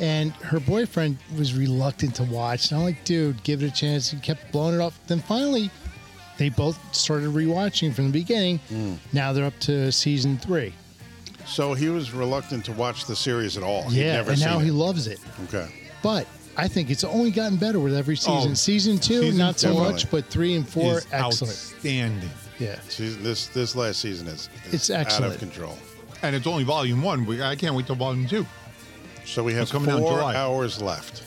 [SPEAKER 2] and her boyfriend was reluctant to watch. And I'm like, dude, give it a chance. He kept blowing it off. Then finally, they both started rewatching from the beginning. Now they're up to season three.
[SPEAKER 1] So he was reluctant to watch the series at all. He'd
[SPEAKER 2] yeah,
[SPEAKER 1] never
[SPEAKER 2] and
[SPEAKER 1] seen
[SPEAKER 2] now he
[SPEAKER 1] it.
[SPEAKER 2] loves it.
[SPEAKER 1] okay.
[SPEAKER 2] But I think it's only gotten better with every season.
[SPEAKER 3] Oh,
[SPEAKER 2] season two,
[SPEAKER 3] season
[SPEAKER 2] not so
[SPEAKER 1] four
[SPEAKER 2] much, but three and four,
[SPEAKER 3] is
[SPEAKER 2] excellent.
[SPEAKER 3] outstanding.
[SPEAKER 2] Yeah.
[SPEAKER 1] She's, this this last season is, is
[SPEAKER 2] It's
[SPEAKER 1] out
[SPEAKER 2] excellent.
[SPEAKER 1] of control.
[SPEAKER 3] And it's only volume one. We, I can't wait till volume two.
[SPEAKER 1] So we have
[SPEAKER 3] It's coming out in
[SPEAKER 1] four
[SPEAKER 3] July.
[SPEAKER 1] hours left.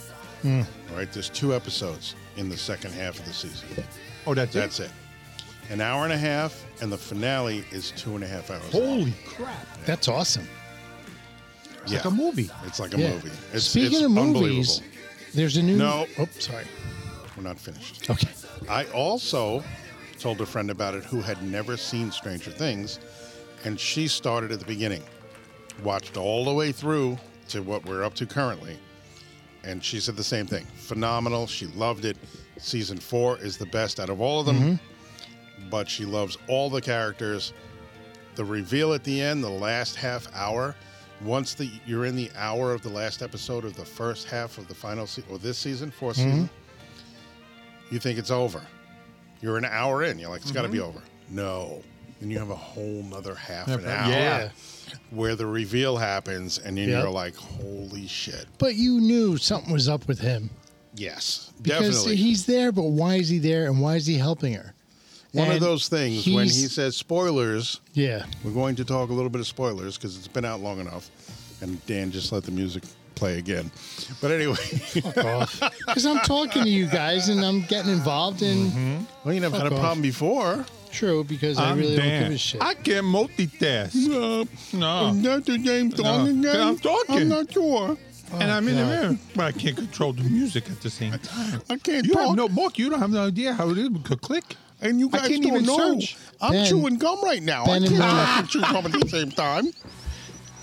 [SPEAKER 1] All right, there's two episodes in the second half of the season.
[SPEAKER 3] Oh, that's,
[SPEAKER 1] That's
[SPEAKER 3] it.
[SPEAKER 1] it. An hour and a half, and the finale is two and a half hours. long.
[SPEAKER 3] Holy crap.
[SPEAKER 2] That's awesome.
[SPEAKER 3] It's like a movie.
[SPEAKER 1] It's like a
[SPEAKER 2] Yeah.
[SPEAKER 1] movie. It's,
[SPEAKER 2] Speaking
[SPEAKER 1] it's
[SPEAKER 2] of movies,
[SPEAKER 1] unbelievable.
[SPEAKER 2] there's a new.
[SPEAKER 1] No.
[SPEAKER 2] Oh, sorry.
[SPEAKER 1] we're not finished.
[SPEAKER 2] Okay.
[SPEAKER 1] I also told a friend about it who had never seen Stranger Things, and she started at the beginning, watched all the way through to what we're up to currently, and she said the same thing. Phenomenal. She loved it. Season four is the best out of all of them, but she loves all the characters. The reveal at the end, the last half hour. Once the, you're in the hour of the last episode of the first half of the final se- or this season, 4th season, you think it's over. You're an hour in. You're like, it's got to be over. No. Then you have a whole nother Mm-hmm. half an hour
[SPEAKER 3] Yeah.
[SPEAKER 1] where the reveal happens, and then
[SPEAKER 2] Yep.
[SPEAKER 1] you're like, holy shit.
[SPEAKER 2] But you knew something was up with him
[SPEAKER 1] Yes,
[SPEAKER 2] because
[SPEAKER 1] definitely.
[SPEAKER 2] he's there. But why is he there? And why is he helping her?
[SPEAKER 1] One of
[SPEAKER 2] and
[SPEAKER 1] those things when he
[SPEAKER 2] he's-
[SPEAKER 1] says spoilers,
[SPEAKER 2] Yeah.
[SPEAKER 1] we're going to talk a little bit of spoilers because it's been out long enough. And Dan just let the music play again. But anyway,
[SPEAKER 2] Because I'm talking to you guys and I'm getting involved in.
[SPEAKER 1] well, you never had a
[SPEAKER 2] Fuck off.
[SPEAKER 1] problem before.
[SPEAKER 2] True, because i
[SPEAKER 3] I'm
[SPEAKER 2] really don't give
[SPEAKER 3] Dan.
[SPEAKER 2] a shit.
[SPEAKER 3] I can multitask.
[SPEAKER 1] No,
[SPEAKER 3] No.
[SPEAKER 1] Uh, not the game
[SPEAKER 3] No. I'm talking.
[SPEAKER 1] sure.
[SPEAKER 3] and I'm in the
[SPEAKER 2] Oh, God.
[SPEAKER 3] mirror, but I can't control the music at the same time.
[SPEAKER 1] I can't
[SPEAKER 3] You have no book. You don't have no idea how it is. We could click.
[SPEAKER 1] And you
[SPEAKER 3] I
[SPEAKER 1] guys
[SPEAKER 3] can't
[SPEAKER 1] don't
[SPEAKER 3] even
[SPEAKER 1] know.
[SPEAKER 3] search.
[SPEAKER 1] I'm
[SPEAKER 2] Ben-
[SPEAKER 1] chewing gum right now.
[SPEAKER 2] Ben
[SPEAKER 1] I
[SPEAKER 2] and
[SPEAKER 1] can't chew gum at the same time.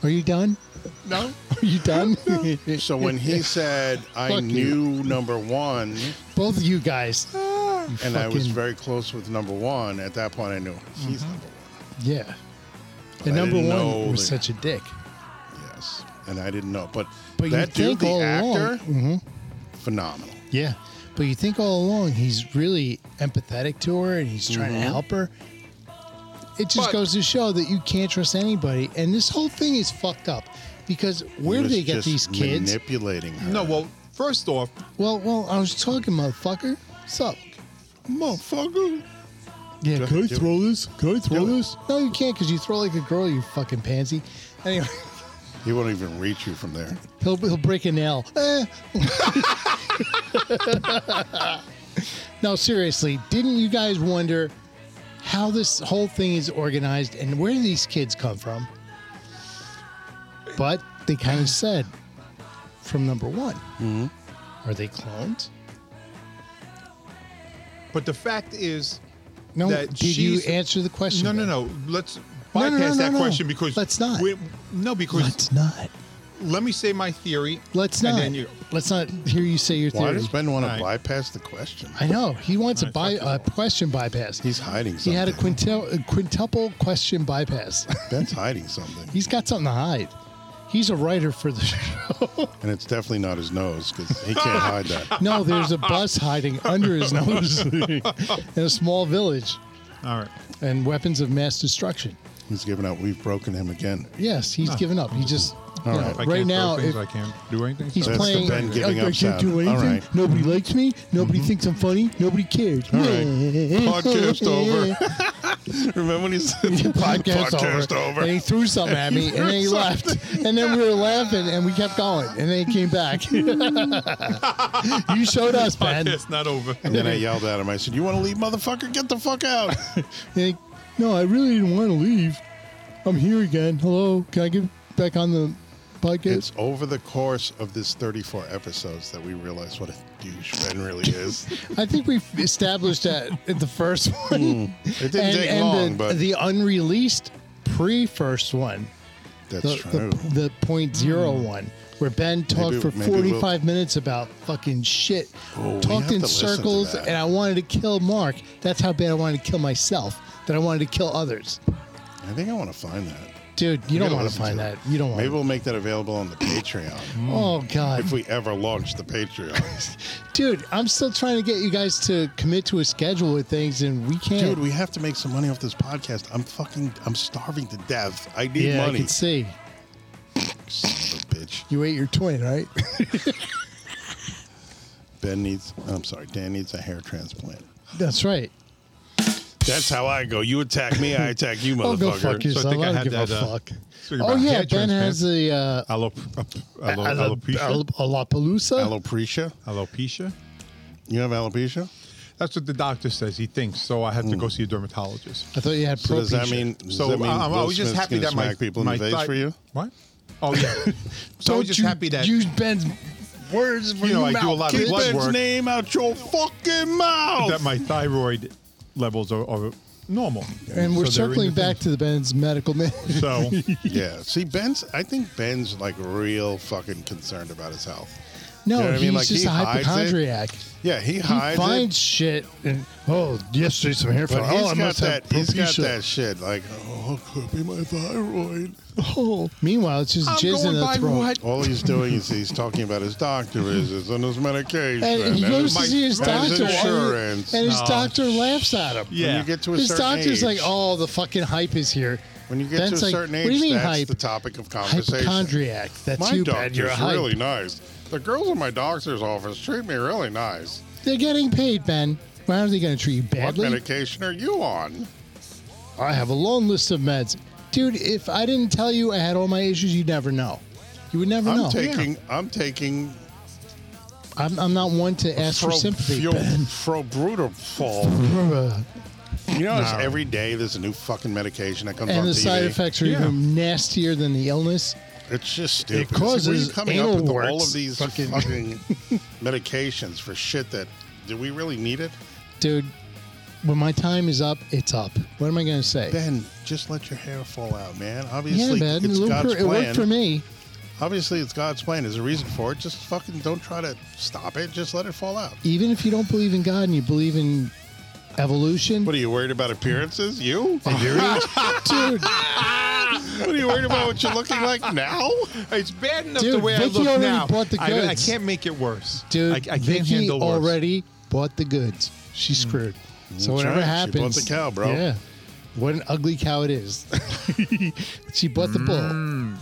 [SPEAKER 2] Are you done?
[SPEAKER 1] No.
[SPEAKER 2] Are you done?
[SPEAKER 1] So when he said, I
[SPEAKER 2] Fuck
[SPEAKER 1] knew number one,
[SPEAKER 2] Both of you guys.
[SPEAKER 1] and I was
[SPEAKER 2] Fucking- Mm-hmm.
[SPEAKER 1] very close with number one, at that point I knew he's number one.
[SPEAKER 2] Yeah. The
[SPEAKER 1] I
[SPEAKER 2] number
[SPEAKER 1] didn't
[SPEAKER 2] one
[SPEAKER 1] know
[SPEAKER 2] was
[SPEAKER 1] the-
[SPEAKER 2] such a dick.
[SPEAKER 1] Yes. And I didn't know. But,
[SPEAKER 2] But you
[SPEAKER 1] that dude,
[SPEAKER 2] think all
[SPEAKER 1] the
[SPEAKER 2] along- Mm-hmm.
[SPEAKER 1] actor, phenomenal.
[SPEAKER 2] Yeah. But you
[SPEAKER 1] Mm-hmm.
[SPEAKER 2] think all along he's really empathetic to her and he's trying to help her. it just
[SPEAKER 3] But-
[SPEAKER 2] goes to show that you can't trust anybody. And this whole thing is fucked up because where
[SPEAKER 1] He
[SPEAKER 2] do
[SPEAKER 1] was
[SPEAKER 2] they get
[SPEAKER 1] just
[SPEAKER 2] these kids?
[SPEAKER 1] Manipulating her.
[SPEAKER 3] No, well, first off,
[SPEAKER 2] well, well, I was talking, motherfucker. What's up?
[SPEAKER 3] motherfucker.
[SPEAKER 2] Yeah,
[SPEAKER 1] can I Do it. throw
[SPEAKER 2] this? Can I throw
[SPEAKER 1] Do it.
[SPEAKER 2] this? No, you can't because you throw like a girl, you fucking pansy. Anyway,
[SPEAKER 1] He won't even reach you from there.
[SPEAKER 2] he'll, he'll break a nail. Eh. no, seriously, didn't you guys wonder how this whole thing is organized and where do these kids come from? But they kind of said from number one.
[SPEAKER 3] Mm-hmm.
[SPEAKER 2] Are they clones?
[SPEAKER 3] But the fact is,
[SPEAKER 2] No,
[SPEAKER 3] That
[SPEAKER 2] did you
[SPEAKER 3] she's-
[SPEAKER 2] answer the question?
[SPEAKER 3] no, no,
[SPEAKER 2] Ben?
[SPEAKER 3] no. Let's
[SPEAKER 2] No, no,
[SPEAKER 3] bypass
[SPEAKER 2] no, no,
[SPEAKER 3] that
[SPEAKER 2] no.
[SPEAKER 3] question because
[SPEAKER 2] Let's not.
[SPEAKER 3] we- no, because
[SPEAKER 2] Let's not.
[SPEAKER 3] let me say my theory.
[SPEAKER 2] Let's
[SPEAKER 3] and
[SPEAKER 2] not.
[SPEAKER 3] then you-
[SPEAKER 2] Let's not hear you say your
[SPEAKER 1] Why
[SPEAKER 2] theory.
[SPEAKER 1] does Ben want
[SPEAKER 3] Right.
[SPEAKER 1] to bypass the question?
[SPEAKER 2] I know he wants a,
[SPEAKER 3] All
[SPEAKER 2] by,
[SPEAKER 3] right,
[SPEAKER 2] a question bypass.
[SPEAKER 1] He's hiding something.
[SPEAKER 2] he had a, quintel, a quintuple question bypass.
[SPEAKER 1] Ben's hiding something,
[SPEAKER 2] He's got something to hide. He's a writer for the show.
[SPEAKER 1] and it's definitely not his nose because he can't hide that.
[SPEAKER 2] no, there's a bus hiding under his nose in a small village
[SPEAKER 3] All right.
[SPEAKER 2] and weapons of mass destruction.
[SPEAKER 1] He's giving up. We've broken him again.
[SPEAKER 2] Yes, he's given up. He just you know,
[SPEAKER 1] right.
[SPEAKER 3] If I
[SPEAKER 2] right
[SPEAKER 3] can't throw
[SPEAKER 2] now if-
[SPEAKER 3] things, I can't do anything.
[SPEAKER 2] he's
[SPEAKER 3] so-
[SPEAKER 1] That's the
[SPEAKER 2] playing.
[SPEAKER 1] Ben giving
[SPEAKER 2] I,
[SPEAKER 1] up
[SPEAKER 2] I can't
[SPEAKER 1] sound.
[SPEAKER 2] do anything.
[SPEAKER 1] All right. Mm-hmm.
[SPEAKER 2] Nobody likes me. Nobody thinks I'm funny. Nobody cares.
[SPEAKER 1] All right.
[SPEAKER 3] Podcast over.
[SPEAKER 1] Remember when he said
[SPEAKER 2] podcast,
[SPEAKER 1] podcast
[SPEAKER 2] over.
[SPEAKER 1] over?
[SPEAKER 2] And he threw something at me, and then he
[SPEAKER 1] threw
[SPEAKER 2] left. And then we were laughing, and we kept going. And then he came back. you showed us, Ben. And
[SPEAKER 3] Podcast not over.
[SPEAKER 1] And then I yelled at him. I said, "You want to leave, motherfucker? Get the fuck out!"
[SPEAKER 2] he- no, I really didn't want to leave. I'm here again. Hello, can I get back on the podcast?
[SPEAKER 1] It's over the course of this 34 episodes that we realize what a douche Ben really is.
[SPEAKER 2] I think we established that in the first one.
[SPEAKER 1] It Hmm. didn't take
[SPEAKER 2] the-
[SPEAKER 1] long, but
[SPEAKER 2] the unreleased pre-first one.
[SPEAKER 1] that's
[SPEAKER 2] the,
[SPEAKER 1] true.
[SPEAKER 2] the, the point zero one where Ben talked
[SPEAKER 1] Maybe-
[SPEAKER 2] for
[SPEAKER 1] maybe we'll-
[SPEAKER 2] 45 minutes about fucking shit,
[SPEAKER 1] Oh, we
[SPEAKER 2] talked
[SPEAKER 1] have
[SPEAKER 2] in
[SPEAKER 1] to listen to
[SPEAKER 2] circles,
[SPEAKER 1] that.
[SPEAKER 2] and I wanted to kill Mark. That's how bad I wanted to kill myself. That I wanted to kill others.
[SPEAKER 1] I think I want to find that.
[SPEAKER 2] Dude, you don't
[SPEAKER 1] gotta
[SPEAKER 2] want to
[SPEAKER 1] listen
[SPEAKER 2] find
[SPEAKER 1] to
[SPEAKER 2] that.
[SPEAKER 1] it.
[SPEAKER 2] You don't want.
[SPEAKER 1] Maybe we'll make that available on the Patreon
[SPEAKER 2] oh God,
[SPEAKER 1] if we ever launch the Patreon.
[SPEAKER 2] dude, I'm still trying to get you guys to commit to a schedule with things, and we can't.
[SPEAKER 1] Dude, we have to make some money off this podcast. I'm fucking, I'm starving to death. I need
[SPEAKER 2] yeah, I
[SPEAKER 1] money.
[SPEAKER 2] can see.
[SPEAKER 1] Son of a bitch.
[SPEAKER 2] You ate your twin, right?
[SPEAKER 1] Ben needs, I'm sorry, Dan needs a hair transplant.
[SPEAKER 2] That's right.
[SPEAKER 1] That's how I go. You attack me, I attack you,
[SPEAKER 2] Oh,
[SPEAKER 1] motherfucker.
[SPEAKER 2] go fuck yourself.
[SPEAKER 3] think
[SPEAKER 2] I,
[SPEAKER 3] I
[SPEAKER 2] don't
[SPEAKER 3] had
[SPEAKER 2] give
[SPEAKER 3] that,
[SPEAKER 2] a
[SPEAKER 3] uh,
[SPEAKER 2] fuck.
[SPEAKER 3] speaking
[SPEAKER 2] Oh
[SPEAKER 3] about
[SPEAKER 2] yeah,
[SPEAKER 3] hair
[SPEAKER 2] Ben has
[SPEAKER 3] transplant.
[SPEAKER 2] a uh,
[SPEAKER 3] Alop- ap- alo-
[SPEAKER 2] Ala- Ala-
[SPEAKER 3] alopecia.
[SPEAKER 2] Alapalooza?
[SPEAKER 1] Alopecia?
[SPEAKER 3] Alopecia.
[SPEAKER 1] You have alopecia?
[SPEAKER 3] That's what the doctor says he thinks. So I have to go see a dermatologist.
[SPEAKER 2] I thought you had
[SPEAKER 1] So does that
[SPEAKER 2] propecia.
[SPEAKER 1] mean, Hmm. does
[SPEAKER 3] So
[SPEAKER 1] that mean
[SPEAKER 3] I- I'm
[SPEAKER 1] Will
[SPEAKER 3] always just
[SPEAKER 1] Smith's
[SPEAKER 3] happy
[SPEAKER 1] gonna
[SPEAKER 3] that my
[SPEAKER 1] smack people in the
[SPEAKER 3] my
[SPEAKER 1] face
[SPEAKER 3] thigh-
[SPEAKER 1] for you?
[SPEAKER 3] What? Oh yeah. so I
[SPEAKER 2] Don't
[SPEAKER 3] was just
[SPEAKER 2] you
[SPEAKER 3] happy that
[SPEAKER 2] use Ben's words for
[SPEAKER 3] You know,
[SPEAKER 2] your
[SPEAKER 3] I do a
[SPEAKER 2] mouth,
[SPEAKER 3] lot of
[SPEAKER 2] kid.
[SPEAKER 3] blood
[SPEAKER 1] Ben's
[SPEAKER 3] work.
[SPEAKER 1] name out your fucking mouth.
[SPEAKER 3] that my thyroid levels are, are normal.
[SPEAKER 2] And we're
[SPEAKER 3] So they're
[SPEAKER 2] circling
[SPEAKER 3] in the-
[SPEAKER 2] back to the Ben's medical man.
[SPEAKER 3] So
[SPEAKER 1] yeah. See, Ben's, I think Ben's like real fucking concerned about his health.
[SPEAKER 2] no,
[SPEAKER 1] You know what I
[SPEAKER 2] he's
[SPEAKER 1] mean? Like,
[SPEAKER 2] just
[SPEAKER 1] he
[SPEAKER 2] a
[SPEAKER 1] hides it.
[SPEAKER 2] hypochondriac.
[SPEAKER 1] Yeah, he
[SPEAKER 2] He
[SPEAKER 1] hides it.
[SPEAKER 2] finds shit and oh, yesterday some hair fall.
[SPEAKER 1] But he's
[SPEAKER 2] Oh, I
[SPEAKER 1] got
[SPEAKER 2] must
[SPEAKER 1] that.
[SPEAKER 2] have
[SPEAKER 1] He's got
[SPEAKER 2] propecia.
[SPEAKER 1] that shit. Like, oh, it could be my thyroid.
[SPEAKER 2] Oh, meanwhile, it's just
[SPEAKER 3] I'm
[SPEAKER 2] jizz in
[SPEAKER 3] going
[SPEAKER 2] the
[SPEAKER 3] by
[SPEAKER 2] throat.
[SPEAKER 3] what?
[SPEAKER 1] All he's doing is he's talking about his doctor is is on his medication.
[SPEAKER 2] And he goes to
[SPEAKER 3] my-
[SPEAKER 2] see his
[SPEAKER 1] and
[SPEAKER 2] doctor,
[SPEAKER 1] his
[SPEAKER 2] and-
[SPEAKER 1] insurance.
[SPEAKER 2] and his
[SPEAKER 3] No.
[SPEAKER 2] doctor laughs at him.
[SPEAKER 1] when
[SPEAKER 3] Yeah.
[SPEAKER 1] you get to a
[SPEAKER 2] His
[SPEAKER 1] certain
[SPEAKER 2] doctor's
[SPEAKER 1] age,
[SPEAKER 2] like, "Oh, the fucking hype is here."
[SPEAKER 1] when you get
[SPEAKER 2] Ben's
[SPEAKER 1] to a
[SPEAKER 2] like,
[SPEAKER 1] certain age,
[SPEAKER 2] what do you mean
[SPEAKER 1] that's
[SPEAKER 2] hype?
[SPEAKER 1] the topic of conversation.
[SPEAKER 2] hypochondriac. That's
[SPEAKER 1] My
[SPEAKER 2] you, Ben.
[SPEAKER 1] doctor's
[SPEAKER 2] You're a hype.
[SPEAKER 1] really nice. The girls in my doctor's office treat me really nice.
[SPEAKER 2] They're getting paid, Ben. Why are they going to treat you badly?
[SPEAKER 1] What medication are you on?
[SPEAKER 2] I have a long list of meds. Dude, if I didn't tell you I had all my issues, you'd never know. You would never
[SPEAKER 1] I'm
[SPEAKER 2] know.
[SPEAKER 1] taking. I'm taking.
[SPEAKER 2] I'm, I'm not one to ask for sympathy. Ben.
[SPEAKER 1] Frobrutafol. You know, it's
[SPEAKER 3] No.
[SPEAKER 1] every day there's a new fucking medication that comes on
[SPEAKER 2] And the
[SPEAKER 1] TV.
[SPEAKER 2] side effects are
[SPEAKER 3] Yeah.
[SPEAKER 2] even nastier than the illness.
[SPEAKER 1] It's just stupid.
[SPEAKER 2] It
[SPEAKER 1] It's like, where are you
[SPEAKER 2] causes
[SPEAKER 1] coming
[SPEAKER 2] anal
[SPEAKER 1] up with all
[SPEAKER 2] warts.
[SPEAKER 1] of these
[SPEAKER 2] Fucking-
[SPEAKER 1] fucking, medications for shit that do we really need it?
[SPEAKER 2] Dude, when my time is up, it's up. What am I going to say?
[SPEAKER 1] Ben, just let your hair fall out, man.
[SPEAKER 2] yeah,
[SPEAKER 1] Obviously,
[SPEAKER 2] Ben.
[SPEAKER 1] it's
[SPEAKER 2] It, worked
[SPEAKER 1] God's
[SPEAKER 2] for, it
[SPEAKER 1] plan.
[SPEAKER 2] worked for me.
[SPEAKER 1] Obviously, it's God's plan. There's a reason for it. Just fucking don't try to stop it. Just let it fall out.
[SPEAKER 2] Even if you don't believe in God and you believe in evolution.
[SPEAKER 1] What are you worried about appearances? You?
[SPEAKER 2] dude,
[SPEAKER 1] what are you worried about? What you're looking like now?
[SPEAKER 3] it's bad enough
[SPEAKER 2] Dude,
[SPEAKER 3] the way
[SPEAKER 2] Vicky
[SPEAKER 3] I look
[SPEAKER 2] already
[SPEAKER 3] now.
[SPEAKER 2] bought the
[SPEAKER 3] I, don't- I
[SPEAKER 2] goods.
[SPEAKER 3] can't make it worse.
[SPEAKER 2] dude,
[SPEAKER 3] I, I can't
[SPEAKER 2] Vicky
[SPEAKER 3] handle worse.
[SPEAKER 2] already bought the goods. She's screwed. So
[SPEAKER 1] Hmm. That's
[SPEAKER 2] whatever
[SPEAKER 1] right. She bought
[SPEAKER 2] happens,
[SPEAKER 1] the cow, bro.
[SPEAKER 2] Yeah, What an ugly cow it is. she bought the bull.
[SPEAKER 1] Hmm.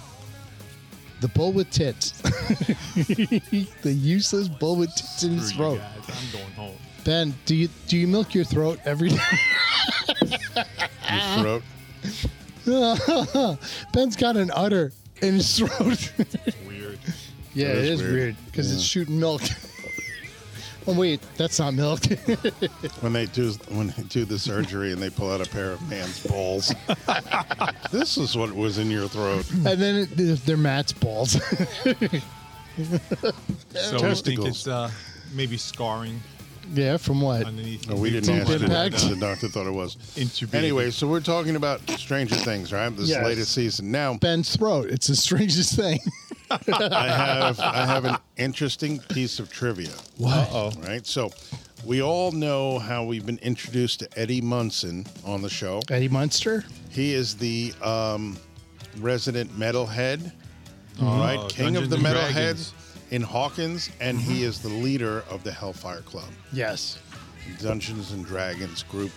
[SPEAKER 2] The bull with tits. the useless bull with tits in his
[SPEAKER 3] Screw you
[SPEAKER 2] throat.
[SPEAKER 3] guys. I'm going home.
[SPEAKER 2] Ben, do you do you milk your throat every day?
[SPEAKER 1] Your throat.
[SPEAKER 2] Ben's got an udder in his throat.
[SPEAKER 3] It's weird.
[SPEAKER 2] yeah,
[SPEAKER 1] That
[SPEAKER 2] it
[SPEAKER 1] is
[SPEAKER 2] is
[SPEAKER 1] weird.
[SPEAKER 2] weird because it's shooting milk. oh wait, that's not milk.
[SPEAKER 1] when they do when they do the surgery and they pull out a pair of man's balls. this is what was in your throat.
[SPEAKER 2] and then it, they're Matt's balls.
[SPEAKER 3] So I think
[SPEAKER 1] Testicles.
[SPEAKER 3] it's uh, maybe scarring
[SPEAKER 2] yeah, from what?
[SPEAKER 3] underneath.
[SPEAKER 1] No, we didn't
[SPEAKER 2] Deep
[SPEAKER 1] ask you that.
[SPEAKER 2] impact.
[SPEAKER 1] The doctor thought it was.
[SPEAKER 3] Intubated.
[SPEAKER 1] Anyway, so we're talking about Stranger Things, right? This
[SPEAKER 2] Yes.
[SPEAKER 1] latest season. Now
[SPEAKER 2] Ben's throat. It's the strangest thing.
[SPEAKER 1] I have I have an interesting piece of trivia.
[SPEAKER 3] Uh-oh.
[SPEAKER 1] Right. So we all know how we've been introduced to Eddie Munson on the show.
[SPEAKER 2] Eddie Munster.
[SPEAKER 1] He is the um, resident metalhead, all right, king of
[SPEAKER 3] Oh, Dungeons
[SPEAKER 1] the
[SPEAKER 3] and
[SPEAKER 1] metalheads
[SPEAKER 3] Dragons. Mm-hmm.
[SPEAKER 1] in Hawkins, and he is the leader of the Hellfire Club,
[SPEAKER 2] Yes.
[SPEAKER 1] Dungeons and Dragons group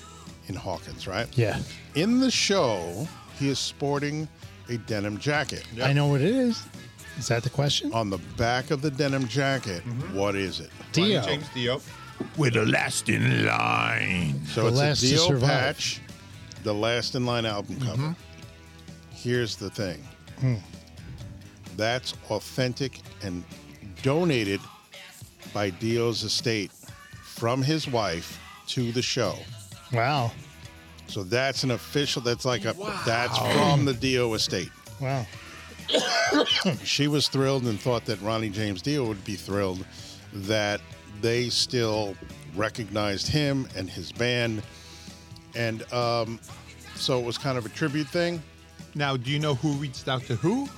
[SPEAKER 1] in Hawkins, right?
[SPEAKER 2] Yeah.
[SPEAKER 1] In the show, he is sporting a denim jacket.
[SPEAKER 2] I know what it is. Is that the question?
[SPEAKER 1] On the back of the denim jacket,
[SPEAKER 3] Mm-hmm.
[SPEAKER 1] what is it?
[SPEAKER 2] Dio.
[SPEAKER 3] James Dio. We're the last in line.
[SPEAKER 1] So
[SPEAKER 2] The
[SPEAKER 1] it's
[SPEAKER 2] Last
[SPEAKER 1] a
[SPEAKER 2] to
[SPEAKER 1] Dio
[SPEAKER 2] Survive. Mm-hmm.
[SPEAKER 1] patch, the last in line album cover. Here's the thing.
[SPEAKER 2] Hmm.
[SPEAKER 1] That's authentic and donated by Dio's estate from his wife to the show.
[SPEAKER 2] Wow.
[SPEAKER 1] So that's an official that's like a that's from the Dio estate.
[SPEAKER 2] Wow.
[SPEAKER 1] She was thrilled and thought that Ronnie James Dio would be thrilled that they still recognized him and his band. And um, so it was kind of a tribute thing.
[SPEAKER 3] Now, do you know who reached out to who?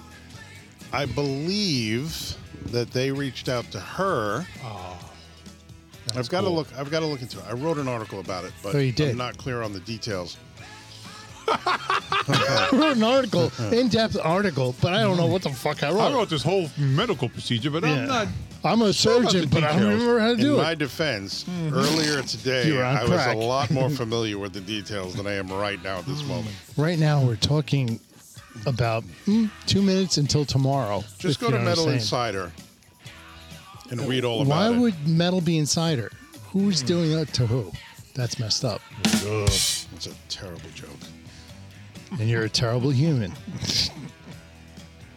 [SPEAKER 1] I believe that they reached out to her. I've got to
[SPEAKER 3] cool.
[SPEAKER 1] look. I've got to look into it. I wrote an article about it, but
[SPEAKER 2] Oh, you
[SPEAKER 1] I'm
[SPEAKER 2] did?
[SPEAKER 1] not clear on the details.
[SPEAKER 2] I wrote an article, in-depth article, but I don't know what the fuck I wrote.
[SPEAKER 3] I wrote this whole medical procedure, but
[SPEAKER 2] Yeah.
[SPEAKER 3] I'm not.
[SPEAKER 2] I'm a
[SPEAKER 3] about
[SPEAKER 2] surgeon,
[SPEAKER 3] the
[SPEAKER 2] but I don't
[SPEAKER 3] details.
[SPEAKER 2] remember how to
[SPEAKER 1] In
[SPEAKER 2] do
[SPEAKER 1] my
[SPEAKER 2] it.
[SPEAKER 1] defense, earlier
[SPEAKER 2] You
[SPEAKER 1] today,
[SPEAKER 2] were on
[SPEAKER 1] I was
[SPEAKER 2] crack.
[SPEAKER 1] a lot more familiar with the details than I am right now at
[SPEAKER 2] Mm.
[SPEAKER 1] this moment.
[SPEAKER 2] Right now, we're talking about mm, two minutes until tomorrow.
[SPEAKER 1] Just
[SPEAKER 2] if
[SPEAKER 1] go
[SPEAKER 2] you
[SPEAKER 1] to
[SPEAKER 2] know what
[SPEAKER 1] Metal
[SPEAKER 2] I'm saying.
[SPEAKER 1] Insider and read all
[SPEAKER 2] Why
[SPEAKER 1] about it. Hmm.
[SPEAKER 2] would metal be insider? Who's doing that to who? That's messed up.
[SPEAKER 1] It's a terrible joke
[SPEAKER 2] And you're a terrible human.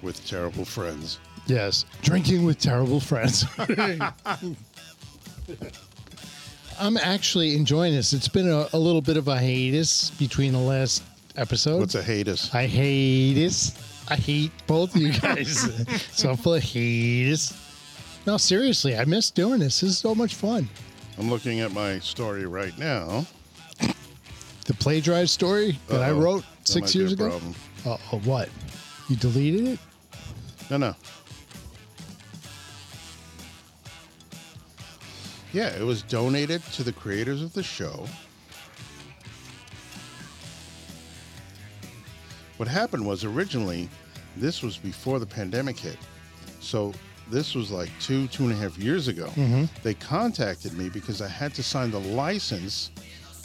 [SPEAKER 1] with terrible friends.
[SPEAKER 2] Yes, drinking with terrible friends. I'm actually enjoying this. It's been a, a little bit of a hiatus between the last episode.
[SPEAKER 1] What's a hatus?
[SPEAKER 2] I hate it. I hate both of you guys. so I'm full of hate. No, seriously, I miss doing this. This is so much fun.
[SPEAKER 1] I'm looking at my story right now.
[SPEAKER 2] The play drive story that I
[SPEAKER 1] Uh-oh.
[SPEAKER 2] wrote
[SPEAKER 1] That might
[SPEAKER 2] six
[SPEAKER 1] be a
[SPEAKER 2] years ago.
[SPEAKER 1] problem.
[SPEAKER 2] Uh, oh, what? You deleted it?
[SPEAKER 1] No, no. Yeah, it was donated to the creators of the show. What happened was originally, this was before the pandemic hit. So this was like two, two and a half years ago. They contacted me because I had to sign the license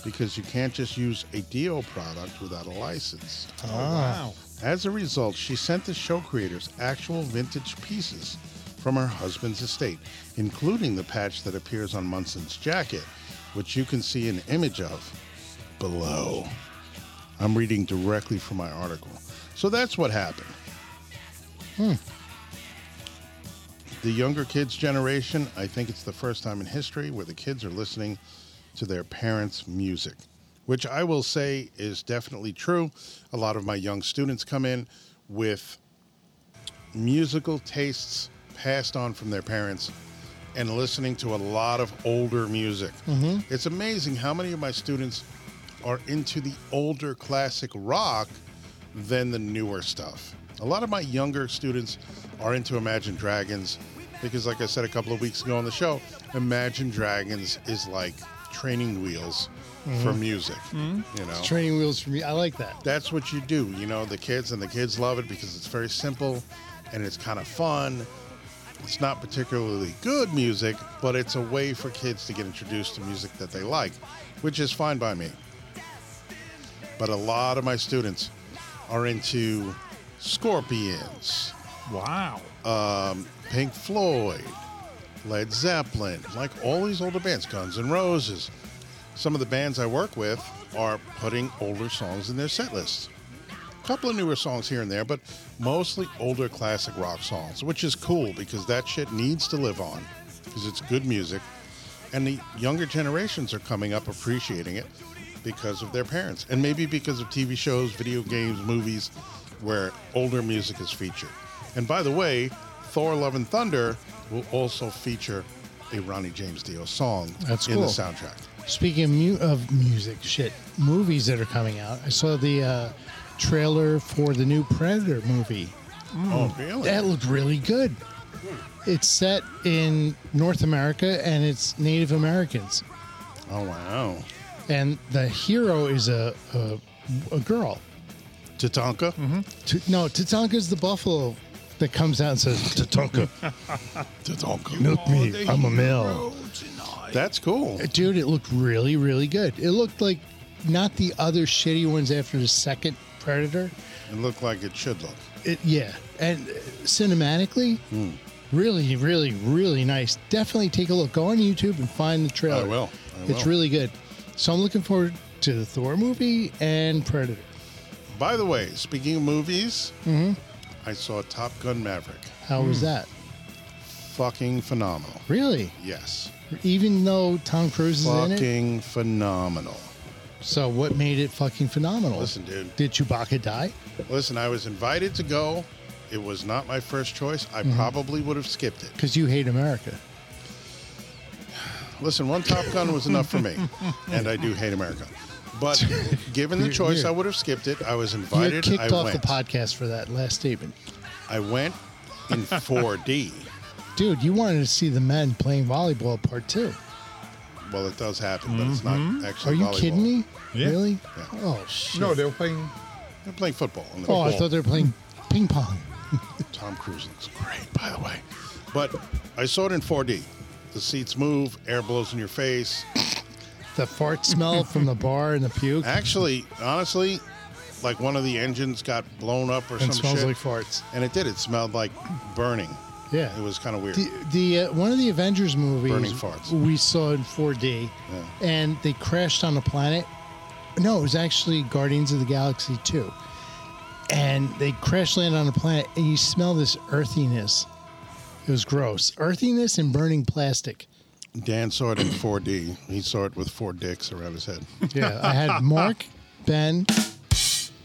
[SPEAKER 1] because you can't just use a DO product without a license.
[SPEAKER 3] Oh, Wow.
[SPEAKER 1] As a result, she sent the show creators actual vintage pieces from her husband's estate, including the patch that appears on Munson's jacket, which you can see an image of below. I'm reading directly from my article. So that's what happened. The younger kids' generation, I think it's the first time in history where the kids are listening to their parents' music, which I will say is definitely true. A lot of my young students come in with musical tastes passed on from their parents and listening to a lot of older music. It's amazing how many of my students are into the older classic rock than the newer stuff. A lot of my younger students are into Imagine Dragons because, like I said a couple of weeks ago on the show, Imagine Dragons is like training wheels for music. You know,
[SPEAKER 2] Training wheels for me. I like that.
[SPEAKER 1] that's what you do. You know, the kids and the kids love it because it's very simple and it's kind of fun. It's not particularly good music, but it's a way for kids to get introduced to music that they like, which is fine by me. but a lot of my students are into Scorpions,
[SPEAKER 3] Wow.
[SPEAKER 1] um, Pink Floyd, Led Zeppelin, like all these older bands, Guns N' Roses. Some of the bands I work with are putting older songs in their set lists. A couple of newer songs here and there, but mostly older classic rock songs, which is cool because that shit needs to live on because it's good music. And the younger generations are coming up appreciating it because of their parents and maybe because of TV shows, video games, movies where older music is featured. And by the way, Thor Love and Thunder will also feature a Ronnie James Dio song
[SPEAKER 2] That's
[SPEAKER 1] in the
[SPEAKER 2] cool.
[SPEAKER 1] soundtrack.
[SPEAKER 2] Speaking of, mu- of music, shit, movies that are coming out. I saw the uh, trailer for the new Predator movie.
[SPEAKER 1] Oh, really?
[SPEAKER 2] Mm. That looked really good. It's set in North America and it's Native Americans.
[SPEAKER 1] oh, wow.
[SPEAKER 2] And the hero is a, a, a girl.
[SPEAKER 1] Tatanka?
[SPEAKER 2] T- no, Tatanka's the buffalo that comes out and says, Tatanka,
[SPEAKER 1] Tatanka.
[SPEAKER 2] milk
[SPEAKER 3] Oh,
[SPEAKER 2] me, I'm a male.
[SPEAKER 1] That's cool.
[SPEAKER 2] Dude, it looked really, really good. It looked like not the other shitty ones after the second Predator.
[SPEAKER 1] It looked like it should look.
[SPEAKER 2] It, yeah, and uh, cinematically,
[SPEAKER 1] Hmm.
[SPEAKER 2] really, really, really nice. Definitely take a look. Go on YouTube and find the trailer.
[SPEAKER 1] I will. I
[SPEAKER 2] It's
[SPEAKER 1] will.
[SPEAKER 2] really good. So I'm looking forward to the Thor movie and Predator.
[SPEAKER 1] By the way, speaking of movies,
[SPEAKER 2] Mm-hmm.
[SPEAKER 1] I saw Top Gun Maverick.
[SPEAKER 2] How
[SPEAKER 1] Hmm.
[SPEAKER 2] was that?
[SPEAKER 1] Fucking phenomenal.
[SPEAKER 2] Really?
[SPEAKER 1] Yes.
[SPEAKER 2] Even though Tom Cruise is in it.
[SPEAKER 1] Fucking phenomenal.
[SPEAKER 2] So what made it fucking phenomenal?
[SPEAKER 1] Listen, dude.
[SPEAKER 2] Did Chewbacca die?
[SPEAKER 1] Listen, I was invited to go. It was not my first choice. I
[SPEAKER 2] Mm-hmm.
[SPEAKER 1] probably would have skipped it.
[SPEAKER 2] Because you hate America.
[SPEAKER 1] Listen, one Top Gun was enough for me, and I do hate America. But given the
[SPEAKER 2] You're-
[SPEAKER 1] choice,
[SPEAKER 2] you're-
[SPEAKER 1] I would have skipped it. I was
[SPEAKER 2] You're
[SPEAKER 1] invited.
[SPEAKER 2] kicked
[SPEAKER 1] I
[SPEAKER 2] off
[SPEAKER 1] went.
[SPEAKER 2] the podcast for that last statement.
[SPEAKER 1] I went in 4D.
[SPEAKER 2] Dude, you wanted to see the men playing volleyball part two.
[SPEAKER 1] Well, it does happen, but it's not
[SPEAKER 2] Mm-hmm. Are
[SPEAKER 1] actually.
[SPEAKER 2] you
[SPEAKER 1] volleyball.
[SPEAKER 2] kidding me?
[SPEAKER 3] Yeah.
[SPEAKER 2] Really?
[SPEAKER 1] Yeah.
[SPEAKER 2] Oh shit.
[SPEAKER 3] No, they were playing.
[SPEAKER 1] They're playing football. In the
[SPEAKER 2] Oh, I
[SPEAKER 1] pool.
[SPEAKER 2] thought they were playing ping pong.
[SPEAKER 1] Tom Cruise looks great, by the way. But I saw it in 4D. The seats move, air blows in your face.
[SPEAKER 2] The fart smell from the bar and the puke
[SPEAKER 1] Actually, honestly, like one of the engines got blown up or
[SPEAKER 2] and
[SPEAKER 1] some
[SPEAKER 2] smells
[SPEAKER 1] shit.
[SPEAKER 2] like farts.
[SPEAKER 1] and it did. It smelled like burning.
[SPEAKER 2] Yeah.
[SPEAKER 1] It was kind of weird.
[SPEAKER 2] The, the uh, one of the Avengers movies
[SPEAKER 1] Burning farts.
[SPEAKER 2] we saw in 4D,
[SPEAKER 1] Yeah.
[SPEAKER 2] and they crashed on a planet. No, it was actually Guardians of the Galaxy 2. And they crash land on a planet, and you smell this earthiness. It was gross. Earthiness and burning plastic.
[SPEAKER 1] Dan saw it in 4D. He saw it with four dicks around his head.
[SPEAKER 2] Yeah, I had Mark, Ben,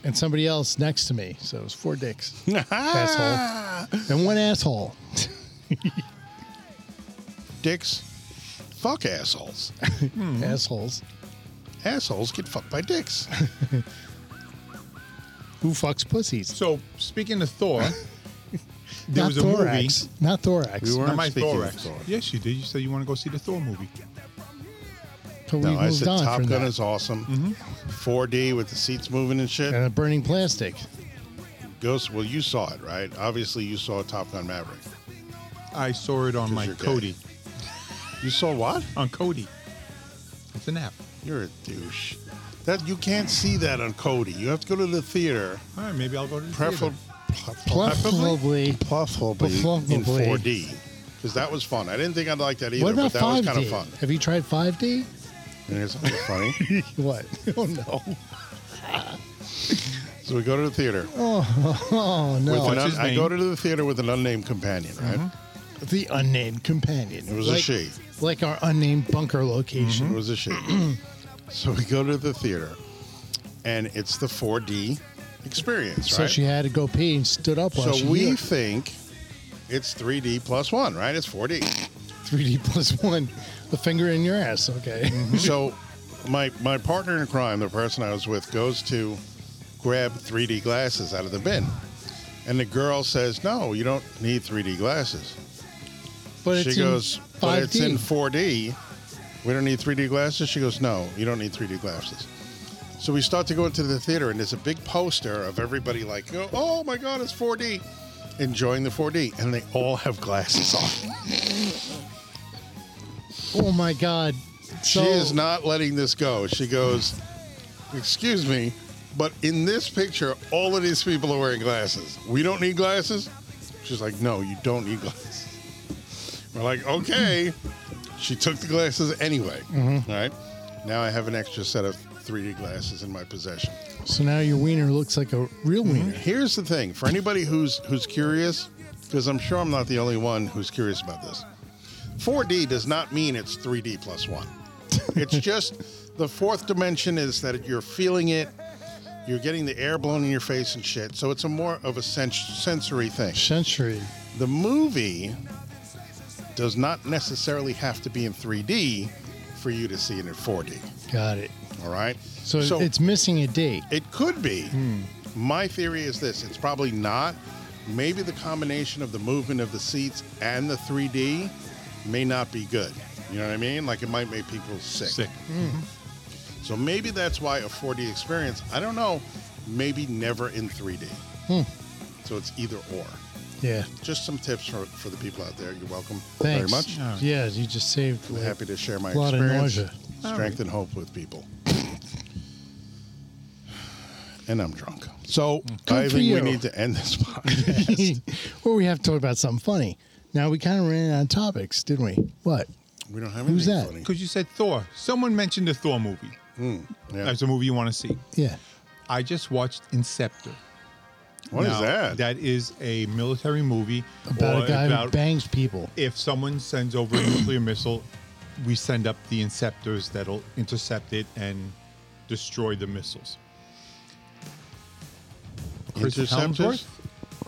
[SPEAKER 2] and somebody else next to me. So it was four dicks. asshole. And one asshole.
[SPEAKER 1] Dicks, fuck assholes.
[SPEAKER 2] Mm-hmm. Assholes.
[SPEAKER 1] assholes get fucked by dicks.
[SPEAKER 2] Who fucks pussies?
[SPEAKER 3] So speaking of Thor, there
[SPEAKER 2] not
[SPEAKER 3] was a
[SPEAKER 2] thorax.
[SPEAKER 3] movie.
[SPEAKER 2] Not thorax.
[SPEAKER 1] We weren't
[SPEAKER 3] Not my
[SPEAKER 1] speaking of
[SPEAKER 3] Thorax.
[SPEAKER 1] Thor.
[SPEAKER 3] Yes, you did. You said you want to go see the Thor movie.
[SPEAKER 2] But we
[SPEAKER 1] No, I
[SPEAKER 2] moved
[SPEAKER 1] said
[SPEAKER 2] on
[SPEAKER 1] Top
[SPEAKER 2] from
[SPEAKER 1] Gun
[SPEAKER 2] that.
[SPEAKER 1] is awesome. 4D with the seats moving and shit.
[SPEAKER 2] and a burning plastic.
[SPEAKER 1] Ghost, well, you saw it, right? Obviously, you saw Top Gun Maverick.
[SPEAKER 3] I saw it on my
[SPEAKER 1] you're gay.
[SPEAKER 3] Cody.
[SPEAKER 1] You saw what?
[SPEAKER 3] On Cody. It's an app.
[SPEAKER 1] You're a douche. That you can't see that on Cody. You have to go to the theater,
[SPEAKER 3] All right, maybe I'll go to the
[SPEAKER 1] prefer-
[SPEAKER 3] theater.
[SPEAKER 2] Preferably.
[SPEAKER 1] preferably in
[SPEAKER 2] Preferably.
[SPEAKER 1] 4D, because that was fun. I didn't think I'd like that either,
[SPEAKER 2] What about
[SPEAKER 1] but that was kind
[SPEAKER 2] 5D?
[SPEAKER 1] of fun.
[SPEAKER 2] Have you tried 5D?
[SPEAKER 1] And it's kind of funny.
[SPEAKER 2] What? Oh, no.
[SPEAKER 1] so we go to the theater.
[SPEAKER 2] Oh, no.
[SPEAKER 1] with an
[SPEAKER 3] What's
[SPEAKER 1] un-
[SPEAKER 3] his
[SPEAKER 1] I
[SPEAKER 3] name?
[SPEAKER 1] go to the theater with an unnamed companion, right?
[SPEAKER 2] the unnamed companion.
[SPEAKER 1] It was
[SPEAKER 2] like,
[SPEAKER 1] a she. Mm-hmm.
[SPEAKER 2] Like our unnamed bunker location.
[SPEAKER 1] It was a she. so we go to the theater, and it's the 4D experience,
[SPEAKER 2] So
[SPEAKER 1] right?
[SPEAKER 2] she had to go pee and stood up while she
[SPEAKER 1] so we
[SPEAKER 2] did.
[SPEAKER 1] think it's 3D plus one, right? It's 4D.
[SPEAKER 2] 3D plus one, a finger in your ass. Okay.
[SPEAKER 1] so my my partner in crime, the person I was with, goes to grab 3D glasses out of the bin. And the girl says, "No, you don't need 3D glasses."
[SPEAKER 2] But
[SPEAKER 1] she
[SPEAKER 2] it's
[SPEAKER 1] goes,
[SPEAKER 2] in 5D.
[SPEAKER 1] "But it's in 4D. We don't need 3D glasses." She goes, "No, you don't need 3D glasses." So we start to go into the theater, and there's a big poster of everybody like, "Oh, "Oh my God, it's 4D!" Enjoying the 4D, and they all have glasses on.
[SPEAKER 2] oh my god. So
[SPEAKER 1] she is not letting this go. She goes, Excuse me, But in this picture, all of these people are wearing glasses. We don't need glasses. She's like, no, you don't need glasses. We're like, okay. She took the glasses anyway. All right. Now I have an extra set of 3D glasses in my possession.
[SPEAKER 2] So now your wiener looks like a real
[SPEAKER 1] Mm-hmm.
[SPEAKER 2] wiener.
[SPEAKER 1] Here's the thing for anybody who's who's curious, because I'm sure I'm not the only one who's curious about this. 4D does not mean it's 3D plus one. It's just the fourth dimension is that you're feeling it, you're getting the air blown in your face and shit. So it's a more of a sens- sensory thing.
[SPEAKER 2] Century.
[SPEAKER 1] The movie does not necessarily have to be in 3D for you to see it in 4D.
[SPEAKER 2] Got it.
[SPEAKER 1] All right.
[SPEAKER 2] So, it's missing a date.
[SPEAKER 1] It could be. My theory is this it's probably not. Maybe the combination of the movement of the seats and the 3D may not be good. You know what I mean? Like it might make people sick.
[SPEAKER 3] Sick.
[SPEAKER 1] So maybe that's why a 4D experience, I don't know, maybe never in 3D. So it's either or.
[SPEAKER 2] Yeah.
[SPEAKER 1] Just some tips for, for the people out there. You're welcome
[SPEAKER 2] Thanks.
[SPEAKER 1] very much.
[SPEAKER 2] Yeah, you just saved.
[SPEAKER 1] I'm happy to share my
[SPEAKER 2] A lot of
[SPEAKER 1] experience,
[SPEAKER 2] nausea.
[SPEAKER 1] strength, and hope with people. And I'm drunk. So I
[SPEAKER 2] for
[SPEAKER 1] think we
[SPEAKER 2] you.
[SPEAKER 1] need to end this podcast.
[SPEAKER 2] or we have to talk about something funny. Now we kind of ran out of topics, didn't we? What?
[SPEAKER 1] we don't have anything
[SPEAKER 2] Who's that?
[SPEAKER 1] funny.
[SPEAKER 3] Because you said Thor. Someone mentioned the Thor movie.
[SPEAKER 1] Yeah.
[SPEAKER 3] That's a movie you want to see.
[SPEAKER 2] Yeah.
[SPEAKER 3] I just watched Inceptor.
[SPEAKER 1] What is
[SPEAKER 3] Now,
[SPEAKER 1] that?
[SPEAKER 3] That is a military movie
[SPEAKER 2] About
[SPEAKER 3] or
[SPEAKER 2] a guy who
[SPEAKER 3] about
[SPEAKER 2] bangs people.
[SPEAKER 3] if someone sends over a nuclear missile, we send up the inceptors that'll intercept it and destroy the missiles. Chris
[SPEAKER 1] Interceptors?
[SPEAKER 3] Hemsworth?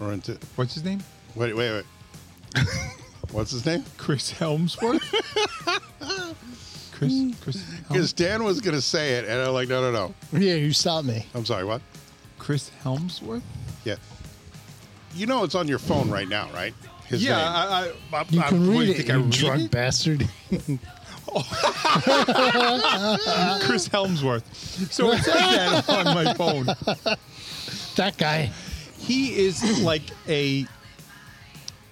[SPEAKER 1] Or into,
[SPEAKER 3] What's his name?
[SPEAKER 1] wait, wait, wait. What's his name?
[SPEAKER 3] Chris Helmsworth? Chris Chris Hel-
[SPEAKER 1] Because
[SPEAKER 2] Oh.
[SPEAKER 1] Dan was going to say it, and I'm like, no, no, no.
[SPEAKER 2] Yeah, you stopped me.
[SPEAKER 1] I'm sorry, what?
[SPEAKER 3] Chris Helmsworth?
[SPEAKER 1] Yeah. You know it's on your phone right now, right? His
[SPEAKER 3] yeah,
[SPEAKER 1] name.
[SPEAKER 3] I, I, I,
[SPEAKER 2] You
[SPEAKER 3] I,
[SPEAKER 2] can
[SPEAKER 3] what,
[SPEAKER 2] read
[SPEAKER 3] you
[SPEAKER 2] it,
[SPEAKER 3] think I
[SPEAKER 2] you
[SPEAKER 3] read
[SPEAKER 2] drunk
[SPEAKER 3] it?
[SPEAKER 2] bastard.
[SPEAKER 3] Chris Helmsworth. So it says that on my phone.
[SPEAKER 2] that guy.
[SPEAKER 3] He is like a um,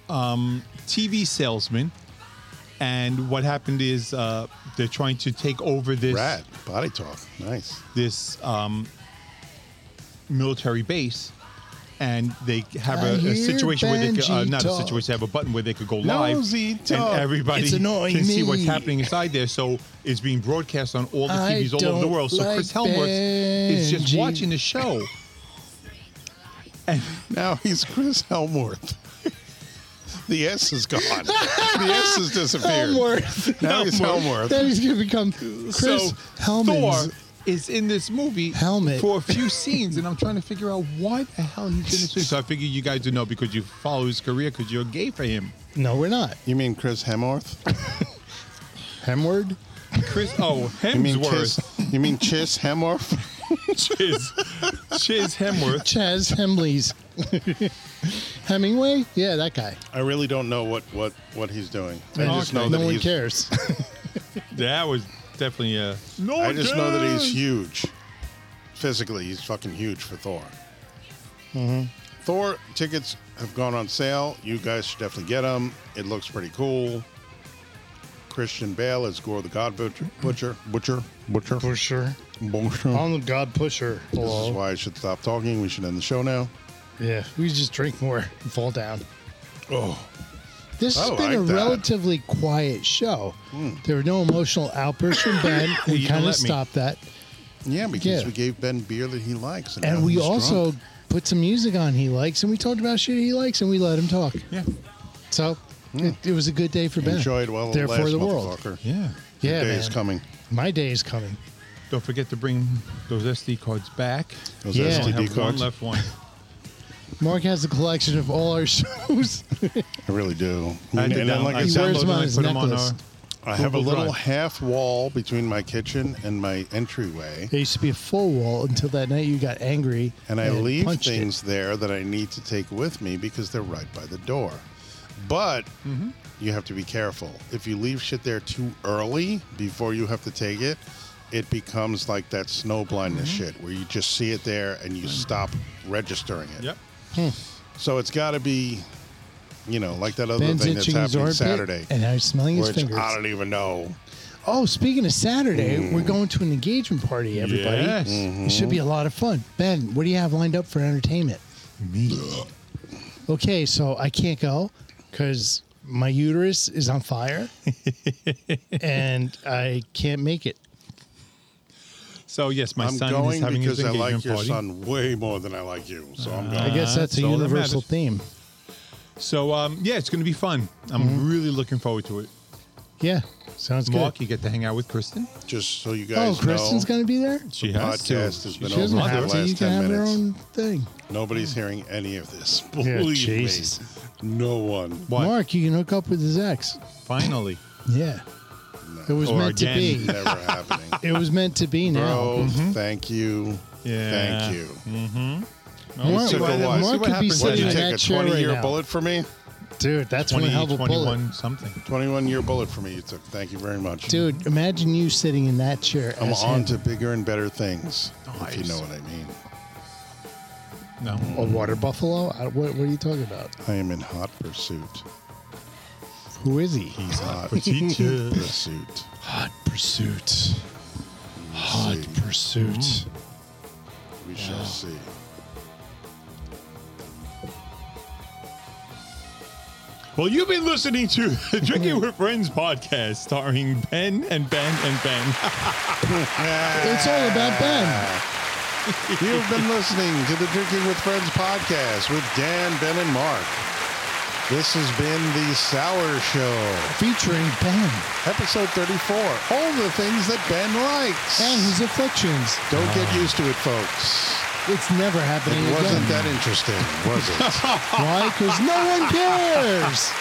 [SPEAKER 3] TV salesman, and what happened is uh, they're trying to take over this
[SPEAKER 1] Rad. Body talk. Nice.
[SPEAKER 3] this um, military base, and they have
[SPEAKER 2] I
[SPEAKER 3] a, a
[SPEAKER 2] hear
[SPEAKER 3] situation where they could, uh,
[SPEAKER 2] Benji
[SPEAKER 3] not
[SPEAKER 2] talk.
[SPEAKER 3] a situation, they have a button where they could go live,
[SPEAKER 1] Nosy
[SPEAKER 3] and
[SPEAKER 1] talk.
[SPEAKER 3] everybody
[SPEAKER 2] It's
[SPEAKER 3] can
[SPEAKER 2] annoying
[SPEAKER 3] see
[SPEAKER 2] me.
[SPEAKER 3] what's happening inside there. So it's being broadcast on all the
[SPEAKER 2] I
[SPEAKER 3] TVs all over the
[SPEAKER 2] don't
[SPEAKER 3] world. So Chris
[SPEAKER 2] like
[SPEAKER 3] Helmworth is just
[SPEAKER 2] Benji.
[SPEAKER 3] watching the show. And
[SPEAKER 1] Now he's Chris Helmworth. The S is gone. the S has disappeared.
[SPEAKER 2] Helmworth.
[SPEAKER 1] Now he's Helmworth.
[SPEAKER 2] Then he's gonna become Chris
[SPEAKER 3] so
[SPEAKER 2] Hellman's-
[SPEAKER 3] Thor is in this movie
[SPEAKER 2] Helmet.
[SPEAKER 3] for a few scenes, and I'm trying to figure out why the hell he's in this movie. So I figure you guys would know because you follow his career because you're gay for him.
[SPEAKER 2] No, we're not.
[SPEAKER 1] You mean Chris Hemorth?
[SPEAKER 2] Hemward.
[SPEAKER 3] Chris, oh
[SPEAKER 1] You mean Chris?
[SPEAKER 3] Hemsworth,
[SPEAKER 1] You mean Chis Hemorth?
[SPEAKER 3] Chiz, Chiz Hemsworth.
[SPEAKER 2] Chaz Hemleys. Hemingway? Yeah, that guy.
[SPEAKER 1] I really don't know what what what he's doing. I just
[SPEAKER 3] Okay.
[SPEAKER 1] know
[SPEAKER 2] no
[SPEAKER 1] that
[SPEAKER 2] one
[SPEAKER 1] he's.
[SPEAKER 2] cares.
[SPEAKER 3] That was definitely a. No,
[SPEAKER 1] I just know that he's huge. Physically, he's fucking huge for Thor.
[SPEAKER 2] Mm-hmm.
[SPEAKER 1] Thor tickets have gone on sale. You guys should definitely get them. It looks pretty cool. Christian Bale is Gore the God Butcher. Butcher. Butcher. Butcher.
[SPEAKER 2] Pusher.
[SPEAKER 1] Butcher.
[SPEAKER 2] I'm the God Pusher.
[SPEAKER 1] This is why I should stop talking. We should end the show now.
[SPEAKER 2] Yeah, we just drink more and fall down.
[SPEAKER 1] Oh,
[SPEAKER 2] This has
[SPEAKER 1] I
[SPEAKER 2] been a
[SPEAKER 1] like that.
[SPEAKER 2] relatively quiet show. There were no emotional outbursts from Ben. We
[SPEAKER 3] You don't
[SPEAKER 2] kind of
[SPEAKER 3] let me.
[SPEAKER 2] stopped that.
[SPEAKER 1] yeah, because
[SPEAKER 2] Yeah.
[SPEAKER 1] we gave Ben beer that he likes,
[SPEAKER 2] And
[SPEAKER 1] now
[SPEAKER 2] we
[SPEAKER 1] he's
[SPEAKER 2] also
[SPEAKER 1] drunk.
[SPEAKER 2] put some music on he likes and we talked about shit he likes and we let him talk.
[SPEAKER 3] Yeah,
[SPEAKER 2] So it, it was a good day for Ben.
[SPEAKER 1] enjoyed while it
[SPEAKER 2] Therefore,
[SPEAKER 1] lasts,
[SPEAKER 2] the world.
[SPEAKER 1] motherfucker.
[SPEAKER 3] yeah.
[SPEAKER 2] Yeah,
[SPEAKER 1] Day is
[SPEAKER 2] man.
[SPEAKER 1] coming.
[SPEAKER 2] My day is coming.
[SPEAKER 3] Don't forget to bring those SD cards back.
[SPEAKER 1] Those
[SPEAKER 2] Yeah.
[SPEAKER 3] I only
[SPEAKER 1] STD
[SPEAKER 3] have one
[SPEAKER 1] cards.
[SPEAKER 3] left one.
[SPEAKER 2] Mark has a collection of all our shows.
[SPEAKER 1] I really do.
[SPEAKER 3] I had
[SPEAKER 1] and
[SPEAKER 3] to
[SPEAKER 1] then,
[SPEAKER 3] down-
[SPEAKER 1] like
[SPEAKER 3] I
[SPEAKER 1] I,
[SPEAKER 2] He
[SPEAKER 1] said,
[SPEAKER 2] wears them
[SPEAKER 3] downloaded
[SPEAKER 2] on
[SPEAKER 3] and
[SPEAKER 2] his
[SPEAKER 3] put them on
[SPEAKER 2] necklace.
[SPEAKER 3] our-
[SPEAKER 1] I have a
[SPEAKER 3] Google
[SPEAKER 1] little
[SPEAKER 3] Drive.
[SPEAKER 1] half wall between my kitchen and my entryway,
[SPEAKER 2] There used to be a full wall until that night you got angry
[SPEAKER 1] and I leave
[SPEAKER 2] punched it.
[SPEAKER 1] things there that I need to take with me because they're right by the door. But
[SPEAKER 2] Mm-hmm.
[SPEAKER 1] you have to be careful. If you leave shit there too early before you have to take it, it becomes like that snow blindness
[SPEAKER 2] Mm-hmm.
[SPEAKER 1] shit where you just see it there and you stop registering it.
[SPEAKER 3] Yep.
[SPEAKER 1] So it's got to be, you know, like that other
[SPEAKER 2] Ben's
[SPEAKER 1] thing that's
[SPEAKER 2] itching his
[SPEAKER 1] happening
[SPEAKER 2] armpit,
[SPEAKER 1] Saturday.
[SPEAKER 2] and I'm smelling his
[SPEAKER 1] which
[SPEAKER 2] fingers.
[SPEAKER 1] I don't even know.
[SPEAKER 2] Oh, speaking of Saturday, we're going to an engagement party, everybody.
[SPEAKER 3] Yes.
[SPEAKER 2] It should be a lot of fun. Ben, what do you have lined up for entertainment?
[SPEAKER 3] Me.
[SPEAKER 2] Okay, so I can't go because my uterus is on fire and I can't make it.
[SPEAKER 3] So yes, my
[SPEAKER 1] I'm
[SPEAKER 3] son is
[SPEAKER 1] going
[SPEAKER 3] having his
[SPEAKER 1] because I
[SPEAKER 3] engagement
[SPEAKER 1] like your
[SPEAKER 3] party.
[SPEAKER 1] son way more than I like you, Uh, so I'm going.
[SPEAKER 2] Uh, I guess that's a
[SPEAKER 3] so that
[SPEAKER 2] universal
[SPEAKER 3] matters.
[SPEAKER 2] theme.
[SPEAKER 3] So um, yeah, it's going to be fun. I'm really looking forward to it.
[SPEAKER 2] Yeah, sounds
[SPEAKER 3] Mark,
[SPEAKER 2] Mm-hmm. good.
[SPEAKER 3] you get to hang out with Kristen.
[SPEAKER 1] Just so you
[SPEAKER 2] Oh,
[SPEAKER 1] guys
[SPEAKER 2] Kristen's
[SPEAKER 1] know,
[SPEAKER 2] going to be there?
[SPEAKER 3] She
[SPEAKER 1] the
[SPEAKER 3] has to.
[SPEAKER 1] podcast has been
[SPEAKER 2] She doesn't
[SPEAKER 1] over for
[SPEAKER 2] have
[SPEAKER 1] the
[SPEAKER 2] to. You
[SPEAKER 1] last
[SPEAKER 2] can
[SPEAKER 1] ten
[SPEAKER 2] have her
[SPEAKER 1] minutes.
[SPEAKER 2] own thing.
[SPEAKER 1] Nobody's hearing any of this.
[SPEAKER 2] Yeah,
[SPEAKER 1] Believe
[SPEAKER 2] Jesus.
[SPEAKER 1] me, no one.
[SPEAKER 3] What?
[SPEAKER 2] Mark, you can hook up with his ex.
[SPEAKER 3] Finally.
[SPEAKER 2] Yeah. It was
[SPEAKER 3] Or
[SPEAKER 2] meant
[SPEAKER 3] again.
[SPEAKER 2] to
[SPEAKER 1] Never happening.
[SPEAKER 2] be. It was meant to be now.
[SPEAKER 1] Bro, thank you.
[SPEAKER 3] Yeah.
[SPEAKER 1] Thank you.
[SPEAKER 3] No, we'll
[SPEAKER 2] Mark-
[SPEAKER 3] see what-
[SPEAKER 1] Mark
[SPEAKER 3] we'll see
[SPEAKER 2] could
[SPEAKER 3] what
[SPEAKER 2] be
[SPEAKER 3] happens
[SPEAKER 1] What,
[SPEAKER 2] sitting
[SPEAKER 1] did you
[SPEAKER 3] tonight.
[SPEAKER 2] in
[SPEAKER 1] take a
[SPEAKER 2] that chair right
[SPEAKER 1] 20 year
[SPEAKER 2] now.
[SPEAKER 1] bullet for me?
[SPEAKER 2] Dude, that's one
[SPEAKER 3] 20,
[SPEAKER 2] hell of a bullet.
[SPEAKER 3] 21 something.
[SPEAKER 1] 21 year bullet for me you took. Thank you very much.
[SPEAKER 2] Dude, imagine you sitting in that chair.
[SPEAKER 1] I'm
[SPEAKER 2] as
[SPEAKER 1] on
[SPEAKER 2] him.
[SPEAKER 1] to bigger and better things, if you
[SPEAKER 3] Nice.
[SPEAKER 1] know what I mean.
[SPEAKER 3] No.
[SPEAKER 2] a water buffalo. I- What, what are you talking about?
[SPEAKER 1] I am in hot pursuit.
[SPEAKER 2] Who is he?
[SPEAKER 1] Hot
[SPEAKER 3] Teacher.
[SPEAKER 1] pursuit.
[SPEAKER 2] Hot pursuit. Hot
[SPEAKER 1] see.
[SPEAKER 2] pursuit.
[SPEAKER 1] We shall see.
[SPEAKER 3] Well, you've been listening to the
[SPEAKER 2] Mm-hmm.
[SPEAKER 3] Drinking with Friends podcast starring Ben and Ben and Ben.
[SPEAKER 2] It's all about Ben.
[SPEAKER 1] You've been listening to the Drinking with Friends podcast with Dan, Ben, and Mark. This has been the Sour Show,
[SPEAKER 2] Featuring Ben
[SPEAKER 1] episode 34. All the things that Ben likes.
[SPEAKER 2] and his afflictions.
[SPEAKER 1] Don't get used to it, folks.
[SPEAKER 2] It's never happening
[SPEAKER 1] It wasn't
[SPEAKER 2] again.
[SPEAKER 1] that interesting, was it?
[SPEAKER 2] Why? Because no one cares.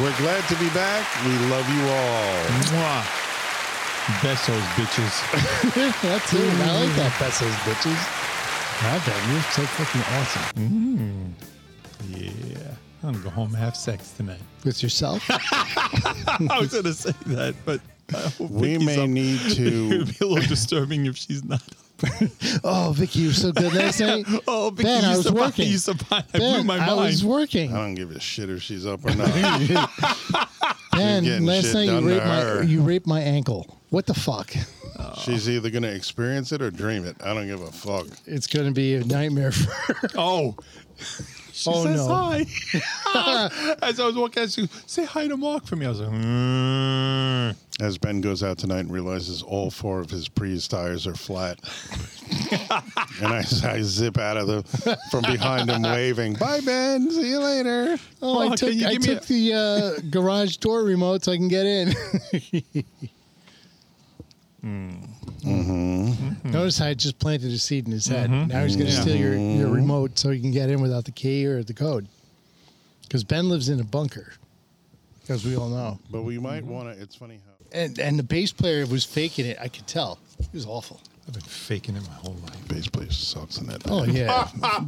[SPEAKER 1] We're glad to be back. We love you all.
[SPEAKER 3] Mwah. Besos, bitches.
[SPEAKER 2] That's it. I like that. That's those bitches. God, that you're so fucking awesome.
[SPEAKER 3] Yeah. I'm going to go home and have sex tonight.
[SPEAKER 2] With yourself?
[SPEAKER 3] I was going to say that, but I hope
[SPEAKER 1] We
[SPEAKER 3] Vicky's
[SPEAKER 1] may
[SPEAKER 3] up.
[SPEAKER 1] need
[SPEAKER 3] It
[SPEAKER 1] to.
[SPEAKER 3] would be a little disturbing if she's not.
[SPEAKER 2] oh, Vicky, you were so good last night.
[SPEAKER 3] Oh, Vicky,
[SPEAKER 2] Ben,
[SPEAKER 3] you
[SPEAKER 2] I was
[SPEAKER 3] survived.
[SPEAKER 2] working.
[SPEAKER 3] You survived. I blew
[SPEAKER 2] Ben,
[SPEAKER 3] my
[SPEAKER 2] I
[SPEAKER 3] mind.
[SPEAKER 2] was working.
[SPEAKER 1] I don't give a shit if she's up or not.
[SPEAKER 2] Ben,
[SPEAKER 1] getting
[SPEAKER 2] last
[SPEAKER 1] shit
[SPEAKER 2] night you
[SPEAKER 1] done to
[SPEAKER 2] raped my
[SPEAKER 1] her. you
[SPEAKER 2] you raped my ankle. What the fuck?
[SPEAKER 1] she's either going to experience it or dream it. I don't give a fuck.
[SPEAKER 2] It's gonna be a nightmare for her.
[SPEAKER 3] oh. She
[SPEAKER 2] Oh,
[SPEAKER 3] says
[SPEAKER 2] no.
[SPEAKER 3] hi. As I was walking out, she goes, say hi to Mark for me. I was like, mm.
[SPEAKER 1] As Ben goes out tonight and realizes all four of his Prius tires are flat. and I, I zip out of the from behind him waving, Bye, Ben. See you later.
[SPEAKER 2] Oh, I
[SPEAKER 3] Fuck,
[SPEAKER 2] took
[SPEAKER 3] can you
[SPEAKER 2] I
[SPEAKER 3] give me
[SPEAKER 2] took the uh, garage door remote so I can get in. Mm-hmm. Notice how I just planted a seed in his head.
[SPEAKER 3] Mm-hmm.
[SPEAKER 2] Now he's gonna
[SPEAKER 3] Yeah.
[SPEAKER 2] steal your, your remote so he can get in without the key or the code. Because Ben lives in a bunker, as we all know.
[SPEAKER 1] But we might want to. It's funny how.
[SPEAKER 2] And and the bass player was faking it. I could tell. He was awful.
[SPEAKER 3] I've been faking it my whole life.
[SPEAKER 1] Bass player sucks in that.
[SPEAKER 2] Oh yeah.